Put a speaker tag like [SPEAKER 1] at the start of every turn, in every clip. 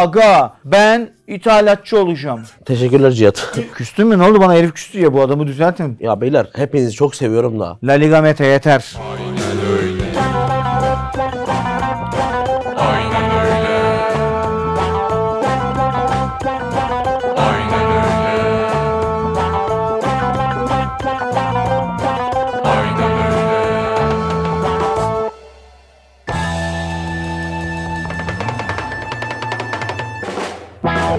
[SPEAKER 1] Aga ben ithalatçı olacağım.
[SPEAKER 2] Teşekkürler Cihat.
[SPEAKER 1] Küstün mü? Ne oldu bana herif küstü ya bu adamı düzeltin.
[SPEAKER 2] ya beyler hepinizi çok seviyorum da.
[SPEAKER 1] La Liga Mete yeter.
[SPEAKER 3] Aynen öyle. Aynen öyle. Aynen öyle.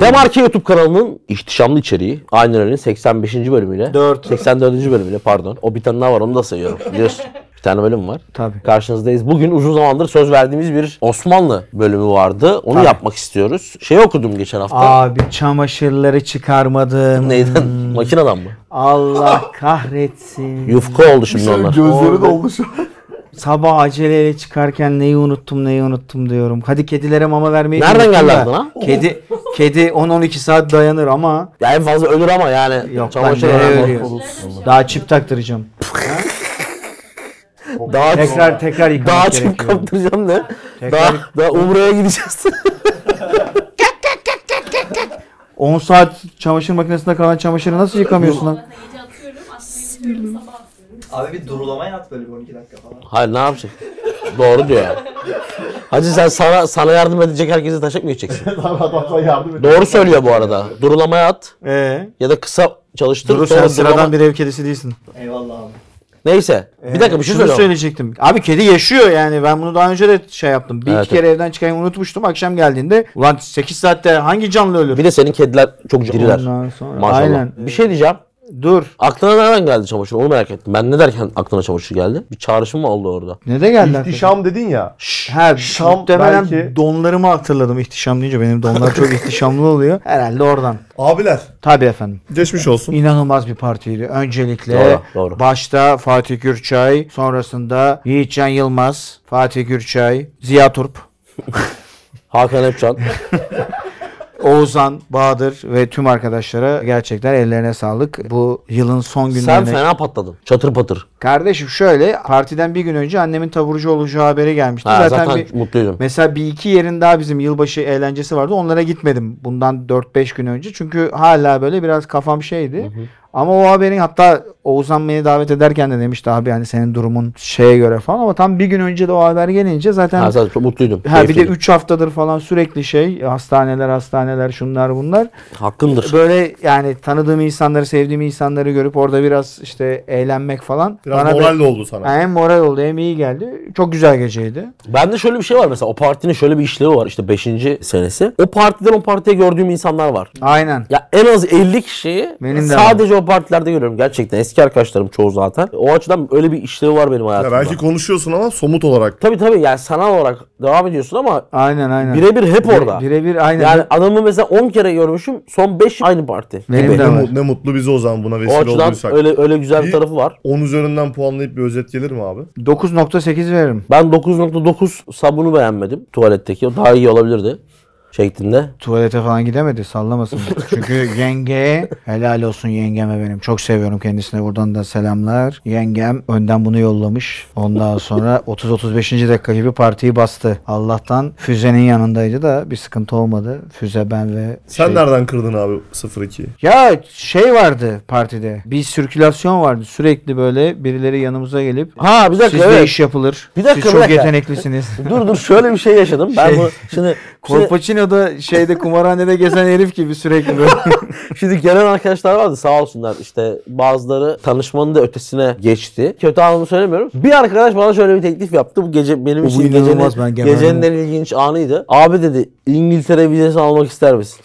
[SPEAKER 2] Demarke YouTube kanalının ihtişamlı içeriği Aynen Öyle 85. bölümüyle.
[SPEAKER 1] Dört.
[SPEAKER 2] 84. bölümüyle pardon. O bir tane daha var onu da sayıyorum biliyorsun. Bir tane bölüm var.
[SPEAKER 1] Tabii.
[SPEAKER 2] Karşınızdayız. Bugün uzun zamandır söz verdiğimiz bir Osmanlı bölümü vardı. Onu
[SPEAKER 1] Tabii.
[SPEAKER 2] yapmak istiyoruz. Şey okudum geçen hafta.
[SPEAKER 1] Abi çamaşırları çıkarmadım.
[SPEAKER 2] Neyden?
[SPEAKER 1] Hmm.
[SPEAKER 2] Makineden mı?
[SPEAKER 1] Allah kahretsin.
[SPEAKER 2] Yufka oldu şimdi onlar.
[SPEAKER 4] Gözleri doldu şu an.
[SPEAKER 1] Sabah aceleyle çıkarken neyi unuttum neyi unuttum diyorum. Hadi kedilere mama vermeyi
[SPEAKER 2] Nereden
[SPEAKER 1] unuttum
[SPEAKER 2] geldi
[SPEAKER 1] da.
[SPEAKER 2] aklına?
[SPEAKER 1] Kedi, kedi 10-12 saat dayanır ama
[SPEAKER 2] Ya en fazla ölür ama yani.
[SPEAKER 1] yok lan
[SPEAKER 2] Çamaşır
[SPEAKER 1] nereye
[SPEAKER 2] önemli.
[SPEAKER 1] ölüyor? Daha çip taktıracağım.
[SPEAKER 2] Daha
[SPEAKER 1] Tekrar tekrar yıkamak
[SPEAKER 2] daha
[SPEAKER 1] gerekiyor.
[SPEAKER 2] çok kaptıracağım ne? Daha,
[SPEAKER 1] Tekrar-
[SPEAKER 2] daha Umre'ye gideceğiz.
[SPEAKER 1] 10 saat çamaşır makinesinde kalan çamaşırı nasıl yıkamıyorsun lan?
[SPEAKER 5] Gece atıyorum, aslında yürüyorum, sabah atıyorum.
[SPEAKER 4] Abi bir durulamaya at böyle bir 12 dakika falan.
[SPEAKER 2] Hayır ne yapacak? Doğru diyor yani. Hacı sen sana, sana yardım edecek herkese taşak mı geçeceksin?
[SPEAKER 4] Adamlar yardım et.
[SPEAKER 2] Doğru söylüyor bu arada. Durulamaya at
[SPEAKER 1] Ee,
[SPEAKER 2] ya da kısa çalıştır.
[SPEAKER 1] Duru
[SPEAKER 2] sonra
[SPEAKER 1] sen sıradan
[SPEAKER 2] durulama-
[SPEAKER 1] bir ev kedisi değilsin.
[SPEAKER 4] Eyvallah abi.
[SPEAKER 2] Neyse. bir dakika bir şey
[SPEAKER 1] Şunu
[SPEAKER 2] söyle.
[SPEAKER 1] söyleyecektim. Abi kedi yaşıyor yani. Ben bunu daha önce de şey yaptım. Bir
[SPEAKER 2] Evet,
[SPEAKER 1] iki kere evden çıkayım unutmuştum. Akşam geldiğinde ulan 8 saatte hangi canlı ölür?
[SPEAKER 2] Bir de senin kediler çok diriler.
[SPEAKER 1] Ondan sonra-
[SPEAKER 2] Maşallah.
[SPEAKER 1] Aynen.
[SPEAKER 2] Bir şey diyeceğim.
[SPEAKER 1] Dur.
[SPEAKER 2] Aklına nereden geldi çamaşır? Onu merak ettim. Ben ne derken aklına çamaşır geldi? Bir çağrışım mı oldu orada?
[SPEAKER 1] Ne de geldi hakikaten?
[SPEAKER 4] İhtişam dedin ya.
[SPEAKER 1] Ha,
[SPEAKER 4] Şam
[SPEAKER 1] muhtemelen
[SPEAKER 4] belki-
[SPEAKER 1] donlarımı hatırladım ihtişam deyince. Benim donlar çok ihtişamlı oluyor. Herhalde oradan.
[SPEAKER 4] Abiler
[SPEAKER 1] Tabii efendim.
[SPEAKER 4] geçmiş olsun.
[SPEAKER 1] İnanılmaz bir partiydi. Öncelikle
[SPEAKER 2] Doğru, doğru.
[SPEAKER 1] başta Fatih Gürçay, sonrasında Yiğitcan Yılmaz, Fatih Gürçay, Ziya Turp,
[SPEAKER 2] Hakan Epcan.
[SPEAKER 1] Oğuzhan, Bahadır ve tüm arkadaşlara gerçekten ellerine sağlık. Bu yılın son
[SPEAKER 2] sen
[SPEAKER 1] günlerine.
[SPEAKER 2] fena patladın. Çatır patır.
[SPEAKER 1] Kardeşim şöyle partiden bir gün önce annemin taburcu olacağı haberi gelmişti.
[SPEAKER 2] Ha,
[SPEAKER 1] zaten,
[SPEAKER 2] zaten,
[SPEAKER 1] bir,
[SPEAKER 2] mutluydum.
[SPEAKER 1] mesela bir iki yerin daha bizim yılbaşı eğlencesi vardı. Onlara gitmedim bundan 4-5 gün önce. Çünkü hala böyle biraz kafam şeydi. Ama o haberin hatta Oğuzhan beni davet ederken de demişti abi hani senin durumun şeye göre falan ama tam bir gün önce de o haber gelince zaten
[SPEAKER 2] Ha, zaten çok mutluydum.
[SPEAKER 1] ha, bir de
[SPEAKER 2] keyifliydim.
[SPEAKER 1] 3 haftadır falan sürekli şey hastaneler hastaneler şunlar bunlar.
[SPEAKER 2] Hakkındır.
[SPEAKER 1] Böyle yani tanıdığım insanları, sevdiğim insanları görüp orada biraz işte eğlenmek falan.
[SPEAKER 6] Biraz
[SPEAKER 1] Bana
[SPEAKER 6] moral
[SPEAKER 1] be-
[SPEAKER 6] de oldu sana.
[SPEAKER 1] Ha, hem moral oldu hem iyi geldi. Çok güzel geceydi.
[SPEAKER 2] Bende şöyle bir şey var mesela o partinin şöyle bir işlevi var işte 5. senesi. O partiden o partiye gördüğüm insanlar var.
[SPEAKER 1] Aynen.
[SPEAKER 2] Ya en az 50 kişiyi
[SPEAKER 1] Benim de
[SPEAKER 2] sadece o partilerde görüyorum gerçekten. Eski arkadaşlarım çoğu zaten. O açıdan öyle bir işlevi var benim
[SPEAKER 6] Ya
[SPEAKER 2] hayatımda.
[SPEAKER 6] belki konuşuyorsun ama somut olarak.
[SPEAKER 2] Tabii tabii yani sanal olarak devam ediyorsun ama
[SPEAKER 1] Aynen aynen.
[SPEAKER 2] birebir hep orada.
[SPEAKER 1] Birebir aynen.
[SPEAKER 2] yani adamı mesela 10 kere görmüşüm son 5 aynı parti.
[SPEAKER 1] Benim
[SPEAKER 2] gibi.
[SPEAKER 1] de
[SPEAKER 6] Ne,
[SPEAKER 1] var.
[SPEAKER 6] mu- ne mutlu bize o zaman buna
[SPEAKER 2] O
[SPEAKER 6] vesile
[SPEAKER 2] açıdan
[SPEAKER 6] olduysak.
[SPEAKER 2] öyle öyle güzel bir
[SPEAKER 6] Bir-
[SPEAKER 2] tarafı var.
[SPEAKER 6] 10 üzerinden puanlayıp bir özet gelir mi abi?
[SPEAKER 1] 9.8 veririm.
[SPEAKER 2] Ben 9.9 sabunu beğenmedim tuvaletteki. O daha iyi olabilirdi şeklinde.
[SPEAKER 1] Tuvalete falan gidemedi sallamasın. Çünkü yenge helal olsun yengeme benim. Çok seviyorum kendisine buradan da selamlar. Yengem önden bunu yollamış. Ondan sonra 30-35. dakika gibi partiyi bastı. Allah'tan füzenin yanındaydı da bir sıkıntı olmadı. Füze ben ve
[SPEAKER 6] Sen
[SPEAKER 1] şey-
[SPEAKER 6] nereden kırdın abi 0-2'yi?
[SPEAKER 1] Ya şey vardı partide. Bir sirkülasyon vardı. Sürekli böyle birileri yanımıza gelip
[SPEAKER 2] Ha bir dakika
[SPEAKER 1] sizde
[SPEAKER 2] evet.
[SPEAKER 1] iş yapılır.
[SPEAKER 2] Bir dakika,
[SPEAKER 1] Siz
[SPEAKER 2] bir
[SPEAKER 1] çok
[SPEAKER 2] dakika.
[SPEAKER 1] yeteneklisiniz.
[SPEAKER 2] Dur dur şöyle bir şey yaşadım. Ben
[SPEAKER 1] Şey-
[SPEAKER 2] bu şimdi şimdi-
[SPEAKER 1] Corpacino'da şeyde kumarhanede gezen herif gibi sürekli böyle.
[SPEAKER 2] Şimdi gelen arkadaşlar vardı sağ olsunlar işte bazıları tanışmanın da ötesine geçti. Kötü anlamı söylemiyorum. Bir arkadaş bana şöyle bir teklif yaptı. Bu gece benim
[SPEAKER 1] Bu
[SPEAKER 2] için
[SPEAKER 1] inanılmaz,
[SPEAKER 2] gecenin,
[SPEAKER 1] ben geberdim.
[SPEAKER 2] gecenin en ilginç anıydı. Abi dedi İngiltere vizesi almak ister misin?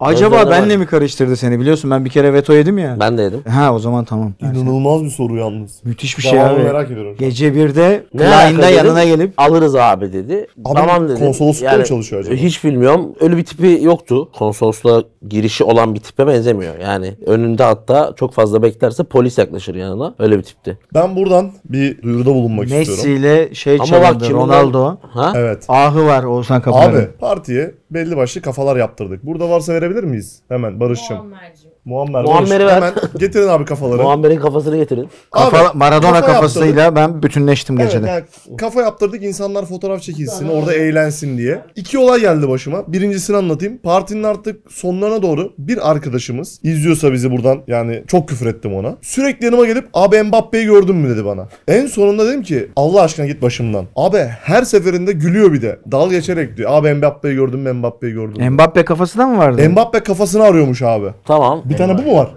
[SPEAKER 1] Acaba
[SPEAKER 2] Özlem'e
[SPEAKER 1] benle
[SPEAKER 2] bak.
[SPEAKER 1] mi karıştırdı seni biliyorsun ben bir kere veto yedim ya.
[SPEAKER 2] Ben de dedim.
[SPEAKER 1] Ha o zaman tamam.
[SPEAKER 6] İnanılmaz bir soru yalnız.
[SPEAKER 1] Müthiş şey- bir şey
[SPEAKER 6] Devamını
[SPEAKER 1] abi.
[SPEAKER 6] merak ediyorum.
[SPEAKER 1] Gece 1'de
[SPEAKER 2] Ne alaka
[SPEAKER 1] Klein'da
[SPEAKER 2] dedim?
[SPEAKER 1] yanına gelip
[SPEAKER 2] Alırız abi dedi.
[SPEAKER 6] Abi
[SPEAKER 2] tamam dedim.
[SPEAKER 6] konsoloslukta mı çalışıyor acaba?
[SPEAKER 2] Hiç bilmiyorum. Öyle bir tipi yoktu. Konsolosluğa girişi olan bir tipe benzemiyor. Yani önünde hatta çok fazla beklerse polis yaklaşır yanına. Öyle bir tipti.
[SPEAKER 6] Ben buradan bir duyuruda bulunmak
[SPEAKER 1] Messi
[SPEAKER 6] istiyorum.
[SPEAKER 1] ile şey
[SPEAKER 2] Ama bak
[SPEAKER 1] çalındı
[SPEAKER 2] şimdi
[SPEAKER 1] Ronaldo.
[SPEAKER 2] Ha?
[SPEAKER 6] Evet.
[SPEAKER 1] Ahı var Oğuzhan Kapıları.
[SPEAKER 6] Abi partiye belli başlı kafalar yaptırdık. Burada varsa verebilir miyiz? Hemen Barış'cığım.
[SPEAKER 5] Muammerciğim.
[SPEAKER 6] Muammer.
[SPEAKER 2] Muammer'i ver.
[SPEAKER 6] Hemen getirin abi kafaları.
[SPEAKER 2] Muammer'in kafasını getirin.
[SPEAKER 1] Kafa, Maradona
[SPEAKER 6] kafa
[SPEAKER 1] kafasıyla ben bütünleştim
[SPEAKER 6] Evet,
[SPEAKER 1] gecede.
[SPEAKER 6] yani kafa yaptırdık insanlar fotoğraf çekilsin orada eğlensin diye. İki olay geldi başıma. Birincisini anlatayım. Partinin artık sonlarına doğru bir arkadaşımız izliyorsa bizi buradan yani çok küfür ettim ona. Sürekli yanıma gelip abi Mbappe'yi gördün mü dedi bana. En sonunda dedim ki Allah aşkına git başımdan. Abi her seferinde gülüyor bir de. Dal geçerek diyor. Abi Mbappe'yi gördün mü Mbappe'yi gördün mü?
[SPEAKER 1] Mbappe kafası da mı vardı?
[SPEAKER 6] Mbappe kafasını arıyormuş abi.
[SPEAKER 2] Tamam.
[SPEAKER 6] Bir tane bu mu var?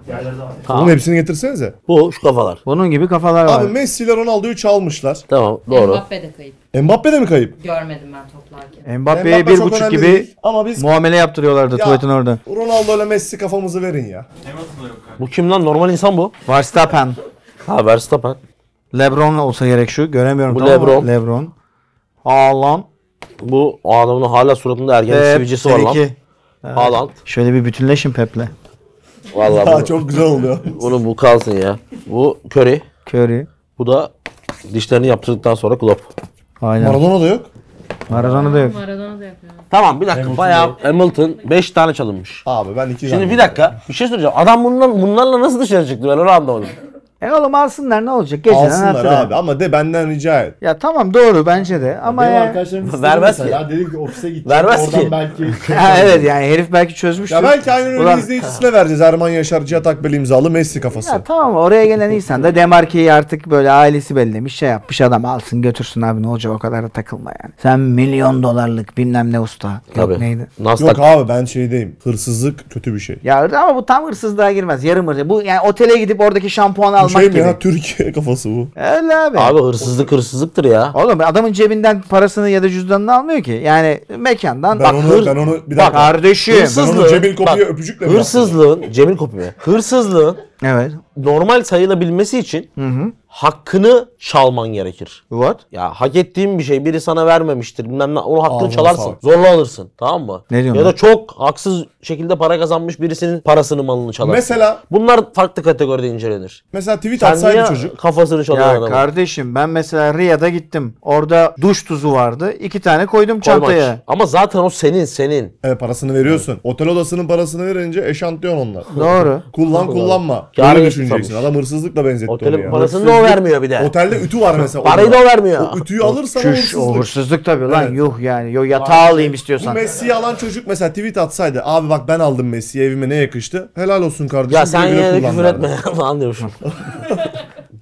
[SPEAKER 2] tamam.
[SPEAKER 6] Bunun hepsini getirsenize.
[SPEAKER 2] Bu şu kafalar.
[SPEAKER 1] Bunun gibi kafalar var.
[SPEAKER 6] Abi Messi ile Ronaldo'yu çalmışlar.
[SPEAKER 2] Tamam doğru.
[SPEAKER 7] Mbappe de kayıp.
[SPEAKER 6] Mbappe de mi kayıp?
[SPEAKER 7] Görmedim ben toplarken.
[SPEAKER 1] Mbappe'ye
[SPEAKER 6] Mbappe
[SPEAKER 1] bir
[SPEAKER 6] çok
[SPEAKER 1] buçuk
[SPEAKER 6] önemli
[SPEAKER 1] gibi
[SPEAKER 6] değil. ama biz
[SPEAKER 1] muamele yaptırıyorlardı
[SPEAKER 6] Ya.
[SPEAKER 1] tuvaletin orada.
[SPEAKER 6] Ronaldo ile Messi kafamızı verin ya.
[SPEAKER 2] Bu kim lan? Normal insan bu.
[SPEAKER 1] Verstappen.
[SPEAKER 2] Ha Verstappen.
[SPEAKER 1] Lebron olsa gerek şu. Göremiyorum
[SPEAKER 2] Bu
[SPEAKER 1] tamam mı?
[SPEAKER 2] Lebron.
[SPEAKER 1] Lebron. Haaland.
[SPEAKER 2] Bu o adamın hala suratında ergenlik
[SPEAKER 1] Pep,
[SPEAKER 2] sivilcesi var lan.
[SPEAKER 1] Seriki.
[SPEAKER 2] Haaland.
[SPEAKER 1] Şöyle bir bütünleşin Pep'le.
[SPEAKER 2] Vallahi
[SPEAKER 6] Ha
[SPEAKER 2] bunu,
[SPEAKER 6] çok güzel oluyor.
[SPEAKER 2] bunu bu kalsın ya. Bu Curry.
[SPEAKER 1] Curry.
[SPEAKER 2] Bu da dişlerini yaptırdıktan sonra Klopp.
[SPEAKER 1] Aynen.
[SPEAKER 6] Maradona da yok.
[SPEAKER 1] Maradona da yok.
[SPEAKER 7] Maradona da yapıyor.
[SPEAKER 2] Tamam bir dakika bayağı Hamilton 5 tane çalınmış.
[SPEAKER 6] Abi ben iki
[SPEAKER 2] Şimdi
[SPEAKER 6] tane-
[SPEAKER 2] bir dakika bir şey soracağım. Adam bundan, bunlarla nasıl dışarı çıktı ben onu anlamadım.
[SPEAKER 1] E oğlum alsınlar ne olacak? Geceden
[SPEAKER 6] Alsınlar
[SPEAKER 1] hatırlar.
[SPEAKER 6] abi ama de benden rica et.
[SPEAKER 1] Ya tamam doğru bence de ama
[SPEAKER 4] Benim
[SPEAKER 1] ya.
[SPEAKER 4] arkadaşlarım istedi
[SPEAKER 2] Vermez
[SPEAKER 4] mesela. Dedim ki ofise gideceğim.
[SPEAKER 2] Vermez
[SPEAKER 4] Oradan
[SPEAKER 2] ki.
[SPEAKER 4] belki
[SPEAKER 1] Ha, evet yani herif belki çözmüştür.
[SPEAKER 6] Ya belki aynen öyle
[SPEAKER 1] Ulan-
[SPEAKER 6] izleyicisine vereceğiz. Erman Yaşar, Cihat Akbel imzalı Messi kafası.
[SPEAKER 1] Ya tamam oraya gelen insan da Demarke'yi artık böyle ailesi bellemiş şey yapmış adam alsın götürsün abi ne olacak o kadar da takılma yani. Sen milyon dolarlık bilmem ne usta. Yok neydi?
[SPEAKER 2] Nasdaq.
[SPEAKER 6] Yok abi ben şeydeyim. Hırsızlık kötü bir şey.
[SPEAKER 1] Ya ama bu tam hırsızlığa girmez. Yarım hırsız. Bu yani otele gidip oradaki şampuanı
[SPEAKER 6] Bu
[SPEAKER 1] almak
[SPEAKER 6] şey mi
[SPEAKER 1] gibi.
[SPEAKER 6] ya? Türkiye kafası bu.
[SPEAKER 1] Öyle abi.
[SPEAKER 2] Abi hırsızlık hırsızlıktır ya.
[SPEAKER 1] Oğlum adamın cebinden parasını ya da cüzdanını almıyor ki. Yani mekandan
[SPEAKER 6] Ben
[SPEAKER 1] bak
[SPEAKER 6] onu
[SPEAKER 2] hır-
[SPEAKER 6] ben onu
[SPEAKER 2] bak,
[SPEAKER 6] bir dakika.
[SPEAKER 1] kardeşim.
[SPEAKER 6] ben
[SPEAKER 2] hırsızlığı-
[SPEAKER 6] onu Cemil
[SPEAKER 2] bak,
[SPEAKER 6] Kopi'ye öpücükle mi yaptım?
[SPEAKER 2] Hırsızlığın, Cemil kopya. Hırsızlığın
[SPEAKER 1] Evet.
[SPEAKER 2] normal sayılabilmesi için
[SPEAKER 1] hı.
[SPEAKER 2] hakkını çalman gerekir.
[SPEAKER 1] What?
[SPEAKER 2] Ya hak ettiğin bir şey biri sana vermemiştir bilmem ne o hakkını
[SPEAKER 6] Allah
[SPEAKER 2] çalarsın.
[SPEAKER 6] sağ ol.
[SPEAKER 2] Zorla alırsın tamam mı?
[SPEAKER 1] Ne diyorsun
[SPEAKER 2] ya da
[SPEAKER 1] lan?
[SPEAKER 2] çok haksız şekilde para kazanmış birisinin parasını malını çalarsın.
[SPEAKER 6] Mesela
[SPEAKER 2] Bunlar farklı kategoride incelenir.
[SPEAKER 6] mesela tweet
[SPEAKER 2] Sen niye
[SPEAKER 6] atsaydı çocuk.
[SPEAKER 2] kafasını çalan
[SPEAKER 1] Ya
[SPEAKER 2] adamı?
[SPEAKER 1] kardeşim ben mesela Riyad'a gittim. Orada duş tuzu vardı. İki tane koydum
[SPEAKER 2] Koymak.
[SPEAKER 1] çantaya.
[SPEAKER 2] Ama zaten o senin senin.
[SPEAKER 6] Evet e, parasını veriyorsun. Otel odasının parasını verince eşantiyon onlar.
[SPEAKER 1] Doğru.
[SPEAKER 6] Kullan kullanma.
[SPEAKER 2] Kârı
[SPEAKER 6] Öyle
[SPEAKER 2] etmiş
[SPEAKER 6] düşüneceksin.
[SPEAKER 2] olmuş.
[SPEAKER 6] Adam hırsızlıkla benzetti onu
[SPEAKER 2] Otelin
[SPEAKER 6] ya.
[SPEAKER 2] parasını da o vermiyor bir de.
[SPEAKER 6] Otelde ütü var mesela.
[SPEAKER 2] Parayı da o vermiyor.
[SPEAKER 6] O ütüyü alırsan o
[SPEAKER 1] Çüş o
[SPEAKER 6] hırsızlık.
[SPEAKER 1] hırsızlık tabii lan
[SPEAKER 6] Evet.
[SPEAKER 1] yuh yani. Yo yatağı alayım istiyorsan.
[SPEAKER 6] Bu Messi'yi alan çocuk mesela tweet atsaydı. Abi bak ben aldım Messi'yi evime ne yakıştı. Helal olsun kardeşim.
[SPEAKER 2] Ya sen
[SPEAKER 6] güle güle
[SPEAKER 2] yine de
[SPEAKER 6] kullan
[SPEAKER 2] küfür
[SPEAKER 6] derdi.
[SPEAKER 2] etme falan diyormuşum.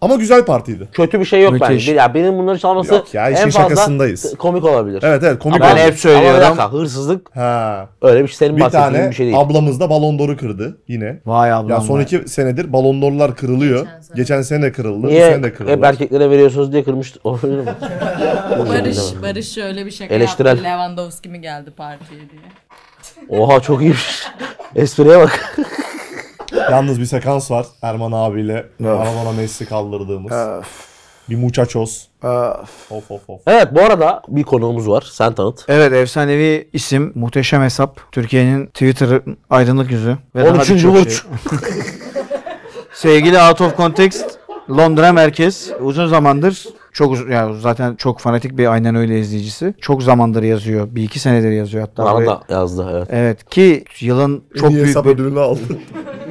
[SPEAKER 6] Ama güzel partiydi.
[SPEAKER 2] Kötü bir şey yok
[SPEAKER 1] Müthiş.
[SPEAKER 2] bence. Ya benim bunları çalması
[SPEAKER 6] Yok ya, işin
[SPEAKER 2] en fazla
[SPEAKER 6] şakasındayız.
[SPEAKER 2] komik olabilir.
[SPEAKER 6] Evet evet komik
[SPEAKER 1] Ben
[SPEAKER 6] oldu.
[SPEAKER 1] hep söylüyorum.
[SPEAKER 2] Ama bir dakika, hırsızlık
[SPEAKER 6] Ha.
[SPEAKER 2] öyle bir şey senin
[SPEAKER 6] Bir
[SPEAKER 2] bahsettiğin
[SPEAKER 6] tane
[SPEAKER 2] bir şey değil.
[SPEAKER 6] ablamız da balon d'Or'u kırdı yine.
[SPEAKER 1] Vay ablam.
[SPEAKER 6] Ya son
[SPEAKER 1] vay.
[SPEAKER 6] iki senedir balon d'Or'lar kırılıyor.
[SPEAKER 7] Geçen sene.
[SPEAKER 6] Geçen sene de kırıldı. Bu
[SPEAKER 2] Niye E,
[SPEAKER 6] sene de
[SPEAKER 2] hep
[SPEAKER 6] kırıldı.
[SPEAKER 2] erkeklere veriyorsunuz diye kırmış olabilir mi?
[SPEAKER 7] Barış, Barış şöyle bir şaka
[SPEAKER 2] Eleştirel.
[SPEAKER 7] yaptı. Lewandowski mi geldi partiye diye.
[SPEAKER 2] Oha çok iyiymiş. Espriye bak.
[SPEAKER 6] Yalnız bir sekans var. Erman abiyle Maradona Messi kaldırdığımız. Bir muchachos. Of of of.
[SPEAKER 2] Evet bu arada bir konuğumuz var. Sen tanıt.
[SPEAKER 1] Evet efsanevi isim muhteşem hesap. Türkiye'nin Twitter'ın aydınlık yüzü. Ve daha
[SPEAKER 2] 13.
[SPEAKER 1] birçok şey.
[SPEAKER 2] burç.
[SPEAKER 1] Sevgili Out of Context Londra merkez uzun zamandır çok uz- yani zaten çok fanatik bir aynen öyle izleyicisi. Çok zamandır yazıyor. Bir iki senedir yazıyor hatta.
[SPEAKER 2] Bana
[SPEAKER 1] Buraya-
[SPEAKER 2] da yazdı evet.
[SPEAKER 1] Evet ki yılın çok
[SPEAKER 6] en iyi
[SPEAKER 1] büyük
[SPEAKER 6] hesap
[SPEAKER 1] böl-
[SPEAKER 6] ödülünü aldı.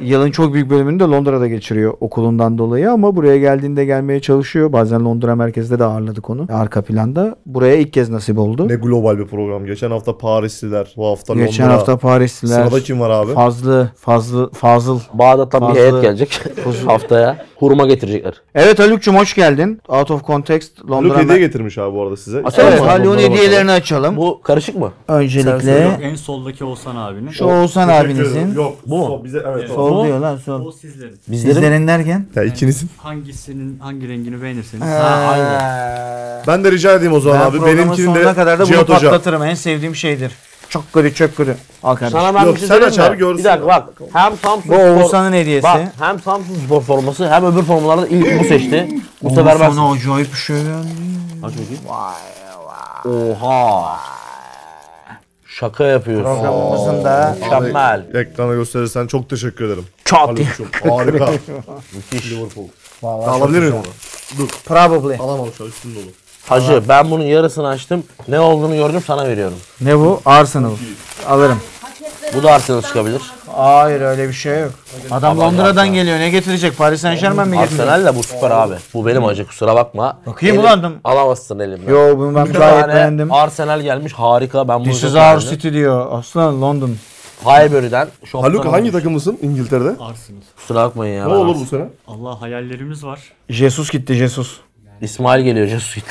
[SPEAKER 1] yılın çok büyük bölümünü de Londra'da geçiriyor okulundan dolayı ama buraya geldiğinde gelmeye çalışıyor. Bazen Londra merkezde de ağırladık onu arka planda. Buraya ilk kez nasip oldu.
[SPEAKER 6] Ne global bir program. Geçen hafta Parisliler, bu hafta Londra.
[SPEAKER 1] Geçen hafta Parisliler.
[SPEAKER 6] Sırada kim var abi?
[SPEAKER 1] Fazlı, Fazlı, Fazıl.
[SPEAKER 2] Bağdat'tan bir
[SPEAKER 1] Fazla-
[SPEAKER 2] heyet gelecek haftaya. Hurma getirecekler.
[SPEAKER 1] Evet Haluk'cum hoş geldin. Out of Context
[SPEAKER 6] Haluk
[SPEAKER 1] Londra.
[SPEAKER 6] hediye
[SPEAKER 1] Mer-
[SPEAKER 6] getirmiş abi bu arada size.
[SPEAKER 2] Açalım
[SPEAKER 1] Evet
[SPEAKER 2] mı?
[SPEAKER 1] Haluk'un
[SPEAKER 2] Onlara
[SPEAKER 1] hediyelerini açalım.
[SPEAKER 2] Bu karışık mı?
[SPEAKER 1] Öncelikle
[SPEAKER 8] En soldaki Oğuzhan abinin.
[SPEAKER 1] şu Oğuzhan
[SPEAKER 6] Teşekkür ederim.
[SPEAKER 1] abinizin.
[SPEAKER 6] Yok. Bu mu? Bize, evet. o.
[SPEAKER 1] Sol diyor lan sol.
[SPEAKER 8] O sizlerin.
[SPEAKER 2] Bizlerin.
[SPEAKER 1] Sizlerin derken?
[SPEAKER 6] Ya ikinizin.
[SPEAKER 8] Hangisinin hangi rengini beğenirseniz. Ha, aynı.
[SPEAKER 6] Ben de rica edeyim o zaman
[SPEAKER 1] Ben
[SPEAKER 6] abi.
[SPEAKER 1] programın
[SPEAKER 6] Benimkinin
[SPEAKER 1] sonuna
[SPEAKER 6] de
[SPEAKER 1] kadar da bunu
[SPEAKER 6] Cihat Hoca.
[SPEAKER 1] patlatırım. En sevdiğim şeydir. Çok gri çok gri. Al kardeşim.
[SPEAKER 2] Sana ben
[SPEAKER 6] Yok,
[SPEAKER 2] bir şey
[SPEAKER 6] sen
[SPEAKER 2] söyleyeyim
[SPEAKER 6] aç
[SPEAKER 2] mi?
[SPEAKER 6] abi, görsün.
[SPEAKER 2] Bir dakika bak. Hem Samsun
[SPEAKER 1] Bu Oğuzhan'ın hediyesi.
[SPEAKER 2] Bak hem Samsun Spor forması hem öbür formalarda ilk bu seçti. Bu sefer ben...
[SPEAKER 1] Sana acayip bir şey geldi.
[SPEAKER 2] Oha. Şaka yapıyorsun.
[SPEAKER 1] Programımızın da
[SPEAKER 2] Mükemmel.
[SPEAKER 6] Ekrana gösterirsen çok teşekkür ederim.
[SPEAKER 1] çat diye.
[SPEAKER 6] Haluk'cum harika. Müthiş. Liverpool. Vallahi Alabilir miyim onu?
[SPEAKER 1] Probably.
[SPEAKER 6] Alamam şu an üstüm dolu.
[SPEAKER 2] Hacı ben bunun yarısını açtım. Ne olduğunu gördüm sana veriyorum.
[SPEAKER 1] Ne bu? Arsenal. Alırım.
[SPEAKER 2] Bu da Arsenal çıkabilir.
[SPEAKER 1] Hayır öyle bir şey yok. Adam Londra'dan geliyor. Ne getirecek? Paris Saint Germain mi getirecek?
[SPEAKER 2] Arsenal de bu süper abi. Bu benim acı kusura bakma.
[SPEAKER 1] Bakayım
[SPEAKER 2] Elim-
[SPEAKER 1] ulandım.
[SPEAKER 2] Alamazsın elimden.
[SPEAKER 1] Yo bunu ben
[SPEAKER 2] Bir
[SPEAKER 1] gayet
[SPEAKER 2] tane
[SPEAKER 1] beğendim.
[SPEAKER 2] Arsenal gelmiş harika. Ben bunu
[SPEAKER 1] This
[SPEAKER 2] çok
[SPEAKER 1] is our
[SPEAKER 2] beğendim.
[SPEAKER 1] city diyor. Aslan London.
[SPEAKER 2] Highbury'den. şoktan
[SPEAKER 6] Haluk hangi
[SPEAKER 2] olmuş.
[SPEAKER 6] takımlısın İngiltere'de?
[SPEAKER 8] Arsenal.
[SPEAKER 2] Kusura bakmayın ya.
[SPEAKER 6] Ne
[SPEAKER 2] ben
[SPEAKER 6] olur bu
[SPEAKER 2] Arsenal.
[SPEAKER 6] sene?
[SPEAKER 8] Allah hayallerimiz var.
[SPEAKER 1] Jesus gitti Jesus.
[SPEAKER 2] İsmail geliyor Jesuit.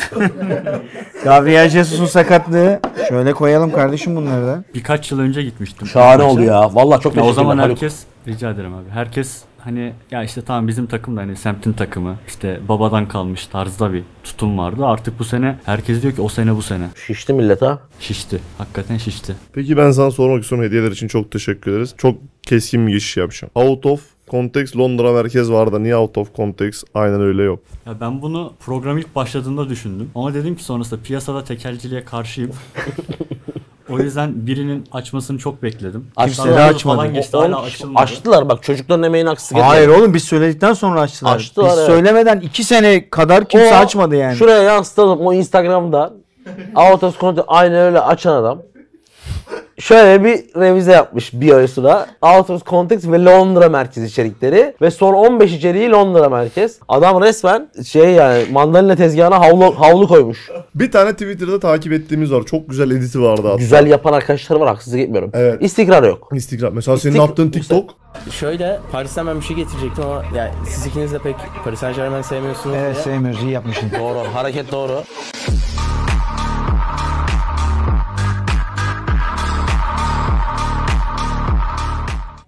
[SPEAKER 1] Gabriel Jesus'un sakatlığı. Şöyle koyalım kardeşim bunları da.
[SPEAKER 8] Birkaç yıl önce gitmiştim.
[SPEAKER 2] Şahane oldu ya. Vallahi çok
[SPEAKER 8] Ya o
[SPEAKER 2] teşekkürler
[SPEAKER 8] zaman
[SPEAKER 2] Haluk.
[SPEAKER 8] herkes rica ederim abi. Herkes hani ya işte tamam bizim takım da hani semtin takımı işte babadan kalmış tarzda bir tutum vardı. Artık bu sene herkes diyor ki o sene bu sene.
[SPEAKER 2] Şişti millet ha.
[SPEAKER 8] Şişti. Hakikaten şişti.
[SPEAKER 6] Peki ben sana sormak istiyorum hediyeler için çok teşekkür ederiz. Çok keskin bir geçiş yapacağım. Out of context Londra merkez var da niye out of context aynen öyle yok.
[SPEAKER 8] Ya ben bunu program ilk başladığında düşündüm. Ama dedim ki sonrasında piyasada tekelciliğe karşıyım. o yüzden birinin açmasını çok bekledim.
[SPEAKER 2] Açtı.
[SPEAKER 8] Kimse
[SPEAKER 1] daha
[SPEAKER 8] Falan
[SPEAKER 1] açmadı.
[SPEAKER 8] geçti
[SPEAKER 2] O-
[SPEAKER 8] hala
[SPEAKER 2] on-
[SPEAKER 8] açılmadı.
[SPEAKER 2] Açtılar bak çocukların emeğini haksız
[SPEAKER 1] Hayır
[SPEAKER 2] etmeyin.
[SPEAKER 1] oğlum biz söyledikten sonra açtılar.
[SPEAKER 2] Açtılar,
[SPEAKER 1] biz
[SPEAKER 2] evet.
[SPEAKER 1] söylemeden 2 sene kadar kimse
[SPEAKER 2] O-
[SPEAKER 1] açmadı yani.
[SPEAKER 2] Şuraya yansıtalım o Instagram'da. Out of content aynen öyle açan adam. Şöyle bir revize yapmış biyosuna. Out of Context ve Londra merkez içerikleri. Ve son 15 içeriği Londra merkez. Adam resmen şey yani mandalina tezgahına havlu, havlu koymuş.
[SPEAKER 6] Bir tane Twitter'da takip ettiğimiz var. Çok güzel editi vardı hatta.
[SPEAKER 2] Güzel yapan arkadaşlar var haksızlık etmiyorum.
[SPEAKER 6] Evet.
[SPEAKER 2] İstikrar yok.
[SPEAKER 6] Instagram. Mesela senin
[SPEAKER 2] İstik-
[SPEAKER 6] yaptığın TikTok.
[SPEAKER 9] Şöyle Paris'ten ben bir şey getirecektim ama yani siz ikiniz de pek Paris Saint Germain sevmiyorsunuz.
[SPEAKER 1] Evet
[SPEAKER 9] diye.
[SPEAKER 1] sevmiyoruz iyi yapmışsın.
[SPEAKER 2] Doğru hareket doğru.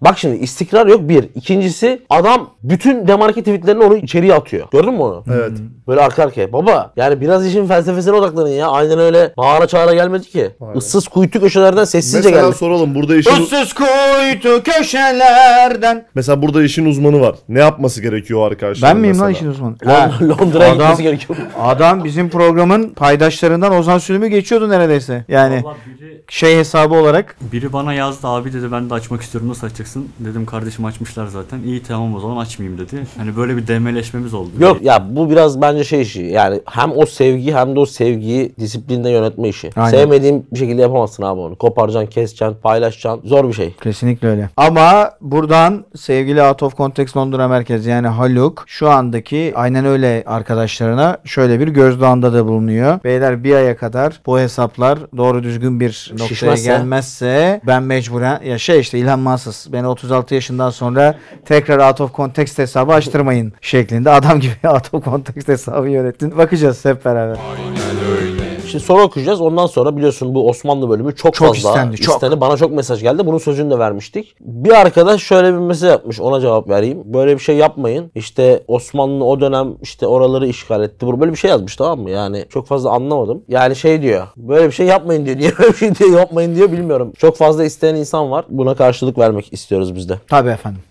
[SPEAKER 2] Bak şimdi istikrar yok bir. İkincisi adam bütün demarke tweetlerini onu içeriye atıyor. Gördün mü onu?
[SPEAKER 6] Evet.
[SPEAKER 2] Böyle arka arkaya. Baba yani biraz işin felsefesine odaklanın ya. Aynen öyle bağıra çağıra gelmedi ki. Issız kuytu köşelerden sessizce
[SPEAKER 6] Mesela
[SPEAKER 2] geldi.
[SPEAKER 6] soralım burada işin
[SPEAKER 1] Issız kuytu köşelerden.
[SPEAKER 6] mesela burada işin uzmanı var. Ne yapması gerekiyor arkadaşlar?
[SPEAKER 1] Ben miyim lan
[SPEAKER 6] mesela?
[SPEAKER 1] işin uzmanı? Ha.
[SPEAKER 2] Lond- Londra'ya
[SPEAKER 1] Adam-
[SPEAKER 2] gitmesi gerekiyor.
[SPEAKER 1] Adam bizim programın paydaşlarından Ozan Sülüm'ü geçiyordu neredeyse. Yani
[SPEAKER 8] Vallahi biri,
[SPEAKER 1] şey hesabı olarak.
[SPEAKER 8] biri bana yazdı abi dedi ben de açmak istiyorum nasıl açacaksın? Dedim kardeşim açmışlar zaten. İyi tamam o zaman açmayayım dedi. Hani böyle bir demeleşmemiz oldu.
[SPEAKER 2] Yok ya bu biraz bence şey işi yani hem o sevgi hem de o sevgiyi disiplinde yönetme işi.
[SPEAKER 1] Aynen.
[SPEAKER 2] Sevmediğin bir şekilde yapamazsın abi onu. Koparacaksın, keseceksin, paylaşacaksın. Zor bir şey.
[SPEAKER 1] Kesinlikle öyle. Ama buradan sevgili Out of Context Londra Merkezi yani Haluk şu andaki aynen öyle arkadaşlarına şöyle bir gözdağında da bulunuyor. Beyler bir aya kadar bu hesaplar doğru düzgün bir noktaya
[SPEAKER 2] Şişmezse.
[SPEAKER 1] gelmezse ben mecburen ya şey işte İlhan Mansız beni 36 yaşından sonra tekrar Out of Context hesabı açtırmayın şeklinde adam gibi Out of Context hesabı yönettin. Bakacağız hep beraber.
[SPEAKER 2] Şimdi soru okuyacağız. Ondan sonra biliyorsun bu Osmanlı bölümü çok,
[SPEAKER 1] Çok
[SPEAKER 2] fazla
[SPEAKER 1] istendi, çok.
[SPEAKER 2] istendi. Bana çok mesaj geldi. Bunun sözünü de vermiştik. Bir arkadaş şöyle bir mesaj yapmış. Ona cevap vereyim. Böyle bir şey yapmayın. İşte Osmanlı o dönem işte oraları işgal etti. Bu- Böyle bir şey yazmış tamam mı? Yani çok fazla anlamadım. Yani şey diyor. Böyle bir şey yapmayın diyor. Niye böyle bir şey diyor, yapmayın diyor bilmiyorum. Çok fazla isteyen insan var. Buna karşılık vermek istiyoruz biz de.
[SPEAKER 1] Tabii efendim.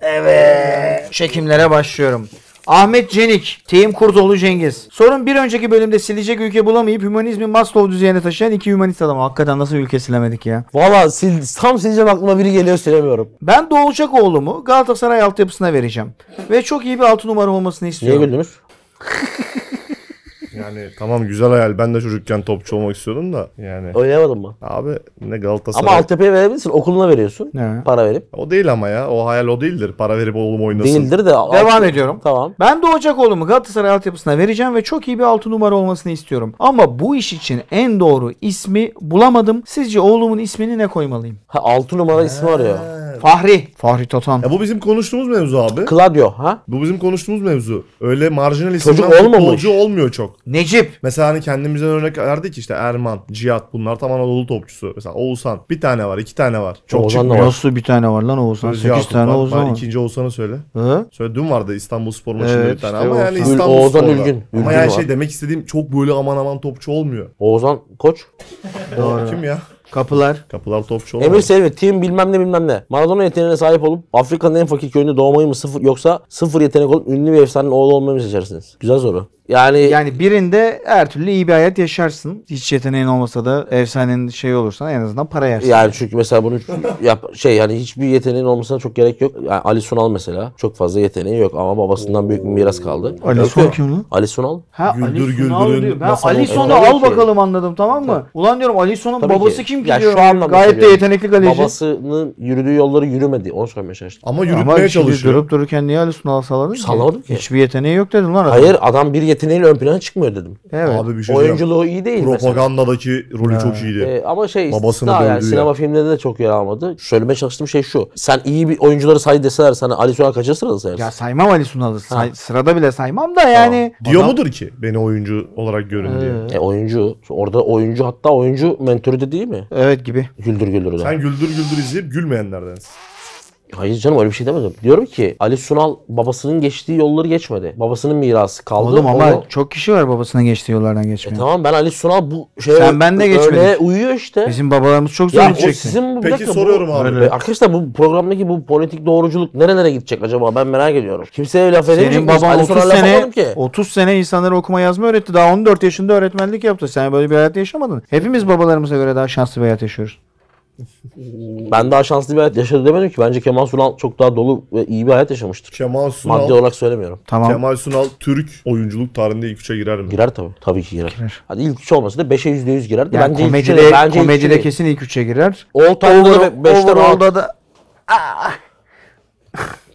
[SPEAKER 1] Evet. Çekimlere başlıyorum. Ahmet Cenik, Teyim Kurtoğlu Cengiz. Sorun bir önceki bölümde silecek ülke bulamayıp hümanizmi Maslow düzeyine taşıyan iki hümanist adam. Hakikaten nasıl ülke silemedik ya.
[SPEAKER 2] Valla sil, tam sileceğim aklıma biri geliyor silemiyorum.
[SPEAKER 1] Ben Doğu Uçakoğlu'mu Galatasaray altyapısına vereceğim. Ve çok iyi bir altı numara olmasını
[SPEAKER 2] Niye
[SPEAKER 1] istiyorum.
[SPEAKER 2] güldünüz?
[SPEAKER 6] Yani tamam güzel hayal. Ben de çocukken topçu olmak istiyordum da yani.
[SPEAKER 2] Oynayamadım mı?
[SPEAKER 6] Abi ne
[SPEAKER 2] Ama
[SPEAKER 6] Galatasaray.
[SPEAKER 2] Altepe'ye verebilirsin. Okuluna veriyorsun.
[SPEAKER 1] Ne?
[SPEAKER 2] Para verip.
[SPEAKER 6] o değil ama ya. O hayal o değildir. Para verip oğlum oynasın.
[SPEAKER 2] Değildir de.
[SPEAKER 1] Devam ediyorum.
[SPEAKER 2] Tamam.
[SPEAKER 1] Ben de Ocakoğlu'mu Galatasaray altyapısına vereceğim ve çok iyi bir altı numara olmasını istiyorum. Ama bu iş için en doğru ismi bulamadım. Sizce oğlumun ismini ne koymalıyım?
[SPEAKER 2] Ha, 6 numara ismi arıyor.
[SPEAKER 1] Fahri. Fahri Totan.
[SPEAKER 6] Ya E bu bizim konuştuğumuz mevzu abi.
[SPEAKER 2] Claudio ha?
[SPEAKER 6] Bu bizim konuştuğumuz mevzu. Öyle marjinal
[SPEAKER 2] Çocuk
[SPEAKER 6] isimden
[SPEAKER 2] olmamış.
[SPEAKER 6] futbolcu olmuyor çok.
[SPEAKER 1] Necip.
[SPEAKER 6] Mesela hani kendimizden örnek verdik işte Erman, Cihat bunlar tam Anadolu topçusu. Mesela Oğuzhan bir tane var, iki tane var. Çok
[SPEAKER 2] Oğuzhan da
[SPEAKER 6] çıkmıyor.
[SPEAKER 2] var.
[SPEAKER 1] Nasıl bir tane var lan Oğuzhan?
[SPEAKER 6] Öz
[SPEAKER 1] 8
[SPEAKER 6] Yakup
[SPEAKER 1] tane
[SPEAKER 6] var.
[SPEAKER 1] Oğuzhan
[SPEAKER 6] Bari
[SPEAKER 1] var.
[SPEAKER 6] ikinci Oğuzhan'ı söyle.
[SPEAKER 1] Hı?
[SPEAKER 6] Söyle dün vardı İstanbul Spor maçında
[SPEAKER 1] Evet,
[SPEAKER 6] bir tane
[SPEAKER 1] işte
[SPEAKER 6] ama yani
[SPEAKER 2] Oğuzhan.
[SPEAKER 6] İstanbul
[SPEAKER 2] Oğuzhan
[SPEAKER 6] Spor'da.
[SPEAKER 2] Ülgün. Ülgün
[SPEAKER 6] Ama yani
[SPEAKER 2] var.
[SPEAKER 6] şey demek istediğim çok böyle aman aman topçu olmuyor.
[SPEAKER 2] Oğuzhan Koç.
[SPEAKER 1] Doğru.
[SPEAKER 6] Kim ya?
[SPEAKER 1] Kapılar.
[SPEAKER 6] Kapılar topçu
[SPEAKER 2] Emir
[SPEAKER 6] olamaz.
[SPEAKER 2] Selvi, Tim bilmem ne bilmem ne. Maradona yeteneğine sahip olup Afrika'nın en fakir köyünde doğmayı mı sıfır yoksa sıfır yetenek olup ünlü bir efsanenin oğlu olmayı mı seçersiniz? Güzel soru. Yani,
[SPEAKER 1] Yani birinde her türlü iyi bir hayat yaşarsın. Hiç yeteneğin olmasa da efsanenin şey olursan en azından para yersin.
[SPEAKER 2] yani çünkü mesela bunu yap, şey yani hiçbir yeteneğin olmasına çok gerek yok. Yani Ali Sunal mesela çok fazla yeteneği yok ama babasından büyük bir miras kaldı.
[SPEAKER 1] Ali
[SPEAKER 2] Yok,
[SPEAKER 1] Son
[SPEAKER 2] yok.
[SPEAKER 1] kim lan?
[SPEAKER 2] Ali Sunal.
[SPEAKER 1] Ha
[SPEAKER 6] Güldür
[SPEAKER 1] Ali Sunal
[SPEAKER 6] Güldür'ün
[SPEAKER 1] diyor. Ben
[SPEAKER 6] masal
[SPEAKER 1] Ali
[SPEAKER 6] olsun.
[SPEAKER 1] Son'u
[SPEAKER 2] Tabii
[SPEAKER 1] al
[SPEAKER 2] ki.
[SPEAKER 1] bakalım anladım tamam mı? Ulan diyorum Ali Son'un
[SPEAKER 2] Tabii
[SPEAKER 1] babası
[SPEAKER 2] ki.
[SPEAKER 1] kim ki
[SPEAKER 2] Ya şu
[SPEAKER 1] diyorum.
[SPEAKER 2] anlamda
[SPEAKER 1] Gayet de
[SPEAKER 2] söylüyorum.
[SPEAKER 1] yetenekli kaleci.
[SPEAKER 2] Babasının yürüdüğü yolları yürümedi. Onu söylemeye çalıştım.
[SPEAKER 6] Ama yürütmeye
[SPEAKER 1] Ama şimdi
[SPEAKER 6] çalışıyor.
[SPEAKER 1] durup dururken niye Ali Sunal'ı saladın ki?
[SPEAKER 2] Salamadım ki.
[SPEAKER 1] Hiçbir yeteneği yok dedin lan. adam.
[SPEAKER 2] Hayır adam bir yeteneğiyle ön plana çıkmıyor dedim.
[SPEAKER 1] Evet.
[SPEAKER 6] Abi bir şey söyleyeceğim.
[SPEAKER 2] Oyunculuğu iyi değil mesela.
[SPEAKER 6] Propagandadaki rolü çok iyiydi.
[SPEAKER 2] Ee, ama şey
[SPEAKER 6] Babasını
[SPEAKER 2] daha yani
[SPEAKER 6] dövdüğü
[SPEAKER 2] sinema
[SPEAKER 6] yer.
[SPEAKER 2] filmlerinde de çok yer almadı. Söylemeye çalıştığım şey şu. Sen iyi bir oyuncuları say deseler sana Ali Sunal kaçıncı sırada sayarsın?
[SPEAKER 1] Ya saymam Ali Sunal'ı. Say- sırada bile saymam da yani.
[SPEAKER 6] Diyor mudur ki beni oyuncu olarak görün diye.
[SPEAKER 2] E, oyuncu. Orada oyuncu hatta oyuncu mentörü de değil mi?
[SPEAKER 1] Evet gibi.
[SPEAKER 2] Güldür güldür de.
[SPEAKER 6] Sen güldür güldür izleyip gülmeyenlerdensin.
[SPEAKER 2] Hayır canım öyle bir şey demedim. Diyorum ki Ali Sunal babasının geçtiği yolları geçmedi. Babasının mirası kaldı.
[SPEAKER 1] Oğlum ama
[SPEAKER 2] Onu-
[SPEAKER 1] çok kişi var babasına geçtiği yollardan
[SPEAKER 2] E,
[SPEAKER 1] geçmiyor.
[SPEAKER 2] tamam ben Ali Sunal bu şeye
[SPEAKER 1] Sen ben de geçmedik.
[SPEAKER 2] örneğe uyuyor işte.
[SPEAKER 1] Bizim babalarımız çok zor
[SPEAKER 2] ya o
[SPEAKER 1] gidecekti.
[SPEAKER 2] sizin bu bir
[SPEAKER 6] Peki
[SPEAKER 2] dakika, bu-
[SPEAKER 6] soruyorum abi.
[SPEAKER 2] E, Arkadaşlar bu programdaki bu politik doğruculuk nerelere gidecek acaba ben merak ediyorum. Kimseye laf edemeyecek
[SPEAKER 1] Senin
[SPEAKER 2] miyiz?
[SPEAKER 1] baban
[SPEAKER 2] Ali
[SPEAKER 1] 30
[SPEAKER 2] Sunal'a laf
[SPEAKER 1] sene
[SPEAKER 2] alamadım ki.
[SPEAKER 1] 30 sene insanlara okuma yazma öğretti. Daha 14 yaşında öğretmenlik yaptı. Sen böyle bir hayat yaşamadın. Hepimiz babalarımıza göre daha şanslı bir hayat yaşıyoruz.
[SPEAKER 2] Ben daha şanslı bir hayat yaşadı demedim ki. Bence Kemal Sunal çok daha dolu ve iyi bir hayat yaşamıştır.
[SPEAKER 6] Kemal
[SPEAKER 2] Maddi
[SPEAKER 6] Sunal,
[SPEAKER 2] olarak söylemiyorum.
[SPEAKER 1] Tamam.
[SPEAKER 6] Kemal Sunal Türk oyunculuk tarihinde ilk üçe girer mi?
[SPEAKER 2] Girer tabii. Tabii ki girer.
[SPEAKER 1] Girer.
[SPEAKER 2] Hadi ilk üç olmasa da 5'e %100 girer. de
[SPEAKER 1] Yani
[SPEAKER 2] bence ilk üçe
[SPEAKER 1] komedide,
[SPEAKER 2] de- bence ilk
[SPEAKER 1] komedide
[SPEAKER 2] üçe de-
[SPEAKER 1] kesin ilk üçe girer.
[SPEAKER 2] All time'da da be- beşte rahat.
[SPEAKER 1] overall'da da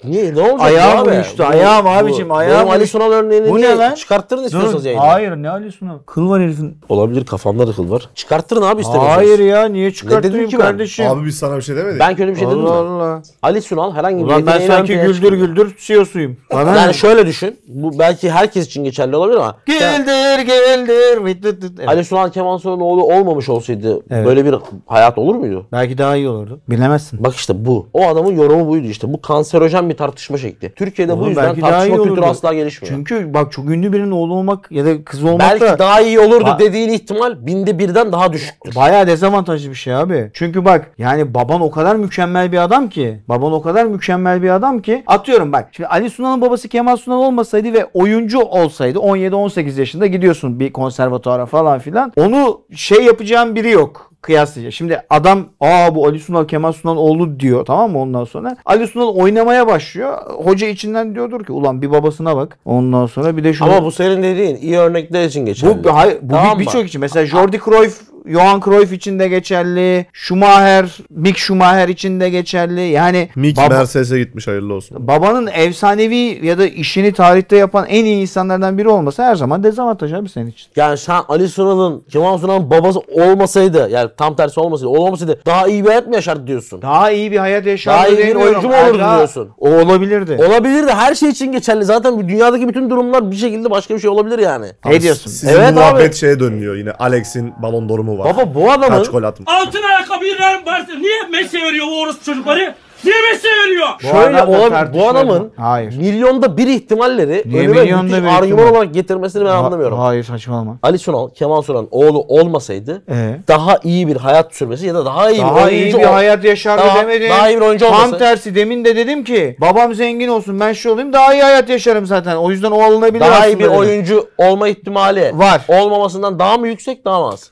[SPEAKER 2] Niye? Ne olacak
[SPEAKER 1] Ayağım
[SPEAKER 2] abi?
[SPEAKER 1] uyuştu, ayağım abicim, ayağım
[SPEAKER 2] Benim Ali
[SPEAKER 1] uyuştu.
[SPEAKER 2] Sunal örneğini
[SPEAKER 1] Bu
[SPEAKER 2] niye
[SPEAKER 1] ne lan?
[SPEAKER 2] çıkarttırın istiyorsanız
[SPEAKER 1] Dur,
[SPEAKER 2] yayına.
[SPEAKER 1] hayır ne alıyorsun o? Kıl var herifin.
[SPEAKER 2] Olabilir kafamda da kıl var. Çıkarttırın abi istemiyorsanız.
[SPEAKER 1] Hayır ya niye
[SPEAKER 2] dedim
[SPEAKER 1] çıkartayım
[SPEAKER 2] ki ben?
[SPEAKER 1] kardeşim?
[SPEAKER 6] Abi biz sana bir şey demedik.
[SPEAKER 2] Ben kötü bir şey dedim
[SPEAKER 1] Allah
[SPEAKER 2] mi?
[SPEAKER 1] Allah.
[SPEAKER 2] Ali Sunal herhangi bir
[SPEAKER 1] Ulan ben
[SPEAKER 2] yeteneğiyle
[SPEAKER 1] sanki
[SPEAKER 2] ön plana
[SPEAKER 1] güldür
[SPEAKER 2] çıkmıyor.
[SPEAKER 1] güldür CEO'suyum. Bana ne?
[SPEAKER 2] Yani şöyle düşün. Bu belki herkes için geçerli olabilir ama. sen-
[SPEAKER 1] Güldür güldür. vıt vıt vıt. Evet.
[SPEAKER 2] Ali Sunal Kemal Sunal'ın oğlu olmamış olsaydı
[SPEAKER 1] Evet.
[SPEAKER 2] böyle bir hayat olur muydu?
[SPEAKER 1] Belki daha iyi olurdu. Bilemezsin.
[SPEAKER 2] Bak işte bu. O adamın yorumu buydu işte. Bu kanserojen bir tartışma şekli. Türkiye'de bu
[SPEAKER 1] Oğlum
[SPEAKER 2] yüzden
[SPEAKER 1] belki daha
[SPEAKER 2] tartışma
[SPEAKER 1] iyi
[SPEAKER 2] kültürü
[SPEAKER 1] olurdu.
[SPEAKER 2] asla gelişmiyor.
[SPEAKER 1] Çünkü bak çok ünlü birinin oğlu olmak ya da kız olmak
[SPEAKER 2] belki
[SPEAKER 1] da
[SPEAKER 2] daha iyi olurdu
[SPEAKER 1] Ba-
[SPEAKER 2] dediğin ihtimal binde birden daha düşüktür.
[SPEAKER 1] bayağı dezavantajlı bir şey abi. Çünkü bak yani baban o kadar mükemmel bir adam ki. Baban o kadar mükemmel bir adam ki. Atıyorum bak. Şimdi Ali Sunal'ın babası Kemal Sunal olmasaydı ve oyuncu olsaydı 17-18 yaşında gidiyorsun bir konservatuara falan filan. Onu şey yapacağın biri yok kıyaslayacak. Şimdi adam aa bu Ali Sunal Kemal Sunal oğlu diyor tamam mı ondan sonra. Ali Sunal oynamaya başlıyor. Hoca içinden diyordur ki ulan bir babasına bak. Ondan sonra bir de şunu
[SPEAKER 2] Ama bu senin dediğin iyi örnekler için geçerli.
[SPEAKER 1] bu hayır, bu
[SPEAKER 2] Tamam
[SPEAKER 1] bir-
[SPEAKER 2] mı?
[SPEAKER 1] birçok için. Mesela Jordi Cruyff, Johan Cruyff için de geçerli. Schumacher, Mick Schumacher için de geçerli. Yani
[SPEAKER 6] Mick
[SPEAKER 1] baba-
[SPEAKER 6] Mercedes'e gitmiş hayırlı olsun.
[SPEAKER 1] babanın efsanevi ya da işini tarihte yapan en iyi insanlardan biri olması her zaman dezavantaj abi senin için.
[SPEAKER 2] Yani sen Ali Sunal'ın Kemal Sunal'ın babası olmasaydı yani tam tersi olmasaydı olmasaydı daha iyi bir hayat mı yaşardı diyorsun.
[SPEAKER 1] Daha iyi bir hayat yaşardı.
[SPEAKER 2] Daha iyi bir
[SPEAKER 1] demiyorum.
[SPEAKER 2] oyuncu mu olurdu
[SPEAKER 1] Hatta
[SPEAKER 2] diyorsun?
[SPEAKER 1] O olabilirdi.
[SPEAKER 2] Olabilir de her şey için geçerli. Zaten bu dünyadaki bütün durumlar bir şekilde başka bir şey olabilir yani.
[SPEAKER 1] ne diyorsun?
[SPEAKER 6] Sizin
[SPEAKER 2] Evet
[SPEAKER 6] muhabbet şeye dönüyor yine. Alex'in balon dorumu var.
[SPEAKER 2] Baba bu adamın
[SPEAKER 6] Kaç gol atmış.
[SPEAKER 10] Altın ayakkabıyı Real Madrid niye Messi veriyor bu orospu çocukları? Niye Messi veriyor?
[SPEAKER 1] Bu
[SPEAKER 2] şöyle
[SPEAKER 1] adam da
[SPEAKER 2] olabilir.
[SPEAKER 1] tartışılır
[SPEAKER 2] Bu
[SPEAKER 1] mı?
[SPEAKER 2] adamın
[SPEAKER 1] Hayır.
[SPEAKER 2] milyonda bir ihtimalleri
[SPEAKER 1] Niye
[SPEAKER 2] önüme
[SPEAKER 1] milyonda
[SPEAKER 2] müthiş
[SPEAKER 1] bir
[SPEAKER 2] argüman
[SPEAKER 1] ihtimal?
[SPEAKER 2] olarak getirmesini ben
[SPEAKER 1] Ha-
[SPEAKER 2] anlamıyorum.
[SPEAKER 1] Hayır saçmalama.
[SPEAKER 2] Ali Sunal, Kemal Sunal'ın oğlu olmasaydı
[SPEAKER 1] Ee?
[SPEAKER 2] daha iyi bir hayat sürmesi ya da daha iyi bir
[SPEAKER 1] Daha iyi
[SPEAKER 2] oyuncu
[SPEAKER 1] bir
[SPEAKER 2] ol-
[SPEAKER 1] hayat yaşardı
[SPEAKER 2] Daha-
[SPEAKER 1] demedim.
[SPEAKER 2] daha iyi bir oyuncu
[SPEAKER 1] Tam
[SPEAKER 2] olması.
[SPEAKER 1] tersi demin de dedim ki babam zengin olsun ben şu olayım daha iyi hayat yaşarım zaten. O yüzden o alınabilir
[SPEAKER 2] daha iyi
[SPEAKER 1] aslında
[SPEAKER 2] bir
[SPEAKER 1] dedim.
[SPEAKER 2] oyuncu olma ihtimali
[SPEAKER 1] Var.
[SPEAKER 2] Olmamasından daha mı yüksek daha mı az?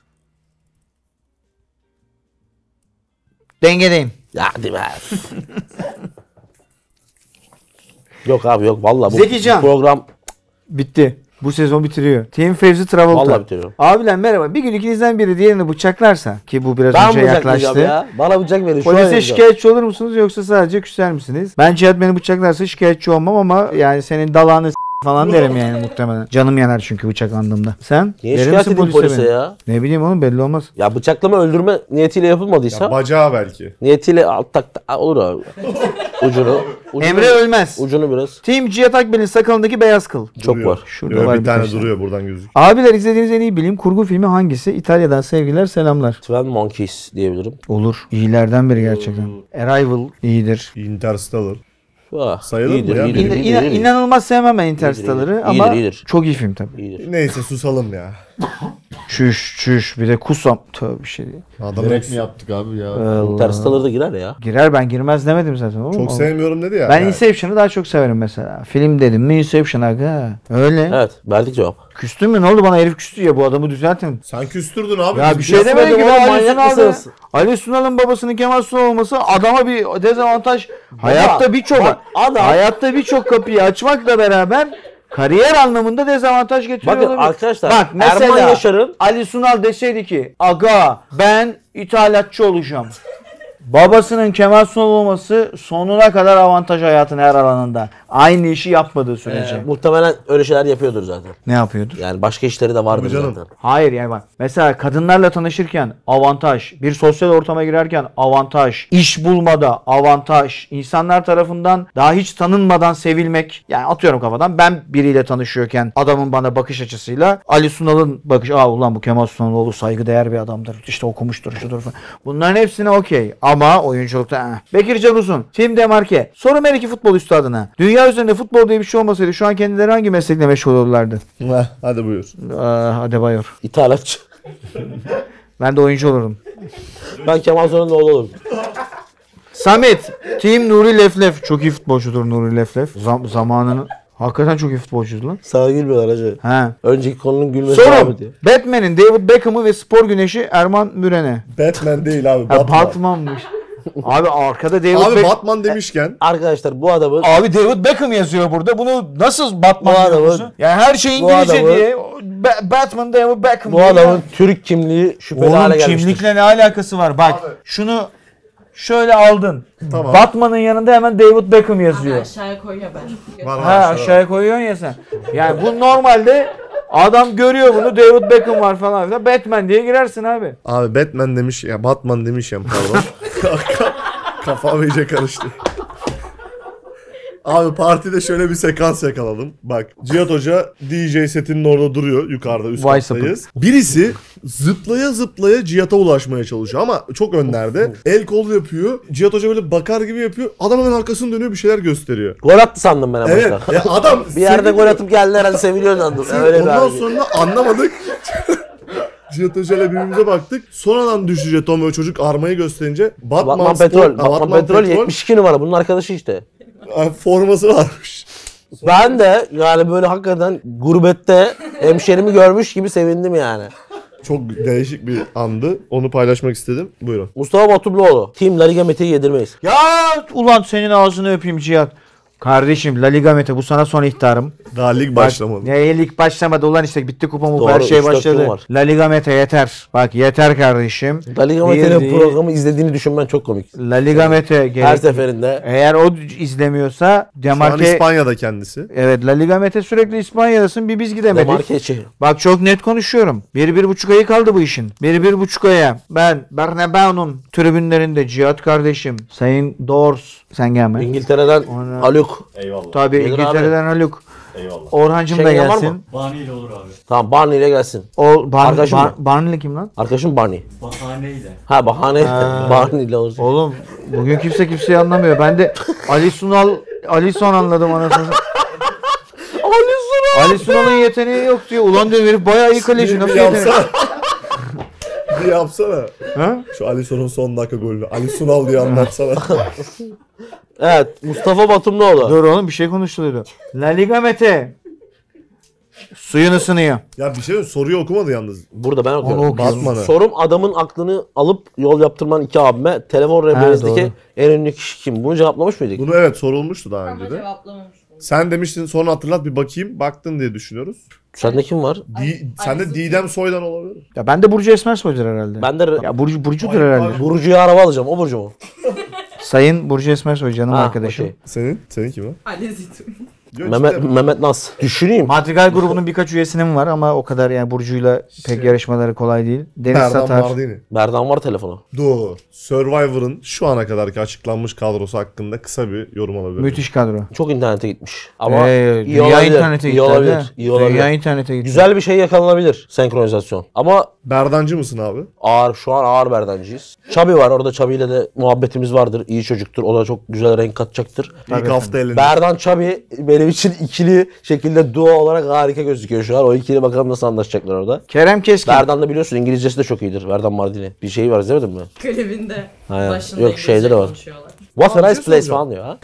[SPEAKER 1] Dengedeyim.
[SPEAKER 2] Ya değil mi? yok abi yok vallahi bu
[SPEAKER 1] Zekican.
[SPEAKER 2] program
[SPEAKER 1] Bitti. Bu sezon bitiriyor. Team Fevzi Travolta.
[SPEAKER 2] Vallahi bitiriyor.
[SPEAKER 1] Abiler merhaba. Bir gün ikinizden biri diğerini bıçaklarsa ki bu biraz
[SPEAKER 2] ben
[SPEAKER 1] önce
[SPEAKER 2] bıçak yaklaştı.
[SPEAKER 1] yaklaştı.
[SPEAKER 2] ya. Bana bıçak verin. şu an
[SPEAKER 1] Polise
[SPEAKER 2] yapacağım.
[SPEAKER 1] şikayetçi olur musunuz yoksa sadece küser misiniz? Ben Cihat beni bıçaklarsa şikayetçi olmam ama yani senin dalağını s- falan derim yani muhtemelen. Canım yanar çünkü bıçaklandığımda. Sen?
[SPEAKER 2] Niye
[SPEAKER 1] verir
[SPEAKER 2] şikayet
[SPEAKER 1] misin
[SPEAKER 2] edeyim polise
[SPEAKER 1] beni?
[SPEAKER 2] ya?
[SPEAKER 1] Ne bileyim oğlum belli olmaz.
[SPEAKER 2] Ya bıçaklama öldürme niyetiyle yapılmadıysa
[SPEAKER 6] Ya bacağı belki.
[SPEAKER 2] niyetiyle alt tak tak- Aa, olur abi. Ucunu. ucunu
[SPEAKER 1] Emre ölmez.
[SPEAKER 2] Ucunu biraz.
[SPEAKER 1] Team Cihat Akbel'in sakalındaki beyaz kıl.
[SPEAKER 2] Çok
[SPEAKER 6] Duruyor.
[SPEAKER 2] var.
[SPEAKER 1] Şurada
[SPEAKER 6] Yo,
[SPEAKER 1] var
[SPEAKER 6] bir tane
[SPEAKER 1] birkaç tane.
[SPEAKER 6] duruyor buradan gözüküyor.
[SPEAKER 1] Abiler izlediğiniz en iyi bilim kurgu filmi hangisi? İtalya'dan sevgiler selamlar.
[SPEAKER 2] Twelve Monkeys diyebilirim.
[SPEAKER 1] Olur. İyilerden biri gerçekten. Arrival iyidir.
[SPEAKER 6] Interstellar.
[SPEAKER 2] Ah,
[SPEAKER 6] Sayılır mı
[SPEAKER 2] iyidir,
[SPEAKER 6] ya?
[SPEAKER 2] iyidir,
[SPEAKER 1] İna-
[SPEAKER 2] iyidir,
[SPEAKER 1] ina-
[SPEAKER 2] iyidir.
[SPEAKER 1] inanılmaz sevmem ben Interstellar'ı
[SPEAKER 2] İyidir,
[SPEAKER 1] ama
[SPEAKER 2] iyidir.
[SPEAKER 1] çok iyi film tabii.
[SPEAKER 2] İyidir.
[SPEAKER 6] Neyse susalım ya.
[SPEAKER 1] Çüş çüş bir de kusam. Tövbe bir şey değil.
[SPEAKER 6] Adam
[SPEAKER 11] Direkt mi yaptık abi ya?
[SPEAKER 1] Ee,
[SPEAKER 2] Interstellar da girer ya.
[SPEAKER 1] Girer ben girmez demedim zaten. oğlum.
[SPEAKER 6] çok sevmiyorum dedi ya.
[SPEAKER 1] Ben
[SPEAKER 6] Yani
[SPEAKER 1] Inception'ı daha çok severim mesela. Film dedim mi Inception aga. Öyle.
[SPEAKER 2] Evet verdik cevap.
[SPEAKER 1] Küstün mü? Ne oldu bana herif küstü ya bu adamı düzeltin.
[SPEAKER 6] Sen küstürdün abi.
[SPEAKER 1] Ya bir şey demedim ki
[SPEAKER 2] oğlum,
[SPEAKER 1] ben Ali
[SPEAKER 2] manyak
[SPEAKER 1] Sunal'da.
[SPEAKER 2] mısınız?
[SPEAKER 1] Ali Sunal'ın babasının Kemal Sunal olması adama bir dezavantaj. Hayatta birçok
[SPEAKER 2] bak, adam-
[SPEAKER 1] hayatta birçok kapıyı açmakla beraber kariyer anlamında dezavantaj getiriyor
[SPEAKER 2] Bakın
[SPEAKER 1] olabilir.
[SPEAKER 2] arkadaşlar
[SPEAKER 1] Bak
[SPEAKER 2] Erman
[SPEAKER 1] mesela
[SPEAKER 2] Yaşar'ın
[SPEAKER 1] Ali Sunal deseydi ki aga ben ithalatçı olacağım. Babasının Kemal Sunal olması sonuna kadar avantaj hayatın her alanında. Aynı işi yapmadığı sürece.
[SPEAKER 2] muhtemelen öyle şeyler yapıyordur zaten.
[SPEAKER 1] ne yapıyordu?
[SPEAKER 2] Yani başka işleri de vardır
[SPEAKER 6] Tabii canım.
[SPEAKER 2] zaten.
[SPEAKER 1] Hayır yani bak mesela kadınlarla tanışırken avantaj, bir sosyal ortama girerken avantaj, iş bulmada avantaj, insanlar tarafından daha hiç tanınmadan sevilmek. Yani atıyorum kafadan ben biriyle tanışıyorken adamın bana bakış açısıyla Ali Sunal'ın bakış, aa ulan bu Kemal Sunaloğlu saygıdeğer bir adamdır, işte okumuştur, şudur falan. Bunların hepsine okey ama oyunculukta eh. Bekir Can Uzun, Tim Demarke, sorun her iki futbol üstadına. Dünya üzerinde futbol diye bir şey olmasaydı şu an kendileri hangi meslekle meşgul olurlardı?
[SPEAKER 6] Heh, Hadi buyur.
[SPEAKER 1] Ah, Adebayor.
[SPEAKER 2] İthalatçı.
[SPEAKER 1] Ben de oyuncu olurum.
[SPEAKER 2] Ben Kemal Sunal'ın oğlu olurum.
[SPEAKER 1] Samet. Team Nuri Leflef. Çok iyi futbolcudur Nuri Leflef. Zam- zamanını. Hakikaten çok iyi futbolcudur lan.
[SPEAKER 2] Sana gülmüyorlar hacı.
[SPEAKER 1] He.
[SPEAKER 2] Önceki konunun gülmesi abi diye.
[SPEAKER 1] Sorum. Batman'in David Beckham'ı ve spor güneşi Erman Müren'e.
[SPEAKER 6] Batman değil abi.
[SPEAKER 1] Ha,
[SPEAKER 6] Batman.
[SPEAKER 1] Batman'mış. abi arkada David
[SPEAKER 6] Abi
[SPEAKER 1] Beck-
[SPEAKER 6] Batman demişken
[SPEAKER 2] Arkadaşlar bu adamı
[SPEAKER 1] Abi David Beckham yazıyor burada. Bunu nasıl Batman
[SPEAKER 2] Bu adamın-
[SPEAKER 1] diyorsun? Yani her şey
[SPEAKER 2] Bu
[SPEAKER 1] İngilizce
[SPEAKER 2] adamın-
[SPEAKER 1] diye. Ba- Batman David Beckham.
[SPEAKER 2] bu
[SPEAKER 1] diye.
[SPEAKER 2] adamın Türk kimliği şüpheli hale
[SPEAKER 1] Oğlum
[SPEAKER 2] gelmiştir.
[SPEAKER 1] kimlikle ne alakası var? Bak şunu şöyle aldın.
[SPEAKER 6] Tamam.
[SPEAKER 1] Batman'ın yanında hemen David Beckham yazıyor.
[SPEAKER 7] Aşağıya koyuyor ben.
[SPEAKER 6] var
[SPEAKER 1] Ha aşağıya koyuyorsun ya sen. Yani bu normalde adam görüyor bunu David Beckham var falan filan. Batman diye girersin abi.
[SPEAKER 6] Abi Batman demiş ya Batman demiş ya pardon. Kafam iyice karıştı. Abi partide şöyle bir sekans yakaladım. Bak Cihat Hoca DJ setinin orada duruyor yukarıda üst
[SPEAKER 1] Vay
[SPEAKER 6] kattayız. Birisi zıplaya zıplaya Cihat'a ulaşmaya çalışıyor ama çok önlerde. El kol yapıyor. Cihat Hoca böyle bakar gibi yapıyor. Adam hemen arkasını dönüyor bir şeyler gösteriyor.
[SPEAKER 2] Gol attı sandım ben en
[SPEAKER 6] Evet
[SPEAKER 2] başta.
[SPEAKER 6] ya adam
[SPEAKER 2] Bir yerde gol
[SPEAKER 6] seviniyor.
[SPEAKER 2] atıp geldi herhalde seviniyor sandım. Öyle bir
[SPEAKER 6] Ondan
[SPEAKER 2] harbi.
[SPEAKER 6] sonra anlamadık. Cihat Hoca'yla birbirimize baktık. Sonradan düştü jeton ve çocuk armayı gösterince Batman,
[SPEAKER 2] Batman
[SPEAKER 6] Spor-
[SPEAKER 2] Petrol.
[SPEAKER 6] Ha,
[SPEAKER 2] Batman, Petrol 72 numara. Bunun arkadaşı işte.
[SPEAKER 6] Ay, Forması varmış.
[SPEAKER 2] Ben de yani böyle hakikaten gurbette hemşerimi görmüş gibi sevindim yani.
[SPEAKER 6] Çok değişik bir andı. Onu paylaşmak istedim. Buyurun.
[SPEAKER 2] Mustafa Batumluoğlu. Team La Liga Mete'yi yedirmeyiz.
[SPEAKER 1] Ya ulan senin ağzını öpeyim Cihat. Kardeşim La Liga Mete bu sana son ihtarım.
[SPEAKER 6] Daha lig
[SPEAKER 1] Bak,
[SPEAKER 6] başlamadı.
[SPEAKER 1] Ne lig başlamadı ulan işte bitti kupa mupa
[SPEAKER 2] Doğru,
[SPEAKER 1] her
[SPEAKER 2] üç
[SPEAKER 1] şey
[SPEAKER 2] dört gün
[SPEAKER 1] başladı.
[SPEAKER 2] var.
[SPEAKER 1] La Liga Mete yeter. Bak yeter kardeşim.
[SPEAKER 2] La Liga
[SPEAKER 1] Bir
[SPEAKER 2] Mete'nin
[SPEAKER 1] değil.
[SPEAKER 2] programı izlediğini düşünmen çok komik.
[SPEAKER 1] La Liga Mete
[SPEAKER 2] Her
[SPEAKER 1] gerek.
[SPEAKER 2] seferinde.
[SPEAKER 1] Eğer o izlemiyorsa
[SPEAKER 6] Şu an
[SPEAKER 1] Demarke...
[SPEAKER 6] İspanya'da kendisi.
[SPEAKER 1] Evet La Liga Mete sürekli İspanya'dasın bir biz gidemedik.
[SPEAKER 2] Demarkeçi.
[SPEAKER 1] Bak çok net konuşuyorum. Bir bir buçuk ayı kaldı bu işin. Bir bir buçuk aya ben Bernabéu'nun tribünlerinde Cihat kardeşim, Sayın Dors, sen gelme.
[SPEAKER 2] İngiltere'den
[SPEAKER 1] Ona-
[SPEAKER 2] Haluk.
[SPEAKER 11] Eyvallah.
[SPEAKER 1] Tabii
[SPEAKER 2] Gelir
[SPEAKER 1] İngiltere'den Haluk.
[SPEAKER 11] Eyvallah.
[SPEAKER 1] Orhancım da
[SPEAKER 2] Schengen var Şey mı?
[SPEAKER 1] gelsin.
[SPEAKER 8] Bahaneyle olur abi.
[SPEAKER 2] Tamam Barney ile gelsin.
[SPEAKER 1] O Bar-
[SPEAKER 2] Arkadaşım
[SPEAKER 1] Bar-
[SPEAKER 2] mı?
[SPEAKER 1] Barnley kim lan?
[SPEAKER 2] Arkadaşım Barney.
[SPEAKER 8] Bahaneyle.
[SPEAKER 2] Ha bahane. Barney ile olacak.
[SPEAKER 1] Oğlum bugün kimse kimseyi anlamıyor. Ben de Ali Sunal Ali Son anladım anasını.
[SPEAKER 2] Ali Sunal.
[SPEAKER 1] Ali Sunal'ın yeteneği yok diyor. Ulan diyor herif bayağı iyi kaleci.
[SPEAKER 6] Bir,
[SPEAKER 1] Nasıl
[SPEAKER 2] şey
[SPEAKER 6] bir
[SPEAKER 1] yeteneği?
[SPEAKER 6] yapsana. bir yapsana.
[SPEAKER 1] Ha?
[SPEAKER 6] Şu Alisson'un son dakika golünü. Ali Sunal diye anlatsana.
[SPEAKER 2] Evet Mustafa Batumluoğlu.
[SPEAKER 1] Dur oğlum bir şey konuşuluyordu. La Liga Mete. Suyun ısınıyor.
[SPEAKER 6] ya bir şey mi? Soruyu okumadı yalnız.
[SPEAKER 2] Burada ben
[SPEAKER 1] Onu
[SPEAKER 2] okuyorum.
[SPEAKER 1] okuyorsun.
[SPEAKER 6] Batman'ı.
[SPEAKER 2] Sorum adamın aklını alıp yol yaptırman iki abime. Telefon rehberinizdeki
[SPEAKER 1] doğru.
[SPEAKER 2] en ünlü kişi kim? Bunu cevaplamış mıydık?
[SPEAKER 6] Bunu evet sorulmuştu daha
[SPEAKER 7] Ama
[SPEAKER 6] önce de.
[SPEAKER 7] cevaplamamış.
[SPEAKER 6] Sen demiştin sonra hatırlat bir bakayım. Baktın diye düşünüyoruz.
[SPEAKER 2] Sende kim var?
[SPEAKER 6] Di- sen de Didem Soydan olabilir.
[SPEAKER 1] Ya ben de Burcu Esmer soydur herhalde.
[SPEAKER 2] Ben de
[SPEAKER 1] Ya Burcu Burcu'dur herhalde.
[SPEAKER 2] Burcu'ya araba alacağım. O Burcu mu?
[SPEAKER 1] Sayın Burcu Esmer soy canım
[SPEAKER 2] Ha,
[SPEAKER 1] arkadaşım.
[SPEAKER 2] okey.
[SPEAKER 6] Senin? Senin kim o?
[SPEAKER 7] Ali Zitun.
[SPEAKER 6] Yok,
[SPEAKER 2] Mehmet,
[SPEAKER 6] işte-
[SPEAKER 2] Mehmet Naz. Düşüneyim.
[SPEAKER 1] Madrigal grubunun birkaç üyesinin var ama o kadar yani Burcu'yla pek yarışmaları kolay değil. Deniz
[SPEAKER 6] Merdan
[SPEAKER 1] Satar.
[SPEAKER 6] Mardini.
[SPEAKER 2] Berdan var telefonu.
[SPEAKER 6] Doğru. Survivor'ın şu ana kadarki açıklanmış kadrosu hakkında kısa bir yorum alabilir. miyim?
[SPEAKER 1] Müthiş kadro.
[SPEAKER 2] Çok internete gitmiş. Ama
[SPEAKER 1] Ee,
[SPEAKER 2] iyi
[SPEAKER 1] dünya
[SPEAKER 2] olabilir.
[SPEAKER 1] internete
[SPEAKER 2] iyi
[SPEAKER 1] gitti.
[SPEAKER 2] olabilir.
[SPEAKER 1] abi.
[SPEAKER 2] iyi olabilir.
[SPEAKER 1] Dünya internete gitti.
[SPEAKER 2] Güzel bir şey yakalanabilir senkronizasyon. Ama
[SPEAKER 6] Berdancı mısın abi?
[SPEAKER 2] ağır şu an ağır berdancıyız. Çabi var orada Çabi ile de muhabbetimiz vardır. İyi çocuktur. O da çok güzel renk katacaktır.
[SPEAKER 6] İlk hafta elinde.
[SPEAKER 2] Berdan Çabi beni benim için ikili şekilde duo olarak harika gözüküyor şu an. O ikili bakalım nasıl anlaşacaklar orada.
[SPEAKER 1] Kerem Keskin.
[SPEAKER 2] Verdan da biliyorsun İngilizcesi de çok iyidir. Verdan Mardini. Bir şey var izlemedin mi?
[SPEAKER 7] Klibinde
[SPEAKER 2] Aynen.
[SPEAKER 7] başında
[SPEAKER 2] Yok,
[SPEAKER 7] İngilizce
[SPEAKER 2] şeyleri var.
[SPEAKER 7] konuşuyorlar.
[SPEAKER 2] What a nice place
[SPEAKER 6] şey soracağım.
[SPEAKER 2] falan diyor ha.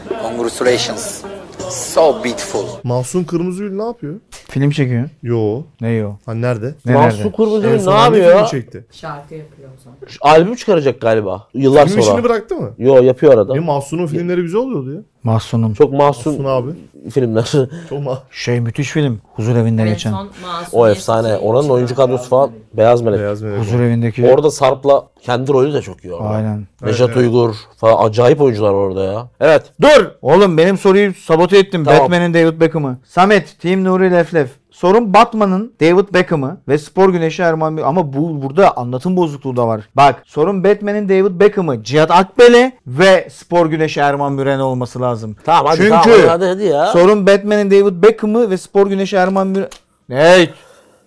[SPEAKER 9] Congratulations. So beautiful.
[SPEAKER 6] Mahsun Kırmızıgül ne yapıyor?
[SPEAKER 1] Film çekiyor.
[SPEAKER 6] Yo.
[SPEAKER 1] Ne o?
[SPEAKER 6] Ha nerede?
[SPEAKER 1] Ne
[SPEAKER 2] Mahsun
[SPEAKER 1] nerede?
[SPEAKER 6] En
[SPEAKER 2] Kurguz'un
[SPEAKER 6] son
[SPEAKER 2] ne
[SPEAKER 6] hangi
[SPEAKER 2] yapıyor?
[SPEAKER 6] filmi
[SPEAKER 2] ya?
[SPEAKER 6] çekti?
[SPEAKER 7] Şarkı yapıyor o zaman.
[SPEAKER 2] Şu Albüm çıkaracak galiba. Yıllar
[SPEAKER 6] Film işini
[SPEAKER 2] sonra.
[SPEAKER 6] bıraktı mı?
[SPEAKER 2] Yo yapıyor arada.
[SPEAKER 6] Ya Mahsun'un filmleri güzel oluyordu ya.
[SPEAKER 1] Mahsun'un.
[SPEAKER 2] Çok masum
[SPEAKER 6] Mahsun abi.
[SPEAKER 2] filmler.
[SPEAKER 6] Çok ma-
[SPEAKER 1] Şey müthiş film. Huzur evinde
[SPEAKER 7] En
[SPEAKER 1] geçen.
[SPEAKER 7] son Masumiyet
[SPEAKER 2] o efsane.
[SPEAKER 7] Çiçeği
[SPEAKER 2] Oranın
[SPEAKER 7] çıkardı.
[SPEAKER 2] oyuncu kadrosu falan Beyaz Melek.
[SPEAKER 6] Beyaz melek.
[SPEAKER 1] Huzur evindeki.
[SPEAKER 2] Orada Sarp'la kendi rolü de çok iyi orada.
[SPEAKER 1] Aynen.
[SPEAKER 2] Neşet Uygur falan acayip oyuncular orada ya. Evet.
[SPEAKER 1] Dur! Oğlum benim soruyu sabote ettim.
[SPEAKER 2] Tamam.
[SPEAKER 1] Batman'in David Beckham'ı. Samet, Team Nuri Leflef. Sorun Batman'ın David Beckham'ı ve Spor Güneşi Erman Bir- Ama bu burada anlatım bozukluğu da var. Bak sorun Batman'in David Beckham'ı Cihat Akbel'e ve Spor Güneşi Erman Müren olması lazım.
[SPEAKER 2] Tamam hadi
[SPEAKER 1] Çünkü
[SPEAKER 2] tamam, hadi hadi ya.
[SPEAKER 1] sorun Batman'in David Beckham'ı ve Spor Güneşi Erman Müren... Hey!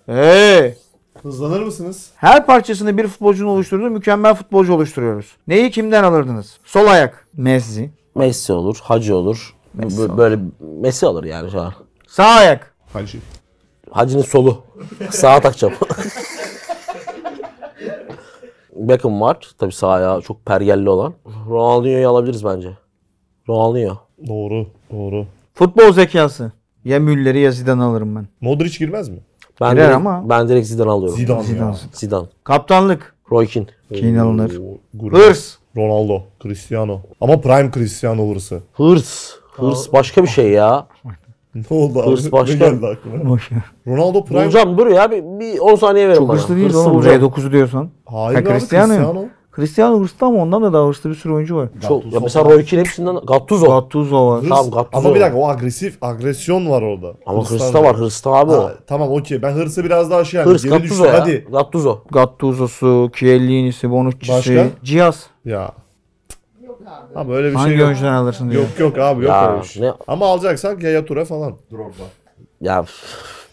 [SPEAKER 1] Hey!
[SPEAKER 6] Hızlanır mısınız?
[SPEAKER 1] Her parçasını bir futbolcunun oluşturduğu mükemmel futbolcu oluşturuyoruz. Neyi kimden alırdınız? Sol ayak Messi.
[SPEAKER 2] Messi olur, Hacı olur. Bu- bu- Böyle Messi olur yani şu an.
[SPEAKER 1] Sağ ayak
[SPEAKER 6] Hacı.
[SPEAKER 2] Hacı'nın solu. Sağa takacağım. Beckham var. Tabii sağ ayağı çok pergelli olan. Ronaldinho'yu alabiliriz bence. Ronaldinho.
[SPEAKER 6] Doğru. Doğru.
[SPEAKER 1] Futbol zekası. Ya Müller'i ya Zidane'ı alırım ben.
[SPEAKER 6] Modric girmez mi?
[SPEAKER 2] Ben
[SPEAKER 1] Girer
[SPEAKER 2] direkt,
[SPEAKER 1] ama.
[SPEAKER 2] ben direkt Zidane alıyorum. Zidane.
[SPEAKER 6] Zidane, ya.
[SPEAKER 1] Kaptanlık.
[SPEAKER 2] Roy Keane.
[SPEAKER 1] Keane alınır.
[SPEAKER 6] O gurur.
[SPEAKER 1] Hırs.
[SPEAKER 6] Ronaldo. Cristiano. Ama prime Cristiano hırsı.
[SPEAKER 2] Hırs. Hırs başka bir şey ya.
[SPEAKER 6] Ne oldu abi?
[SPEAKER 2] Hırs başka.
[SPEAKER 6] Ne geldi aklına? Ronaldo prime.
[SPEAKER 2] Bulacağım dur ya bir, bir 10 saniye verin
[SPEAKER 1] Çok
[SPEAKER 2] bana.
[SPEAKER 1] hırslı değil
[SPEAKER 2] Hırsı
[SPEAKER 1] oğlum.
[SPEAKER 2] bulacağım.
[SPEAKER 1] R9'u diyorsan.
[SPEAKER 6] Hayır
[SPEAKER 1] Ha,
[SPEAKER 6] abi
[SPEAKER 1] Cristiano.
[SPEAKER 6] Cristiano.
[SPEAKER 1] Cristiano hırslı ama ondan da daha hırslı bir sürü oyuncu var.
[SPEAKER 2] Çok, ya
[SPEAKER 6] Gattuso.
[SPEAKER 2] mesela Roy Keane hepsinden Gattuso.
[SPEAKER 1] Gattuso var.
[SPEAKER 6] Hırs-
[SPEAKER 2] Tamam, Gattuso
[SPEAKER 6] Ama bir
[SPEAKER 2] var.
[SPEAKER 6] dakika o agresif, agresyon var orada.
[SPEAKER 2] Ama
[SPEAKER 6] Hırslar
[SPEAKER 2] hırsta var. Hırsta abi o.
[SPEAKER 6] Ha, tamam okey. Ben hırsı biraz daha şey yani.
[SPEAKER 2] Hırs
[SPEAKER 6] geri
[SPEAKER 2] Gattuso
[SPEAKER 6] düştü,
[SPEAKER 2] ya.
[SPEAKER 6] Hadi.
[SPEAKER 2] Gattuso.
[SPEAKER 1] Gattuso'su, Chiellini'si, Bonucci'si.
[SPEAKER 6] Başka?
[SPEAKER 1] Cihaz.
[SPEAKER 6] Ya. Abi öyle bir
[SPEAKER 1] Hangi
[SPEAKER 6] şey yok.
[SPEAKER 1] oyuncudan alırsın diye.
[SPEAKER 6] Yok yok abi yok
[SPEAKER 2] Ya,
[SPEAKER 6] öyle bir şey.
[SPEAKER 2] ne-
[SPEAKER 6] Ama alacaksak Yaya Ture falan.
[SPEAKER 2] Ya üf,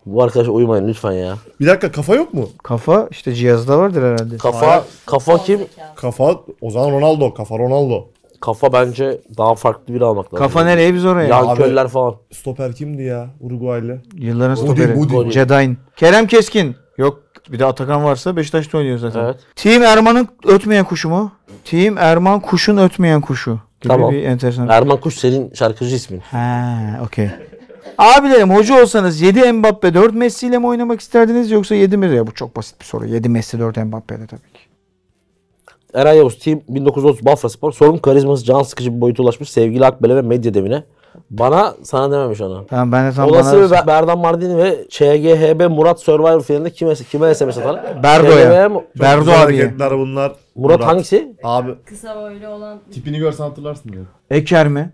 [SPEAKER 2] bu arkadaşa uymayın lütfen ya.
[SPEAKER 6] Bir dakika kafa yok mu?
[SPEAKER 1] Kafa işte cihazda vardır herhalde.
[SPEAKER 2] Kafa kafa kim?
[SPEAKER 6] Kafa o zaman Ronaldo. Kafa Ronaldo.
[SPEAKER 2] Kafa bence daha farklı biri almak lazım.
[SPEAKER 1] Kafa nereye biz oraya.
[SPEAKER 2] Yan
[SPEAKER 6] Abi.
[SPEAKER 2] köller falan.
[SPEAKER 6] Stoper kimdi ya? Uruguaylı.
[SPEAKER 1] Yılların
[SPEAKER 6] Body,
[SPEAKER 1] stoperi.
[SPEAKER 6] body.
[SPEAKER 1] Cedain. Kerem Keskin. Yok bir de Atakan varsa Beşiktaş'ta oynuyor zaten.
[SPEAKER 2] Evet.
[SPEAKER 1] Team Erman'ın ötmeyen kuşu mu? Team Erman kuşun ötmeyen kuşu. Gibi
[SPEAKER 2] Tamam.
[SPEAKER 1] bir enteresan.
[SPEAKER 2] Erman Kuş senin şarkıcı ismin.
[SPEAKER 1] Ha, okey. Abilerim hoca olsanız 7 Mbappe 4 Messi ile mi oynamak isterdiniz yoksa 7 mi? Ya bu çok basit bir soru. 7 Messi 4 Mbappe de tabii ki.
[SPEAKER 2] Eray Yavuz Team 1930 Bafra Spor. Sorun karizması can sıkıcı bir boyuta ulaşmış sevgili Akbel'e ve medya devine. Bana sana dememiş ona.
[SPEAKER 1] Tamam ben de tam
[SPEAKER 2] Olası bir
[SPEAKER 1] bana...
[SPEAKER 2] Ber- Berdan Mardini ve ÇGHB Murat Survivor finalinde kime, kime SMS atar?
[SPEAKER 1] Berdo'ya.
[SPEAKER 2] ÇGHB Mu-
[SPEAKER 6] Çok
[SPEAKER 1] Berdo
[SPEAKER 6] güzel
[SPEAKER 1] abiye.
[SPEAKER 6] hareketler bunlar.
[SPEAKER 2] Murat hangisi?
[SPEAKER 6] Abi.
[SPEAKER 7] Kısa boylu olan
[SPEAKER 9] Tipini görsen hatırlarsın diyor.
[SPEAKER 1] Eker mi?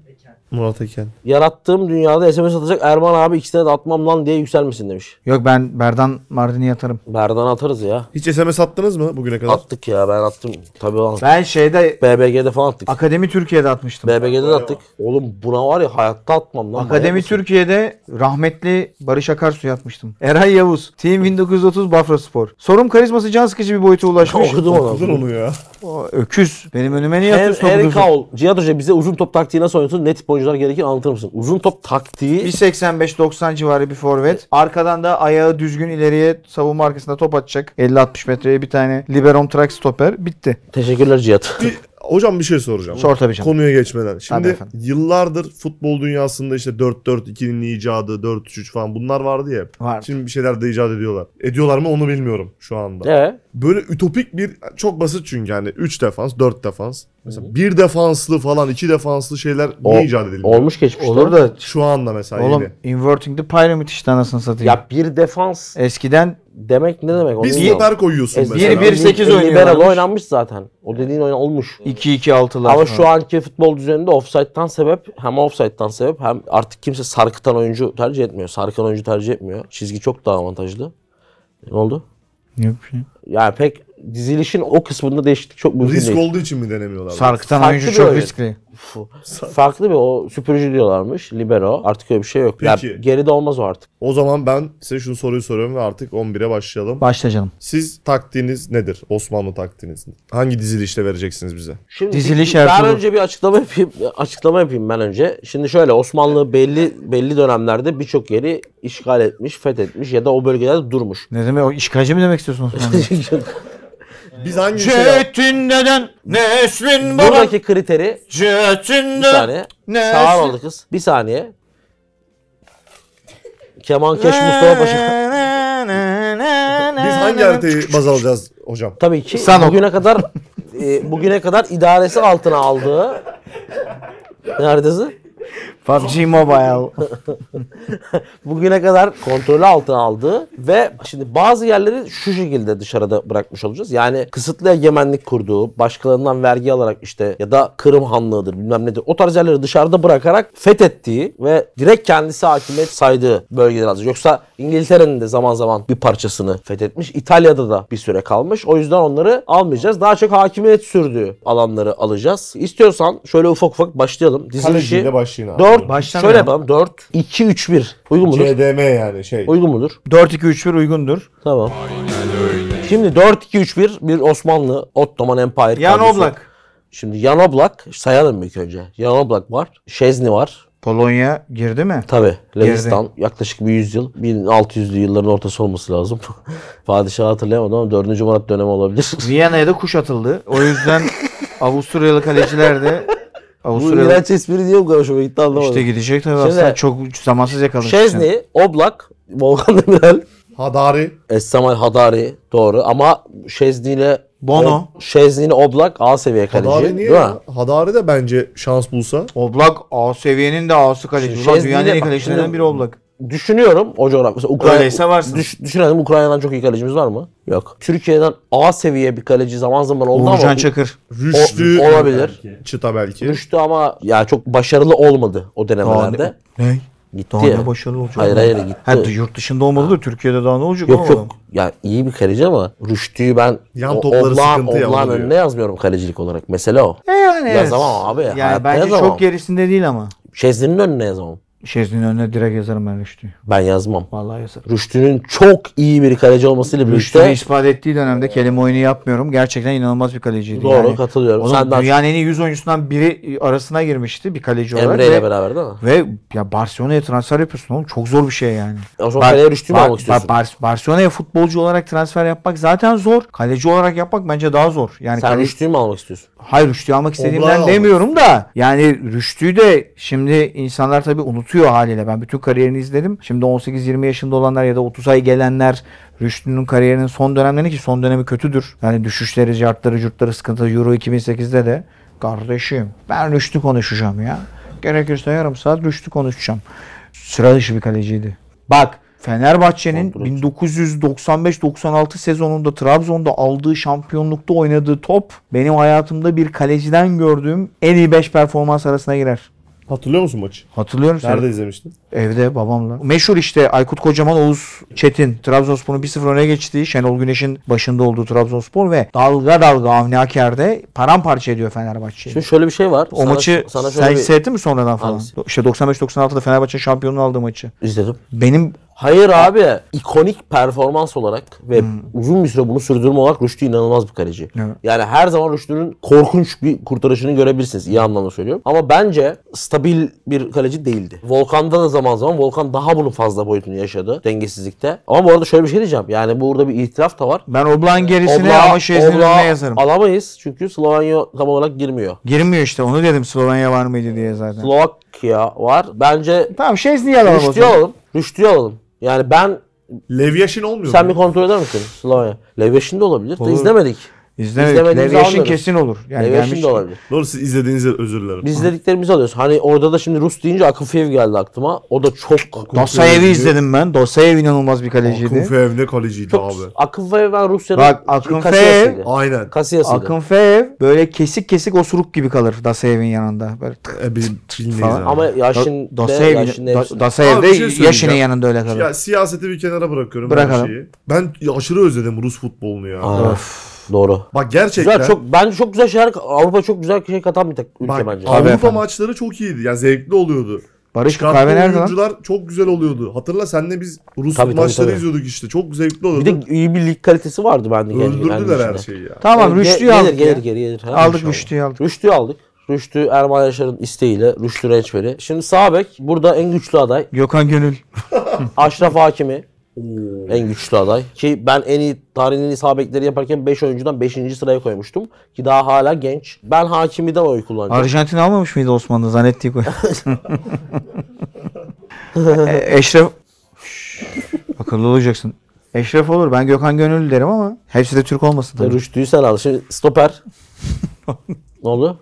[SPEAKER 6] Murat Eken.
[SPEAKER 2] Yarattığım dünyada SMS atacak Erman abi ikisine de atmam lan diye yükselmesin demiş.
[SPEAKER 1] Yok ben Berdan Mardin'i atarım.
[SPEAKER 2] Berdan atarız ya.
[SPEAKER 6] Hiç SMS attınız mı bugüne kadar?
[SPEAKER 2] Attık ya ben attım. Tabii lan.
[SPEAKER 1] Ben şeyde
[SPEAKER 2] BBG'de falan attık.
[SPEAKER 1] Akademi Türkiye'de atmıştım.
[SPEAKER 2] BBG'de de attık. Oğlum buna var ya hayatta atmam lan. manyak
[SPEAKER 1] Akademi
[SPEAKER 2] mısın?
[SPEAKER 1] Türkiye'de rahmetli Barış Akarsu'ya atmıştım. Eray Yavuz, Team 1930 Bafra Spor. Sorum karizması can sıkıcı bir boyuta ulaşmış.
[SPEAKER 2] Okudum onu.
[SPEAKER 6] Dur onu ya.
[SPEAKER 1] O öküz. Benim önüme niye
[SPEAKER 2] Er,
[SPEAKER 1] atıyorsun?
[SPEAKER 2] Erik
[SPEAKER 1] okuduzu?
[SPEAKER 2] Howell, Cihat Hoca bize uzun top taktiği nasıl oynatılır? Ne tip oyuncular gerekir anlatır mısın? Uzun top taktiği
[SPEAKER 1] 1.85-90 civarı bir forvet. Arkadan da ayağı düzgün ileriye savunma arkasında top atacak. 50-60 metreye bir tane liberom track stoper. Bitti.
[SPEAKER 2] Teşekkürler Cihat.
[SPEAKER 6] Bir- hocam bir şey soracağım.
[SPEAKER 1] Sor tabii canım.
[SPEAKER 6] Konuya geçmeden. Şimdi
[SPEAKER 1] efendim.
[SPEAKER 6] yıllardır futbol dünyasında işte 4-4-2'nin icadı, 4-3-3 falan bunlar vardı ya.
[SPEAKER 1] Var.
[SPEAKER 6] Şimdi bir şeyler de icat ediyorlar. Ediyorlar mı onu bilmiyorum şu anda.
[SPEAKER 2] Ee,
[SPEAKER 6] Böyle ütopik bir çok basit çünkü yani 3 defans, 4 defans. Mesela bir defanslı falan, iki defanslı şeyler
[SPEAKER 2] O-
[SPEAKER 6] niye icat edildi?
[SPEAKER 2] olmuş geçmişte.
[SPEAKER 1] Olur da
[SPEAKER 6] Şu anda mesela
[SPEAKER 1] oğlum
[SPEAKER 6] yeni.
[SPEAKER 1] inverting the pyramid işte anasını satayım.
[SPEAKER 2] Ya bir defans
[SPEAKER 1] Eskiden
[SPEAKER 2] demek ne demek? Onu
[SPEAKER 6] Bir
[SPEAKER 2] bilmiyorum.
[SPEAKER 6] stoper
[SPEAKER 2] E,
[SPEAKER 6] koyuyorsun mesela.
[SPEAKER 1] E, yeni bir- 1-8
[SPEAKER 2] Liberal
[SPEAKER 1] oynuyorlarmış.
[SPEAKER 2] oynanmış zaten. O dediğin oyun olmuş.
[SPEAKER 1] 2-2-6'lar
[SPEAKER 2] Ama şu anki futbol düzeninde offside'dan sebep hem offside'dan sebep hem artık kimse sarkıtan oyuncu tercih etmiyor. Sarkan oyuncu tercih etmiyor. Çizgi çok daha avantajlı. Ne oldu?
[SPEAKER 1] Yok bir şey.
[SPEAKER 2] Yani pek dizilişin o kısmında değişiklik çok mümkün
[SPEAKER 6] Risk
[SPEAKER 2] değil.
[SPEAKER 1] şey
[SPEAKER 6] olduğu için mi denemiyorlar?
[SPEAKER 1] Sarkıtan
[SPEAKER 2] Farklı
[SPEAKER 1] oyuncu
[SPEAKER 2] bir
[SPEAKER 1] çok
[SPEAKER 2] oyun.
[SPEAKER 1] riskli.
[SPEAKER 2] Fu- Farklı bir o süpürücü diyorlarmış. Libero. Artık öyle bir şey yok. Ya
[SPEAKER 6] Peki.
[SPEAKER 2] geride olmaz o artık.
[SPEAKER 6] O zaman ben size şu soruyu soruyorum ve artık 11'e başlayalım.
[SPEAKER 1] Başla canım.
[SPEAKER 6] Siz taktiğiniz nedir? Osmanlı taktiğiniz. Hangi dizilişle vereceksiniz bize?
[SPEAKER 2] Şimdi
[SPEAKER 1] Diziliş
[SPEAKER 2] ben
[SPEAKER 1] Ertuğrul.
[SPEAKER 2] önce bir açıklama yapayım. Açıklama yapayım ben önce. Şimdi şöyle Osmanlı belli belli dönemlerde birçok yeri işgal etmiş, fethetmiş ya da o bölgelerde durmuş.
[SPEAKER 1] Ne demek o işgalci mi demek istiyorsun Osman?
[SPEAKER 6] Biz hangi şey
[SPEAKER 1] Cetin deden neslin baba.
[SPEAKER 2] Buradaki kriteri
[SPEAKER 1] Cetin
[SPEAKER 2] bir saniye. Sağır oldu kız. Bir saniye. Kemankeş Mustafa Paşa.
[SPEAKER 6] Biz hangi haritayı baz alacağız hocam?
[SPEAKER 2] Tabii ki
[SPEAKER 1] Sanok.
[SPEAKER 2] bugüne kadar e, bugüne kadar idaresi altına aldığı neredesin?
[SPEAKER 1] PUBG Mobile.
[SPEAKER 2] bugüne kadar kontrolü altına aldı ve şimdi bazı yerleri şu şekilde dışarıda bırakmış olacağız. Yani kısıtlı egemenlik kurduğu, başkalarından vergi alarak işte ya da Kırım Hanlığı'dır bilmem nedir o tarz yerleri dışarıda bırakarak fethettiği ve direkt kendisi hakimiyet saydığı bölgeler alacağız. Yoksa İngiltere'nin de zaman zaman bir parçasını fethetmiş. İtalya'da da bir süre kalmış. O yüzden onları almayacağız. Daha çok hakimiyet sürdüğü alanları alacağız. İstiyorsan şöyle ufak ufak başlayalım. Dizilişi
[SPEAKER 6] Kaleciyle başlayın abi.
[SPEAKER 2] 4
[SPEAKER 1] Baştan
[SPEAKER 2] şöyle
[SPEAKER 1] ya.
[SPEAKER 2] yapalım. 4 2 3 1. Uygun mudur?
[SPEAKER 6] CDM yani şey.
[SPEAKER 2] Uygun mudur?
[SPEAKER 1] 4-2-3-1 uygundur.
[SPEAKER 2] Tamam. Şimdi 4-2-3-1 bir Osmanlı Ottoman Empire
[SPEAKER 1] Yan
[SPEAKER 2] kadrosu.
[SPEAKER 1] Oblak.
[SPEAKER 2] Şimdi Yan Oblak sayalım ilk önce. Yan Oblak var. Şezni var.
[SPEAKER 1] Polonya girdi mi?
[SPEAKER 2] Tabi Levistan yaklaşık bir 100 yıl. 1600'lü yılların ortası olması lazım. Padişahı hatırlayamadım ama 4. Murat dönemi olabilir.
[SPEAKER 1] Viyana'ya da kuşatıldı. O yüzden Avusturyalı kaleciler de
[SPEAKER 2] Bu
[SPEAKER 1] Avusturyalı
[SPEAKER 2] iğrenç espri niye bu kadar hoşuma gitti anlamadım.
[SPEAKER 1] işte gidecek tabii
[SPEAKER 2] Şimdi-
[SPEAKER 1] aslında çok zamansız yakaladık.
[SPEAKER 2] Şezni, Oblak, Volkan Demirel,
[SPEAKER 6] Hadari.
[SPEAKER 2] Essamay Hadari doğru ama Şezni ile
[SPEAKER 1] Bono.
[SPEAKER 2] Şezni ile Oblak A seviye kaleci.
[SPEAKER 6] Hadari niye
[SPEAKER 2] değil mi?
[SPEAKER 6] ya? Hadari de bence şans bulsa.
[SPEAKER 1] Oblak A seviyenin de A'sı kaleci.
[SPEAKER 2] Şimdi
[SPEAKER 1] Ulan
[SPEAKER 2] Şezni'yle-
[SPEAKER 1] dünyanın en iyi kalecilerinden biri Oblak.
[SPEAKER 2] Düşünüyorum o coğrafyası. Ukrayna,
[SPEAKER 1] Öyleyse varsın.
[SPEAKER 2] Düş, düşünelim Ukrayna'dan çok iyi kalecimiz var mı? Yok. Türkiye'den A seviye bir kaleci zaman zaman oldu
[SPEAKER 1] Uğurcan
[SPEAKER 2] ama
[SPEAKER 1] Çakır.
[SPEAKER 6] Rüştü.
[SPEAKER 2] o- olabilir.
[SPEAKER 6] Çıta belki.
[SPEAKER 2] Düştü ama ya çok başarılı olmadı o denemelerde.
[SPEAKER 1] Ne?
[SPEAKER 2] Gitti.
[SPEAKER 1] Daha ne başarılı olacak?
[SPEAKER 2] Hayır, hayır, gitti.
[SPEAKER 1] Ha, yurt dışında olmadı da Türkiye'de daha ne olacak?
[SPEAKER 2] Yok
[SPEAKER 1] oğlum?
[SPEAKER 2] yok. Ya iyi bir kaleci ama Rüştü'yü ben
[SPEAKER 6] Yan
[SPEAKER 2] o-
[SPEAKER 6] topları
[SPEAKER 2] Oblak'ın-
[SPEAKER 6] sıkıntı ya, onu
[SPEAKER 2] Oblak'ın
[SPEAKER 6] diyor.
[SPEAKER 2] önüne yazmıyorum kalecilik olarak. Mesele o.
[SPEAKER 1] E yani evet.
[SPEAKER 2] Yazamam abi, hayatta
[SPEAKER 1] Yani bence
[SPEAKER 2] yazamam.
[SPEAKER 1] çok gerisinde değil ama.
[SPEAKER 2] Şezli'nin önüne yazamam.
[SPEAKER 1] Şezli'nin önüne direkt yazarım ben Rüştü'yü.
[SPEAKER 2] Ben yazmam.
[SPEAKER 1] Vallahi yazarım.
[SPEAKER 2] Rüştü'nün çok iyi bir kaleci olmasıyla
[SPEAKER 1] Rüştü'nü
[SPEAKER 2] birlikte
[SPEAKER 1] ispat ettiği dönemde kelime oyunu yapmıyorum. Gerçekten inanılmaz bir kaleciydi.
[SPEAKER 2] Ee, Doğru,
[SPEAKER 1] yani.
[SPEAKER 2] katılıyorum.
[SPEAKER 1] Oğlum,
[SPEAKER 2] Sen daha-
[SPEAKER 1] dünyanın en iyi 100 oyuncusundan biri e, arasına girmişti bir kaleci olarak.
[SPEAKER 2] Emre ile
[SPEAKER 1] ve,
[SPEAKER 2] beraber değil mi?
[SPEAKER 1] ve ya Barcelona'ya transfer yapıyorsun oğlum. Çok zor bir şey yani.
[SPEAKER 2] O zaman kaleye Rüştü'yü mü almak istiyorsun?
[SPEAKER 1] Bar- Barcelona'ya futbolcu olarak transfer yapmak zaten zor. Kaleci olarak yapmak bence daha zor. Yani
[SPEAKER 2] Sen
[SPEAKER 1] kale-
[SPEAKER 2] Rüştü'yü mü almak istiyorsun?
[SPEAKER 1] Hayır Rüştü'yü almak
[SPEAKER 6] Oblak'ı
[SPEAKER 1] istediğimden
[SPEAKER 6] almak
[SPEAKER 1] demiyorum da yani Rüştü'yü de şimdi insanlar tabii unutuyor haliyle. Ben bütün kariyerini izledim. Şimdi 18-20 yaşında olanlar ya da 30'a gelenler Rüştü'nün kariyerinin son dönemlerini ki son dönemi kötüdür. Yani düşüşleri, cartları, curtları, sıkıntı Euro 2008'de de kardeşim ben Rüştü konuşacağım ya. Gerekirse yarım saat Rüştü konuşacağım. Sıra dışı bir kaleciydi. Bak Fenerbahçe'nin 1995-96 sezonunda Trabzon'da aldığı şampiyonlukta oynadığı top benim hayatımda bir kaleciden gördüğüm en iyi 5 performans arasına girer.
[SPEAKER 6] Hatırlıyor musun maçı?
[SPEAKER 1] Hatırlıyorum
[SPEAKER 2] Şey-
[SPEAKER 1] seni.
[SPEAKER 6] Nerede izlemiştin?
[SPEAKER 1] Evde babamla. Meşhur işte Aykut Kocaman, Oğuz Çetin. Trabzonspor'un 1-0 öne geçtiği Şenol Güneş'in başında olduğu Trabzonspor ve dalga dalga Avni Aker'de paramparça ediyor Fenerbahçe'yi.
[SPEAKER 2] Şimdi şöyle bir şey var.
[SPEAKER 1] O maçı sen seyrettin mi sonradan falan?
[SPEAKER 2] Hangisi?
[SPEAKER 1] İşte 95-96'da Fenerbahçe şampiyonluğu aldığı maçı.
[SPEAKER 2] izledim.
[SPEAKER 1] Benim
[SPEAKER 2] Hayır abi ikonik performans olarak ve uzun bir süre bunu sürdürme olarak Rüştü inanılmaz bir kaleci.
[SPEAKER 1] Hmm. Evet.
[SPEAKER 2] Yani her zaman Rüştü'nün korkunç bir kurtarışını görebilirsiniz. iyi anlamda söylüyorum. Ama bence stabil bir kaleci değildi. Volkan'da da zaman zaman Volkan daha bunun fazla boyutunu yaşadı dengesizlikte. Ama bu arada şöyle bir şey diyeceğim. Yani burada bir itiraf da var.
[SPEAKER 1] ben Oblak'ın gerisine
[SPEAKER 2] Oblak-
[SPEAKER 1] ama Şezni'nin
[SPEAKER 2] Oblak'ı
[SPEAKER 1] önüne yazarım.
[SPEAKER 2] Alamayız çünkü Slovenya tam olarak girmiyor.
[SPEAKER 1] Girmiyor işte onu dedim Slovenya var mıydı diye zaten.
[SPEAKER 2] Slovakya var. Bence
[SPEAKER 1] tamam Şezni'yi alalım o
[SPEAKER 2] Rüştü'yü
[SPEAKER 1] zaman.
[SPEAKER 2] alalım. Rüştü'yü alalım. Yani ben
[SPEAKER 6] Levyaşin olmuyor
[SPEAKER 2] Sen
[SPEAKER 6] mu?
[SPEAKER 2] bir kontrol eder misin? Slovenya. Levyeşin de olabilir. De
[SPEAKER 1] Olur.
[SPEAKER 2] izlemedik.
[SPEAKER 1] İzlemedik.
[SPEAKER 2] İzlemediğimizi
[SPEAKER 1] Levyeşin
[SPEAKER 2] almıyoruz.
[SPEAKER 1] kesin olur. Yani
[SPEAKER 2] Levyeşin
[SPEAKER 1] gelmiş-
[SPEAKER 2] de olabilir.
[SPEAKER 6] Doğru siz izlediğinizde özür dilerim.
[SPEAKER 2] Biz izlediklerimizi alıyoruz. Hani orada da şimdi Rus deyince Akıfiyev geldi aklıma. O da çok...
[SPEAKER 1] Dosaev'i izledim ben. Dosaev inanılmaz bir kaleciydi.
[SPEAKER 6] Akunfeev ne kaleciydi
[SPEAKER 2] Çok,
[SPEAKER 6] abi.
[SPEAKER 2] Akıfiyev ben Rusya'nın
[SPEAKER 1] Bak, Akınfeev-
[SPEAKER 2] Kasiyas'ıydı.
[SPEAKER 6] Aynen.
[SPEAKER 2] Kasiyas'ıydı.
[SPEAKER 1] Akınfeev böyle kesik kesik osuruk gibi kalır Dasayev'in yanında. Böyle tık.
[SPEAKER 6] E, biz bilmeyiz
[SPEAKER 1] Falan.
[SPEAKER 6] abi.
[SPEAKER 2] Ama Yaşin
[SPEAKER 1] Do-
[SPEAKER 2] de
[SPEAKER 1] Dosaev,
[SPEAKER 2] Yaşin de
[SPEAKER 1] Do-
[SPEAKER 2] hepsi-
[SPEAKER 1] Dosaev
[SPEAKER 6] Abi
[SPEAKER 1] de
[SPEAKER 6] bir şey söyleyeceğim.
[SPEAKER 1] Yaşin'in yanında öyle kalır.
[SPEAKER 6] Ya siyaseti bir kenara bırakıyorum
[SPEAKER 1] Bırakalım.
[SPEAKER 6] her şeyi. Ben aşırı özledim Rus futbolunu ya.
[SPEAKER 2] Aa.
[SPEAKER 1] Öf.
[SPEAKER 2] Doğru.
[SPEAKER 6] Bak gerçekten.
[SPEAKER 2] Güzel çok bence çok güzel şeyler Avrupa çok güzel şey katan bir tak, ülke
[SPEAKER 6] Bak,
[SPEAKER 2] bence.
[SPEAKER 1] Abi
[SPEAKER 6] Avrupa
[SPEAKER 1] efendim.
[SPEAKER 6] maçları çok iyiydi. Yani zevkli oluyordu.
[SPEAKER 1] Barış bu kahve
[SPEAKER 6] Çıkarttığı
[SPEAKER 1] nerede lan?
[SPEAKER 6] oyuncular çok güzel oluyordu. Hatırla senle biz Rus
[SPEAKER 2] Tabii, tabii,
[SPEAKER 6] maçları
[SPEAKER 2] tabii.
[SPEAKER 6] izliyorduk işte. Çok zevkli
[SPEAKER 2] bir
[SPEAKER 6] oluyordu.
[SPEAKER 2] de iyi bir lig kalitesi vardı bende. kendi- kendi
[SPEAKER 6] Öldürdüler her
[SPEAKER 2] içinde.
[SPEAKER 6] şeyi ya.
[SPEAKER 1] Tamam
[SPEAKER 2] Ge-
[SPEAKER 1] Rüştü'yü
[SPEAKER 2] gelir,
[SPEAKER 1] aldık.
[SPEAKER 2] gelir,
[SPEAKER 1] ya.
[SPEAKER 2] gelir, gelir. Ha,
[SPEAKER 1] Aldık
[SPEAKER 2] inşallah.
[SPEAKER 1] Rüştü'yü aldık.
[SPEAKER 2] Rüştü'yü aldık. Rüştü Erman Yaşar'ın isteğiyle Rüştü Rençveri. Şimdi sağ bek burada en güçlü aday.
[SPEAKER 1] Gökhan Gönül.
[SPEAKER 2] Aşraf Hakimi en güçlü aday. Ki ben en iyi tarihin en iyi sağ bekleri yaparken 5 oyuncudan 5. sıraya koymuştum. Ki daha hala genç. Ben Hakimi'den oy kullanacağım.
[SPEAKER 1] Arjantin almamış mıydı Osmanlı zannettiği koy. E, Eşref. Şşş, Akıllı olacaksın. Eşref olur. Ben Gökhan Gönül derim ama hepsi de Türk olmasın tabii.
[SPEAKER 2] Rüştü'yü sen al. Şimdi stoper. ne oldu?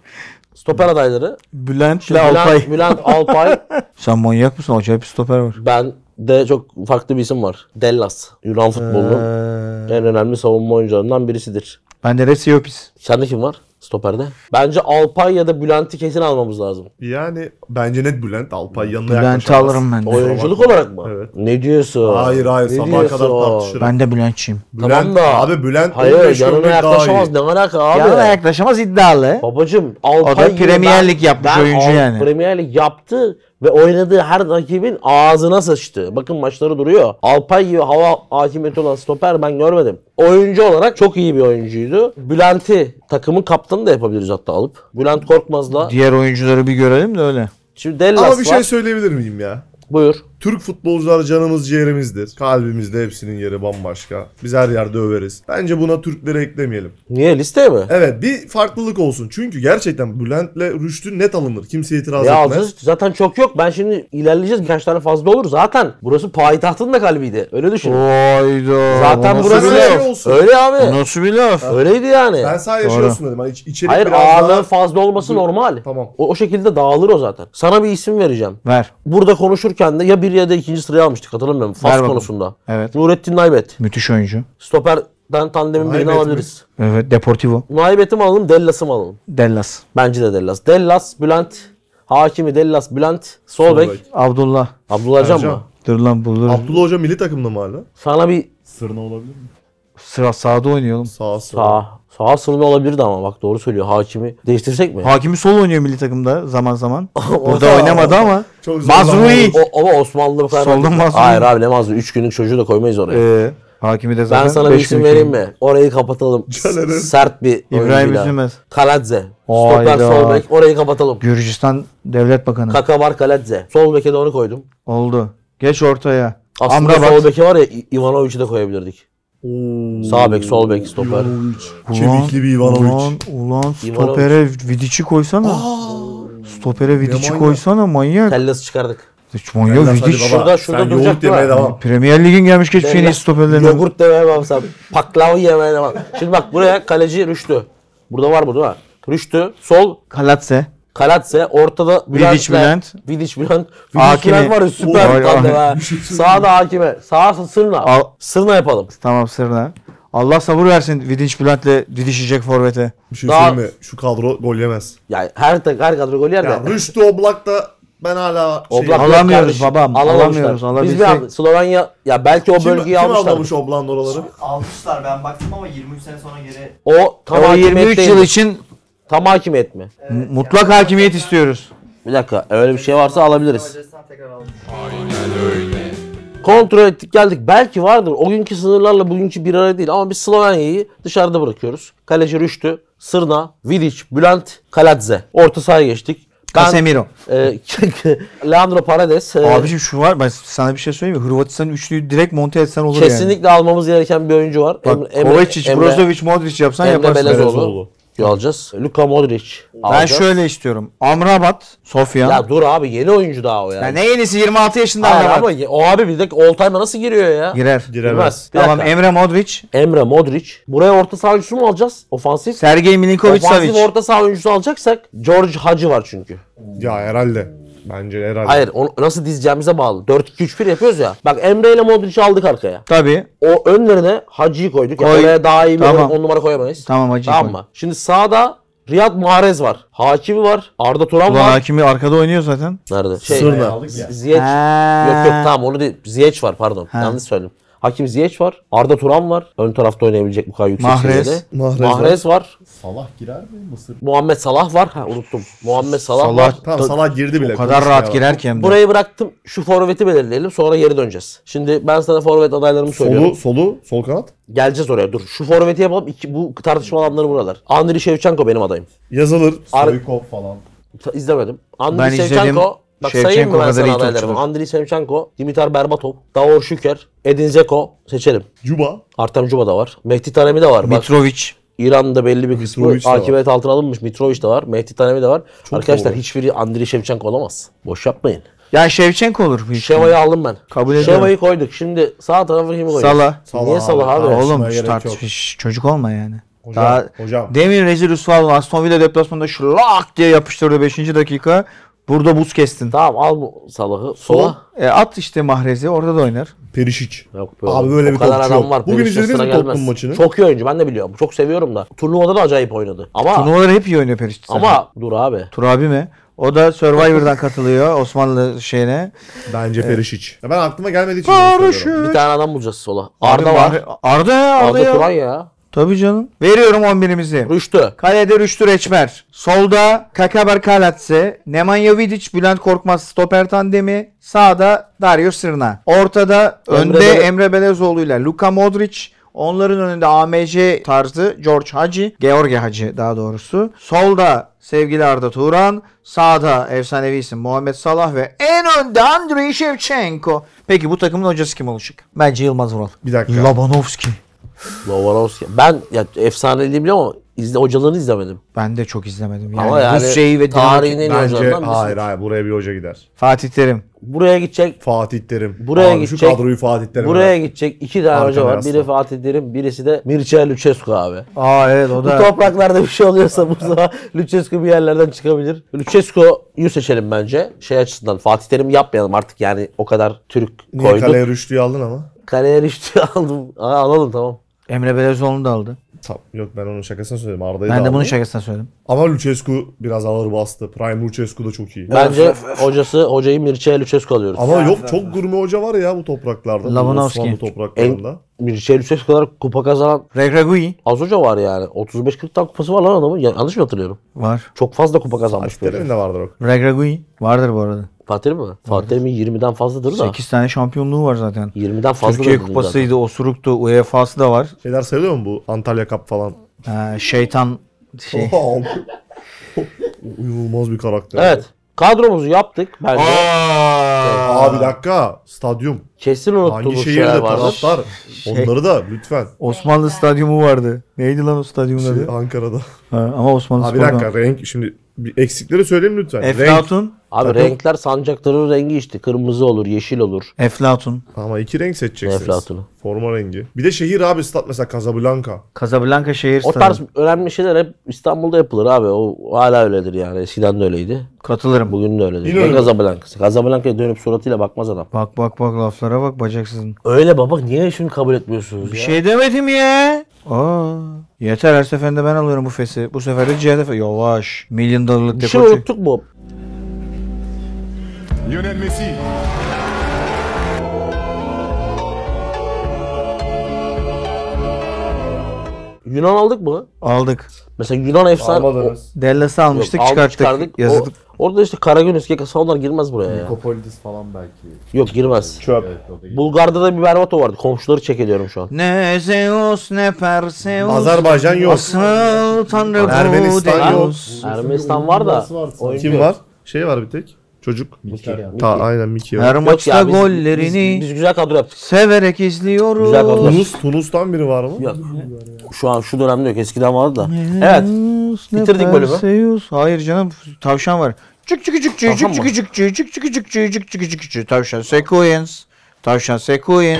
[SPEAKER 2] Stoper adayları.
[SPEAKER 1] Bülent
[SPEAKER 2] Bülent Alpay. Bülent Alpay.
[SPEAKER 1] Sen manyak mısın? Acayip bir stoper var.
[SPEAKER 2] ben de çok farklı bir isim var. Dellas. Yunan futbolunun
[SPEAKER 1] Ee,
[SPEAKER 2] en önemli savunma oyuncularından birisidir.
[SPEAKER 1] ben de Resiopis.
[SPEAKER 2] Sende kim var? Stoperde. Bence Alpay ya da Bülent'i kesin almamız lazım.
[SPEAKER 6] Yani bence net Bülent Alpay yanına
[SPEAKER 1] Bülent'i
[SPEAKER 6] yaklaşamaz.
[SPEAKER 1] alırım ben de.
[SPEAKER 2] Oyunculuk olarak mı?
[SPEAKER 6] Evet.
[SPEAKER 2] Ne diyorsun?
[SPEAKER 6] Hayır hayır
[SPEAKER 2] Ne
[SPEAKER 6] sabaha kadar
[SPEAKER 2] diyorsun?
[SPEAKER 6] tartışırım.
[SPEAKER 1] Ben de Bülentçiyim.
[SPEAKER 6] Bülent,
[SPEAKER 2] Tamam da-
[SPEAKER 6] Abi Bülent
[SPEAKER 2] Hayır
[SPEAKER 6] 15
[SPEAKER 2] yanına
[SPEAKER 6] gömlek daha
[SPEAKER 2] yaklaşamaz.
[SPEAKER 6] iyi.
[SPEAKER 2] Ne alaka abi?
[SPEAKER 1] Yanına yaklaşamaz iddialı.
[SPEAKER 2] Babacım Alpay
[SPEAKER 1] O da
[SPEAKER 2] gibi
[SPEAKER 1] Premier
[SPEAKER 2] ben-
[SPEAKER 1] Lig yapmış
[SPEAKER 2] ben
[SPEAKER 1] oyuncu
[SPEAKER 2] Al-
[SPEAKER 1] yani.
[SPEAKER 2] Premier Lig yaptı ve oynadığı her rakibin ağzına sıçtı. Bakın maçları duruyor. Alpay gibi hava hakimiyeti olan stoper ben görmedim. Oyuncu olarak çok iyi bir oyuncuydu. Bülent'i takımın kaptanı da yapabiliriz hatta alıp. Bülent Korkmaz'la.
[SPEAKER 1] Diğer oyuncuları bir görelim de öyle.
[SPEAKER 2] Şimdi Dellas
[SPEAKER 6] Ama bir şey
[SPEAKER 2] var.
[SPEAKER 6] söyleyebilir miyim ya?
[SPEAKER 2] Buyur.
[SPEAKER 6] Türk futbolcular canımız ciğerimizdir. Kalbimizde hepsinin yeri bambaşka. Biz her yerde överiz. Bence buna Türkleri eklemeyelim.
[SPEAKER 2] Niye listeye mi?
[SPEAKER 6] Evet bir farklılık olsun. Çünkü gerçekten Bülent'le Rüştü net alınır. Kimse itiraz
[SPEAKER 2] Ya
[SPEAKER 6] etmez.
[SPEAKER 2] alacağız. Zaten çok yok. Ben şimdi ilerleyeceğiz. Birkaç tane fazla olur. Zaten burası payitahtın da kalbiydi. Öyle düşün.
[SPEAKER 1] Oyda.
[SPEAKER 2] Zaten
[SPEAKER 6] nasıl
[SPEAKER 2] burası
[SPEAKER 6] bir
[SPEAKER 1] şey
[SPEAKER 6] laf? olsun.
[SPEAKER 2] Öyle abi.
[SPEAKER 1] Nasıl bir laf?
[SPEAKER 2] Öyleydi yani.
[SPEAKER 6] Ben sadece şey
[SPEAKER 1] Doğru.
[SPEAKER 6] olsun dedim. Hani iç- içerik
[SPEAKER 2] Hayır
[SPEAKER 6] biraz
[SPEAKER 2] ağırlığın
[SPEAKER 6] daha...
[SPEAKER 2] fazla olması normal.
[SPEAKER 6] Tamam.
[SPEAKER 2] O, o şekilde dağılır o zaten. Sana bir isim vereceğim.
[SPEAKER 1] Ver.
[SPEAKER 2] Burada konuşurken de ya bir ya da ikinci sıraya almıştık hatırlamıyorum.
[SPEAKER 1] Ver
[SPEAKER 2] Fas
[SPEAKER 1] bakalım.
[SPEAKER 2] konusunda.
[SPEAKER 1] Evet.
[SPEAKER 2] Nurettin Naybet.
[SPEAKER 1] Müthiş oyuncu.
[SPEAKER 2] Stoperden tandemin birini
[SPEAKER 6] Naybet mi?
[SPEAKER 2] alabiliriz.
[SPEAKER 1] Evet. Deportivo.
[SPEAKER 2] Naybet'i mi alalım, Dellas'ı mı alalım?
[SPEAKER 1] Dellas.
[SPEAKER 2] Bence de Dellas. Dellas, Bülent. Hakimi Dellas, Bülent. Sol bek.
[SPEAKER 1] Abdullah.
[SPEAKER 2] Abdullah Can
[SPEAKER 6] Ercan.
[SPEAKER 2] mı?
[SPEAKER 1] Dur lan bulur.
[SPEAKER 6] Abdullah Hoca milli takımda mı hala?
[SPEAKER 2] Sana bir
[SPEAKER 4] Sırna olabilir mi?
[SPEAKER 1] Sıra sağda oynuyor oğlum.
[SPEAKER 6] Sağ sağ.
[SPEAKER 2] sağ. Sağ sınırda olabilirdi ama bak doğru söylüyor. Hakimi değiştirsek mi?
[SPEAKER 1] Hakimi sol oynuyor milli takımda zaman zaman.
[SPEAKER 6] da-
[SPEAKER 1] Burada oynamadı ama.
[SPEAKER 6] Çok zor
[SPEAKER 1] Mazrui.
[SPEAKER 2] O, ama Osmanlı bu kadar.
[SPEAKER 1] Soldan Mazlum.
[SPEAKER 2] Hayır abi ne Mazlum? 3 günlük çocuğu da koymayız oraya.
[SPEAKER 1] Ee, Hakimi de zaten.
[SPEAKER 2] ben sana bir
[SPEAKER 1] beş
[SPEAKER 2] isim
[SPEAKER 1] milli
[SPEAKER 2] vereyim
[SPEAKER 1] takım.
[SPEAKER 2] mi? Orayı kapatalım. S-
[SPEAKER 6] Caner'in.
[SPEAKER 2] Sert bir
[SPEAKER 1] İbrahim Üzülmez.
[SPEAKER 2] Kaladze.
[SPEAKER 1] Hayda.
[SPEAKER 2] Stoper sol bek. Orayı kapatalım.
[SPEAKER 1] Gürcistan Devlet Bakanı.
[SPEAKER 2] Kaka var Kaladze. Sol beke de onu koydum.
[SPEAKER 1] Oldu. Geç ortaya.
[SPEAKER 2] Aslında
[SPEAKER 1] Amrabat.
[SPEAKER 2] sol beke var ya İ- Ivanovic'i de koyabilirdik. Sağ bek, sol bek, stoper.
[SPEAKER 6] Kemikli bir
[SPEAKER 1] Ulan,
[SPEAKER 6] Ivanovic.
[SPEAKER 1] ulan stopere Vidic'i koysana. stopere Vidic'i
[SPEAKER 6] manyak.
[SPEAKER 1] koysana manyak.
[SPEAKER 2] Tellası çıkardık.
[SPEAKER 1] Hiç manyak
[SPEAKER 6] Hadi
[SPEAKER 1] Vidic.
[SPEAKER 6] baba,
[SPEAKER 2] Şurada- şurada
[SPEAKER 6] sen yoğurt
[SPEAKER 2] duracak
[SPEAKER 6] yemeye
[SPEAKER 2] değil mi?
[SPEAKER 6] devam.
[SPEAKER 1] Premier Lig'in gelmiş geçmiş en iyi
[SPEAKER 2] Devlet-
[SPEAKER 1] stoperlerinden.
[SPEAKER 2] Yogurt demeye bak sen. Paklava yemeye devam. Şimdi bak buraya kaleci Rüştü. Burada var bu değil mi? Rüştü, sol,
[SPEAKER 1] Kalatse.
[SPEAKER 2] Kalatse, ortada
[SPEAKER 1] Vidic Bülent.
[SPEAKER 2] Vidic Bülent. Vidic
[SPEAKER 1] Hakimi.
[SPEAKER 2] Bülent var ya süper
[SPEAKER 1] Oy,
[SPEAKER 2] bir tane
[SPEAKER 1] oy.
[SPEAKER 2] ha. Sağda Hakime. Sağa Sırna.
[SPEAKER 1] Al.
[SPEAKER 2] Sırna yapalım.
[SPEAKER 1] Tamam sırna. Allah sabır versin Vidic Bülent'le didişecek forvete.
[SPEAKER 6] Bir şey
[SPEAKER 2] Daha-
[SPEAKER 6] söyleyeyim mi? Şu kadro gol yemez.
[SPEAKER 2] Yani her tak her kadro gol yer
[SPEAKER 6] Ya
[SPEAKER 2] de.
[SPEAKER 6] Rüştü Oblak'ta ben hala şey...
[SPEAKER 2] Oblak yok
[SPEAKER 1] Alamıyoruz
[SPEAKER 2] kardeşim.
[SPEAKER 1] babam,
[SPEAKER 2] Alamamışlar.
[SPEAKER 1] alamıyoruz.
[SPEAKER 2] Biz bir
[SPEAKER 1] Alabilsek-
[SPEAKER 2] an- Slovenya ya belki o
[SPEAKER 6] Kim,
[SPEAKER 2] bölgeyi
[SPEAKER 6] kim
[SPEAKER 2] almışlar.
[SPEAKER 6] avlamış Oblak'ın oraları?
[SPEAKER 4] Almışlar ben baktım ama 23 sene sonra geri
[SPEAKER 2] O tam
[SPEAKER 1] o 23
[SPEAKER 2] hakimiyet
[SPEAKER 1] yıl
[SPEAKER 2] değil.
[SPEAKER 1] için
[SPEAKER 2] Tam hakimiyet mi?
[SPEAKER 1] mutlak hakimiyet istiyoruz.
[SPEAKER 2] Bir dakika öyle bir şey varsa alabiliriz.
[SPEAKER 4] Hocasından tekrar almış.
[SPEAKER 2] Kontrol ettik geldik. Belki vardır. O günkü sınırlarla bugünkü bir araya değil. Ama biz Slovenya'yı dışarıda bırakıyoruz. Kaleci Rüştü, Sırna, Vidic, Bülent, Kaladze. Orta sahaya geçtik. Ben,
[SPEAKER 1] Casemiro.
[SPEAKER 2] e, Leandro Paredes. e,
[SPEAKER 1] Abiciğim şu var ben sana bir şey söyleyeyim mi? Hırvatistan'ın üçlüyü direkt monte etsen olur yani.
[SPEAKER 2] Kesinlikle almamız gereken bir oyuncu var.
[SPEAKER 1] Bak Kovacic, Brozovic, Modric yapsan
[SPEAKER 2] Emre
[SPEAKER 1] yaparsın.
[SPEAKER 2] Belezoğlu. Alacağız. Luka Modric.
[SPEAKER 1] Ben
[SPEAKER 2] alacağız.
[SPEAKER 1] şöyle istiyorum. Amrabat, Sofyan.
[SPEAKER 2] Ya dur abi yeni oyuncu daha o yani.
[SPEAKER 1] Ya ne yenisi 26 yaşında
[SPEAKER 2] Hayır
[SPEAKER 1] Amrabat.
[SPEAKER 2] ama ye- o abi bir dakika all time'a nasıl giriyor ya?
[SPEAKER 1] Girer.
[SPEAKER 2] Girmez. Bir
[SPEAKER 1] Tamam
[SPEAKER 2] dakika.
[SPEAKER 1] Emre Modric,
[SPEAKER 2] Emre Modric. Buraya orta saha oyuncusu mu alacağız? Ofansif.
[SPEAKER 1] Sergey Milinkovic
[SPEAKER 2] Ofansif
[SPEAKER 1] Savic.
[SPEAKER 2] orta saha oyuncusu alacaksak George Hacı var çünkü.
[SPEAKER 6] Ya herhalde. Bence herhalde.
[SPEAKER 2] Hayır onu nasıl dizeceğimize bağlı. 4-2-3-1 yapıyoruz ya. Bak Emre ile Modric'i aldık arkaya.
[SPEAKER 1] Tabii.
[SPEAKER 2] O önlerine Hacı'yı koyduk. Ya
[SPEAKER 1] Koy.
[SPEAKER 2] oraya daha iyi bir
[SPEAKER 1] Tamam.
[SPEAKER 2] 10 numara koyamayız.
[SPEAKER 1] Tamam Hacı.
[SPEAKER 2] Tamam mı? Şimdi sağda Riyad Mahrez var. Hakimi var. Arda Turan
[SPEAKER 1] Ulan
[SPEAKER 2] var.
[SPEAKER 1] hakimi arkada oynuyor zaten.
[SPEAKER 2] Nerede? Şey,
[SPEAKER 6] Sırna.
[SPEAKER 1] Ee,
[SPEAKER 2] Ziyeç. Yok yok tamam onu değil. Ziyeç var pardon. Yanlış söyledim. Hakim Ziyech var. Arda Turan var. Ön tarafta oynayabilecek bu kadar yüksek
[SPEAKER 1] Mahrez.
[SPEAKER 2] seviyede.
[SPEAKER 6] Mahrez var.
[SPEAKER 2] Mahrez var.
[SPEAKER 6] Salah girer mi Mısır?
[SPEAKER 2] Muhammed Salah var. Ha unuttum. Muhammed Salah,
[SPEAKER 1] Salah.
[SPEAKER 2] var.
[SPEAKER 6] Tamam
[SPEAKER 2] Da-
[SPEAKER 6] Salah girdi bile.
[SPEAKER 1] O kadar
[SPEAKER 6] Konuşma
[SPEAKER 1] rahat
[SPEAKER 6] ya.
[SPEAKER 1] girer ki hem de.
[SPEAKER 2] Burayı bıraktım. Şu forveti belirleyelim. Sonra geri döneceğiz. Şimdi ben sana forvet adaylarımı söylüyorum.
[SPEAKER 6] Solu, solu, sol kanat.
[SPEAKER 2] Geleceğiz oraya. Dur. Şu forveti yapalım. İki, bu tartışma alanları buralar. Andriy Shevchenko benim adayım.
[SPEAKER 6] Yazılır.
[SPEAKER 2] Ar-
[SPEAKER 6] Soykov falan.
[SPEAKER 2] Ta- İzlemedim. Andriy
[SPEAKER 1] Ben izledim.
[SPEAKER 2] Shevchenko. Bak sayayım
[SPEAKER 1] Shevchenko
[SPEAKER 2] mı ben
[SPEAKER 1] kadar iyi
[SPEAKER 2] sana
[SPEAKER 1] topçudur.
[SPEAKER 2] adaylarımı? Andriy Shevchenko, Dimitar Berbatov, Davor Şüker, Edin Zeko seçelim.
[SPEAKER 6] Cuba.
[SPEAKER 2] Artem Cuba da var. Mehdi Tanemi de var. Bak
[SPEAKER 1] Mitrovic.
[SPEAKER 2] İran'da belli bir kısmı
[SPEAKER 6] Mitrovic de var.
[SPEAKER 2] akıbet altına alınmış. Mitrovic de var. Mehdi Tanemi de var. Arkadaşlar
[SPEAKER 6] doğru.
[SPEAKER 2] hiçbiri Andriy Shevchenko olamaz. Boş yapmayın.
[SPEAKER 1] Ya Şevçenko olur bu işte.
[SPEAKER 2] Şeva'yı aldım ben.
[SPEAKER 1] Kabul ediyorum.
[SPEAKER 2] Şeva'yı koyduk. Şimdi sağ tarafa kimi koyduk?
[SPEAKER 1] Salah.
[SPEAKER 2] Niye Salah abi?
[SPEAKER 6] Tartışmaya
[SPEAKER 1] Oğlum şu
[SPEAKER 6] gerek yok.
[SPEAKER 1] tartışmış. Çocuk olma yani.
[SPEAKER 6] Hocam,
[SPEAKER 1] Daha
[SPEAKER 6] hocam.
[SPEAKER 1] Demin rezil Rüsval var. Aston Villa deplasmanında şlak diye yapıştırdı 5. dakika. Burada buz kestin.
[SPEAKER 2] Tamam al bu Salah'ı.
[SPEAKER 1] Sol.
[SPEAKER 2] Sola.
[SPEAKER 1] E, at işte Mahrez'i orada da oynar.
[SPEAKER 6] Perişic.
[SPEAKER 2] Yok
[SPEAKER 6] Abi böyle
[SPEAKER 2] o
[SPEAKER 6] bir
[SPEAKER 2] kadar
[SPEAKER 6] topçu
[SPEAKER 2] adam
[SPEAKER 6] yok.
[SPEAKER 2] var.
[SPEAKER 6] Bugün
[SPEAKER 2] Periş'e
[SPEAKER 6] izlediniz mi
[SPEAKER 2] sıra
[SPEAKER 6] Tottenham
[SPEAKER 2] gelmez.
[SPEAKER 6] maçını?
[SPEAKER 2] Çok iyi oyuncu ben de biliyorum. Çok seviyorum da. Turnuvada da acayip oynadı. Ama
[SPEAKER 1] Turnuvaları hep iyi oynuyor Periç.
[SPEAKER 2] ama dur abi.
[SPEAKER 1] Tur abi mi? O da Survivor'dan katılıyor Osmanlı şeyine.
[SPEAKER 6] Bence Perişic. Ya Ben aklıma gelmediği için bunu söylüyorum.
[SPEAKER 1] Barış'ı.
[SPEAKER 2] Bir tane adam bulacağız sola. Arda
[SPEAKER 1] Abi
[SPEAKER 2] var.
[SPEAKER 1] Bahre- Arda ya Arda,
[SPEAKER 2] Arda
[SPEAKER 1] ya.
[SPEAKER 2] Turan ya.
[SPEAKER 1] Tabii canım. Veriyorum 11'imizi.
[SPEAKER 2] Rüştü.
[SPEAKER 1] Kalede Rüştü Reçmer. Solda Kakaber Kalatse. Nemanja Vidic, Bülent Korkmaz stoper tandemi. Sağda Dario Sırna. Ortada
[SPEAKER 2] Emre
[SPEAKER 1] önde
[SPEAKER 2] Bele-
[SPEAKER 1] Emre Belezoğlu ile Luka Modric. Onların önünde AMC tarzı George Hacı, George Hacı daha doğrusu. Solda sevgili Arda Turan, sağda efsanevi isim Muhammed Salah ve en önde Andriy Shevchenko. Peki bu takımın hocası kim olacak? Bence Yılmaz Vural.
[SPEAKER 6] Bir dakika.
[SPEAKER 1] Labanovski.
[SPEAKER 2] Lovarovski. Ben ya efsaneliği biliyorum ama izle, hocalığını izlemedim.
[SPEAKER 1] Ben de çok izlemedim. Yani,
[SPEAKER 2] Ama yani
[SPEAKER 1] Rus şeyi ve Dinamo-
[SPEAKER 2] tarihinin en iyi
[SPEAKER 6] Bence
[SPEAKER 2] hocalarından birisi.
[SPEAKER 6] hayır hayır buraya bir hoca gider.
[SPEAKER 1] Fatih Terim.
[SPEAKER 2] Buraya gidecek.
[SPEAKER 6] Fatih Terim.
[SPEAKER 2] Buraya
[SPEAKER 6] Abi
[SPEAKER 2] gidecek.
[SPEAKER 6] Şu kadroyu Fatih Terim.
[SPEAKER 2] Buraya gidecek iki tane
[SPEAKER 6] Arkana
[SPEAKER 2] hoca var.
[SPEAKER 6] yaslan.
[SPEAKER 2] Biri Fatih Terim, birisi de Mircea Lucescu abi.
[SPEAKER 1] Aa evet o
[SPEAKER 2] Bu
[SPEAKER 1] da.
[SPEAKER 2] topraklarda bir şey oluyorsa bu zaman Lucescu bir yerlerden çıkabilir. Lucescu'yu seçelim bence. Şey açısından Fatih Terim yapmayalım artık yani o kadar Türk
[SPEAKER 6] Niye
[SPEAKER 2] koyduk.
[SPEAKER 6] kaleye rüştüyü aldın ama?
[SPEAKER 2] Kaleye Rüştü'yü aldım. Aa, alalım tamam.
[SPEAKER 1] Emre Belezoğlu'nu da aldı.
[SPEAKER 6] Tamam. Yok ben onun şakasını söyledim. Arda'yı da
[SPEAKER 1] Ben de bunun
[SPEAKER 6] aldım.
[SPEAKER 1] şakasına söyledim.
[SPEAKER 6] Ama Lucescu biraz ağır bastı. Prime Lucescu da çok iyi.
[SPEAKER 2] Bence hocası hocayı Mircea Lucescu alıyoruz.
[SPEAKER 6] Ama yok çok gurme hoca var ya bu topraklarda. bu
[SPEAKER 1] Lavanovski.
[SPEAKER 6] Osmanlı topraklarında.
[SPEAKER 2] Mircea Lucescu kadar kupa kazanan
[SPEAKER 1] Regragui
[SPEAKER 2] az hoca var yani. 35-40 tane kupası var lan adamın. Ya- Yanlış mı hatırlıyorum?
[SPEAKER 1] var.
[SPEAKER 2] Çok fazla kupa kazanmış
[SPEAKER 6] Fatih
[SPEAKER 2] böyle.
[SPEAKER 6] Terim'in de vardır o.
[SPEAKER 1] Regragui vardır bu arada.
[SPEAKER 2] Fatih Terim mi? Fatih Terim'in 20'den fazladır da.
[SPEAKER 1] 8 tane şampiyonluğu var zaten.
[SPEAKER 2] 20'den fazla
[SPEAKER 1] Türkiye
[SPEAKER 2] da dedim
[SPEAKER 1] Kupası'ydı, Osuruk'tu, UEFA'sı da var.
[SPEAKER 6] Şeyler sayılıyor mu bu? Antalya Cup falan.
[SPEAKER 1] Ee, şeytan şey.
[SPEAKER 6] Oha. Uyulmaz bir karakter.
[SPEAKER 2] zaten. Evet. Kadromuzu yaptık bence.
[SPEAKER 6] Aa bir dakika. Stadyum.
[SPEAKER 2] Kesin
[SPEAKER 6] Hangi
[SPEAKER 2] unuttuğumuz
[SPEAKER 6] şehirde
[SPEAKER 2] şeyler Şey- vardır.
[SPEAKER 6] taraftar? Onları da lütfen.
[SPEAKER 1] Osmanlı stadyumu vardı. Neydi lan o stadyumun
[SPEAKER 6] Şey,
[SPEAKER 1] adı?
[SPEAKER 6] Ankara'da.
[SPEAKER 1] Ha, ama Osmanlı
[SPEAKER 6] Abi bir
[SPEAKER 1] Spor'dan.
[SPEAKER 6] dakika renk şimdi bir eksikleri söyleyeyim lütfen. Renk.
[SPEAKER 1] Eflatun.
[SPEAKER 2] Abi
[SPEAKER 6] Takım-
[SPEAKER 2] renkler sancakların rengi işte. Kırmızı olur, yeşil olur.
[SPEAKER 1] Eflatun.
[SPEAKER 6] Ama iki renk seçeceksiniz.
[SPEAKER 2] Eflatun'u.
[SPEAKER 6] Forma rengi. Bir de şehir abi stat mesela Casablanca.
[SPEAKER 1] Casablanca şehir
[SPEAKER 2] O tarz
[SPEAKER 1] stadyumu.
[SPEAKER 2] önemli şeyler hep İstanbul'da yapılır abi. O hala öyledir yani. Eskiden de öyleydi.
[SPEAKER 1] Katılırım.
[SPEAKER 2] Bugün de öyledir.
[SPEAKER 6] Yine
[SPEAKER 2] Ne
[SPEAKER 6] öyle.
[SPEAKER 2] Casablanca'sı? Casablanca'ya dönüp suratıyla bakmaz adam.
[SPEAKER 1] Bak bak bak laflara bak bacaksızın.
[SPEAKER 2] Öyle baba niye şimdi kabul etmiyorsunuz
[SPEAKER 1] Bir
[SPEAKER 2] ya?
[SPEAKER 1] şey demedim ya. Aa, yeter her seferinde ben alıyorum bu fesi. Bu sefer de Cihat Efe. Yavaş. Milyon dolarlık
[SPEAKER 2] Bir şey
[SPEAKER 1] dekolte.
[SPEAKER 2] unuttuk mu?
[SPEAKER 3] Lionel Messi.
[SPEAKER 2] Yunan aldık mı?
[SPEAKER 1] Aldık.
[SPEAKER 2] Mesela Yunan efsane...
[SPEAKER 6] Almadınız.
[SPEAKER 1] Dallas'ı
[SPEAKER 2] Yok,
[SPEAKER 1] almıştık
[SPEAKER 2] aldık,
[SPEAKER 1] çıkarttık.
[SPEAKER 2] çıkardık.
[SPEAKER 1] Yazık.
[SPEAKER 2] O- orada işte Karagümrük, Gekasa onlar girmez buraya ya.
[SPEAKER 9] Kopolis falan belki.
[SPEAKER 2] Yok girmez.
[SPEAKER 6] Çöp.
[SPEAKER 2] Bulgar'da da bir Berbatov vardı. Komşuları çek ediyorum şu an.
[SPEAKER 1] Ne Zeus ne Perseus.
[SPEAKER 6] Azerbaycan yok.
[SPEAKER 1] Asıl tanrı bu
[SPEAKER 6] Ermenistan yok.
[SPEAKER 1] Zeus.
[SPEAKER 2] Ermenistan var da. oyun
[SPEAKER 6] Kim
[SPEAKER 2] yok.
[SPEAKER 6] var? Şey var bir tek. Çocuk. Ta aynen Miki
[SPEAKER 1] Her
[SPEAKER 6] var.
[SPEAKER 2] Yok ya,
[SPEAKER 1] maçta
[SPEAKER 2] biz-
[SPEAKER 1] gollerini
[SPEAKER 2] Biz, biz güzel kadro yaptık.
[SPEAKER 1] severek izliyoruz.
[SPEAKER 2] Güzel kadro.
[SPEAKER 6] Tunus, Tunus'tan biri var mı?
[SPEAKER 2] Yok. Şu an şu dönemde yok. Eskiden vardı da. Evet.
[SPEAKER 1] Zeus ne
[SPEAKER 2] Bitirdik bölümü.
[SPEAKER 1] Perseus. Hayır canım tavşan var. Çık çık çık çık çık
[SPEAKER 2] Tavşan
[SPEAKER 1] çık
[SPEAKER 2] mı?
[SPEAKER 1] çık çık çık çık çık çık çık çık çık tavşan sequence. Tavşan sequence.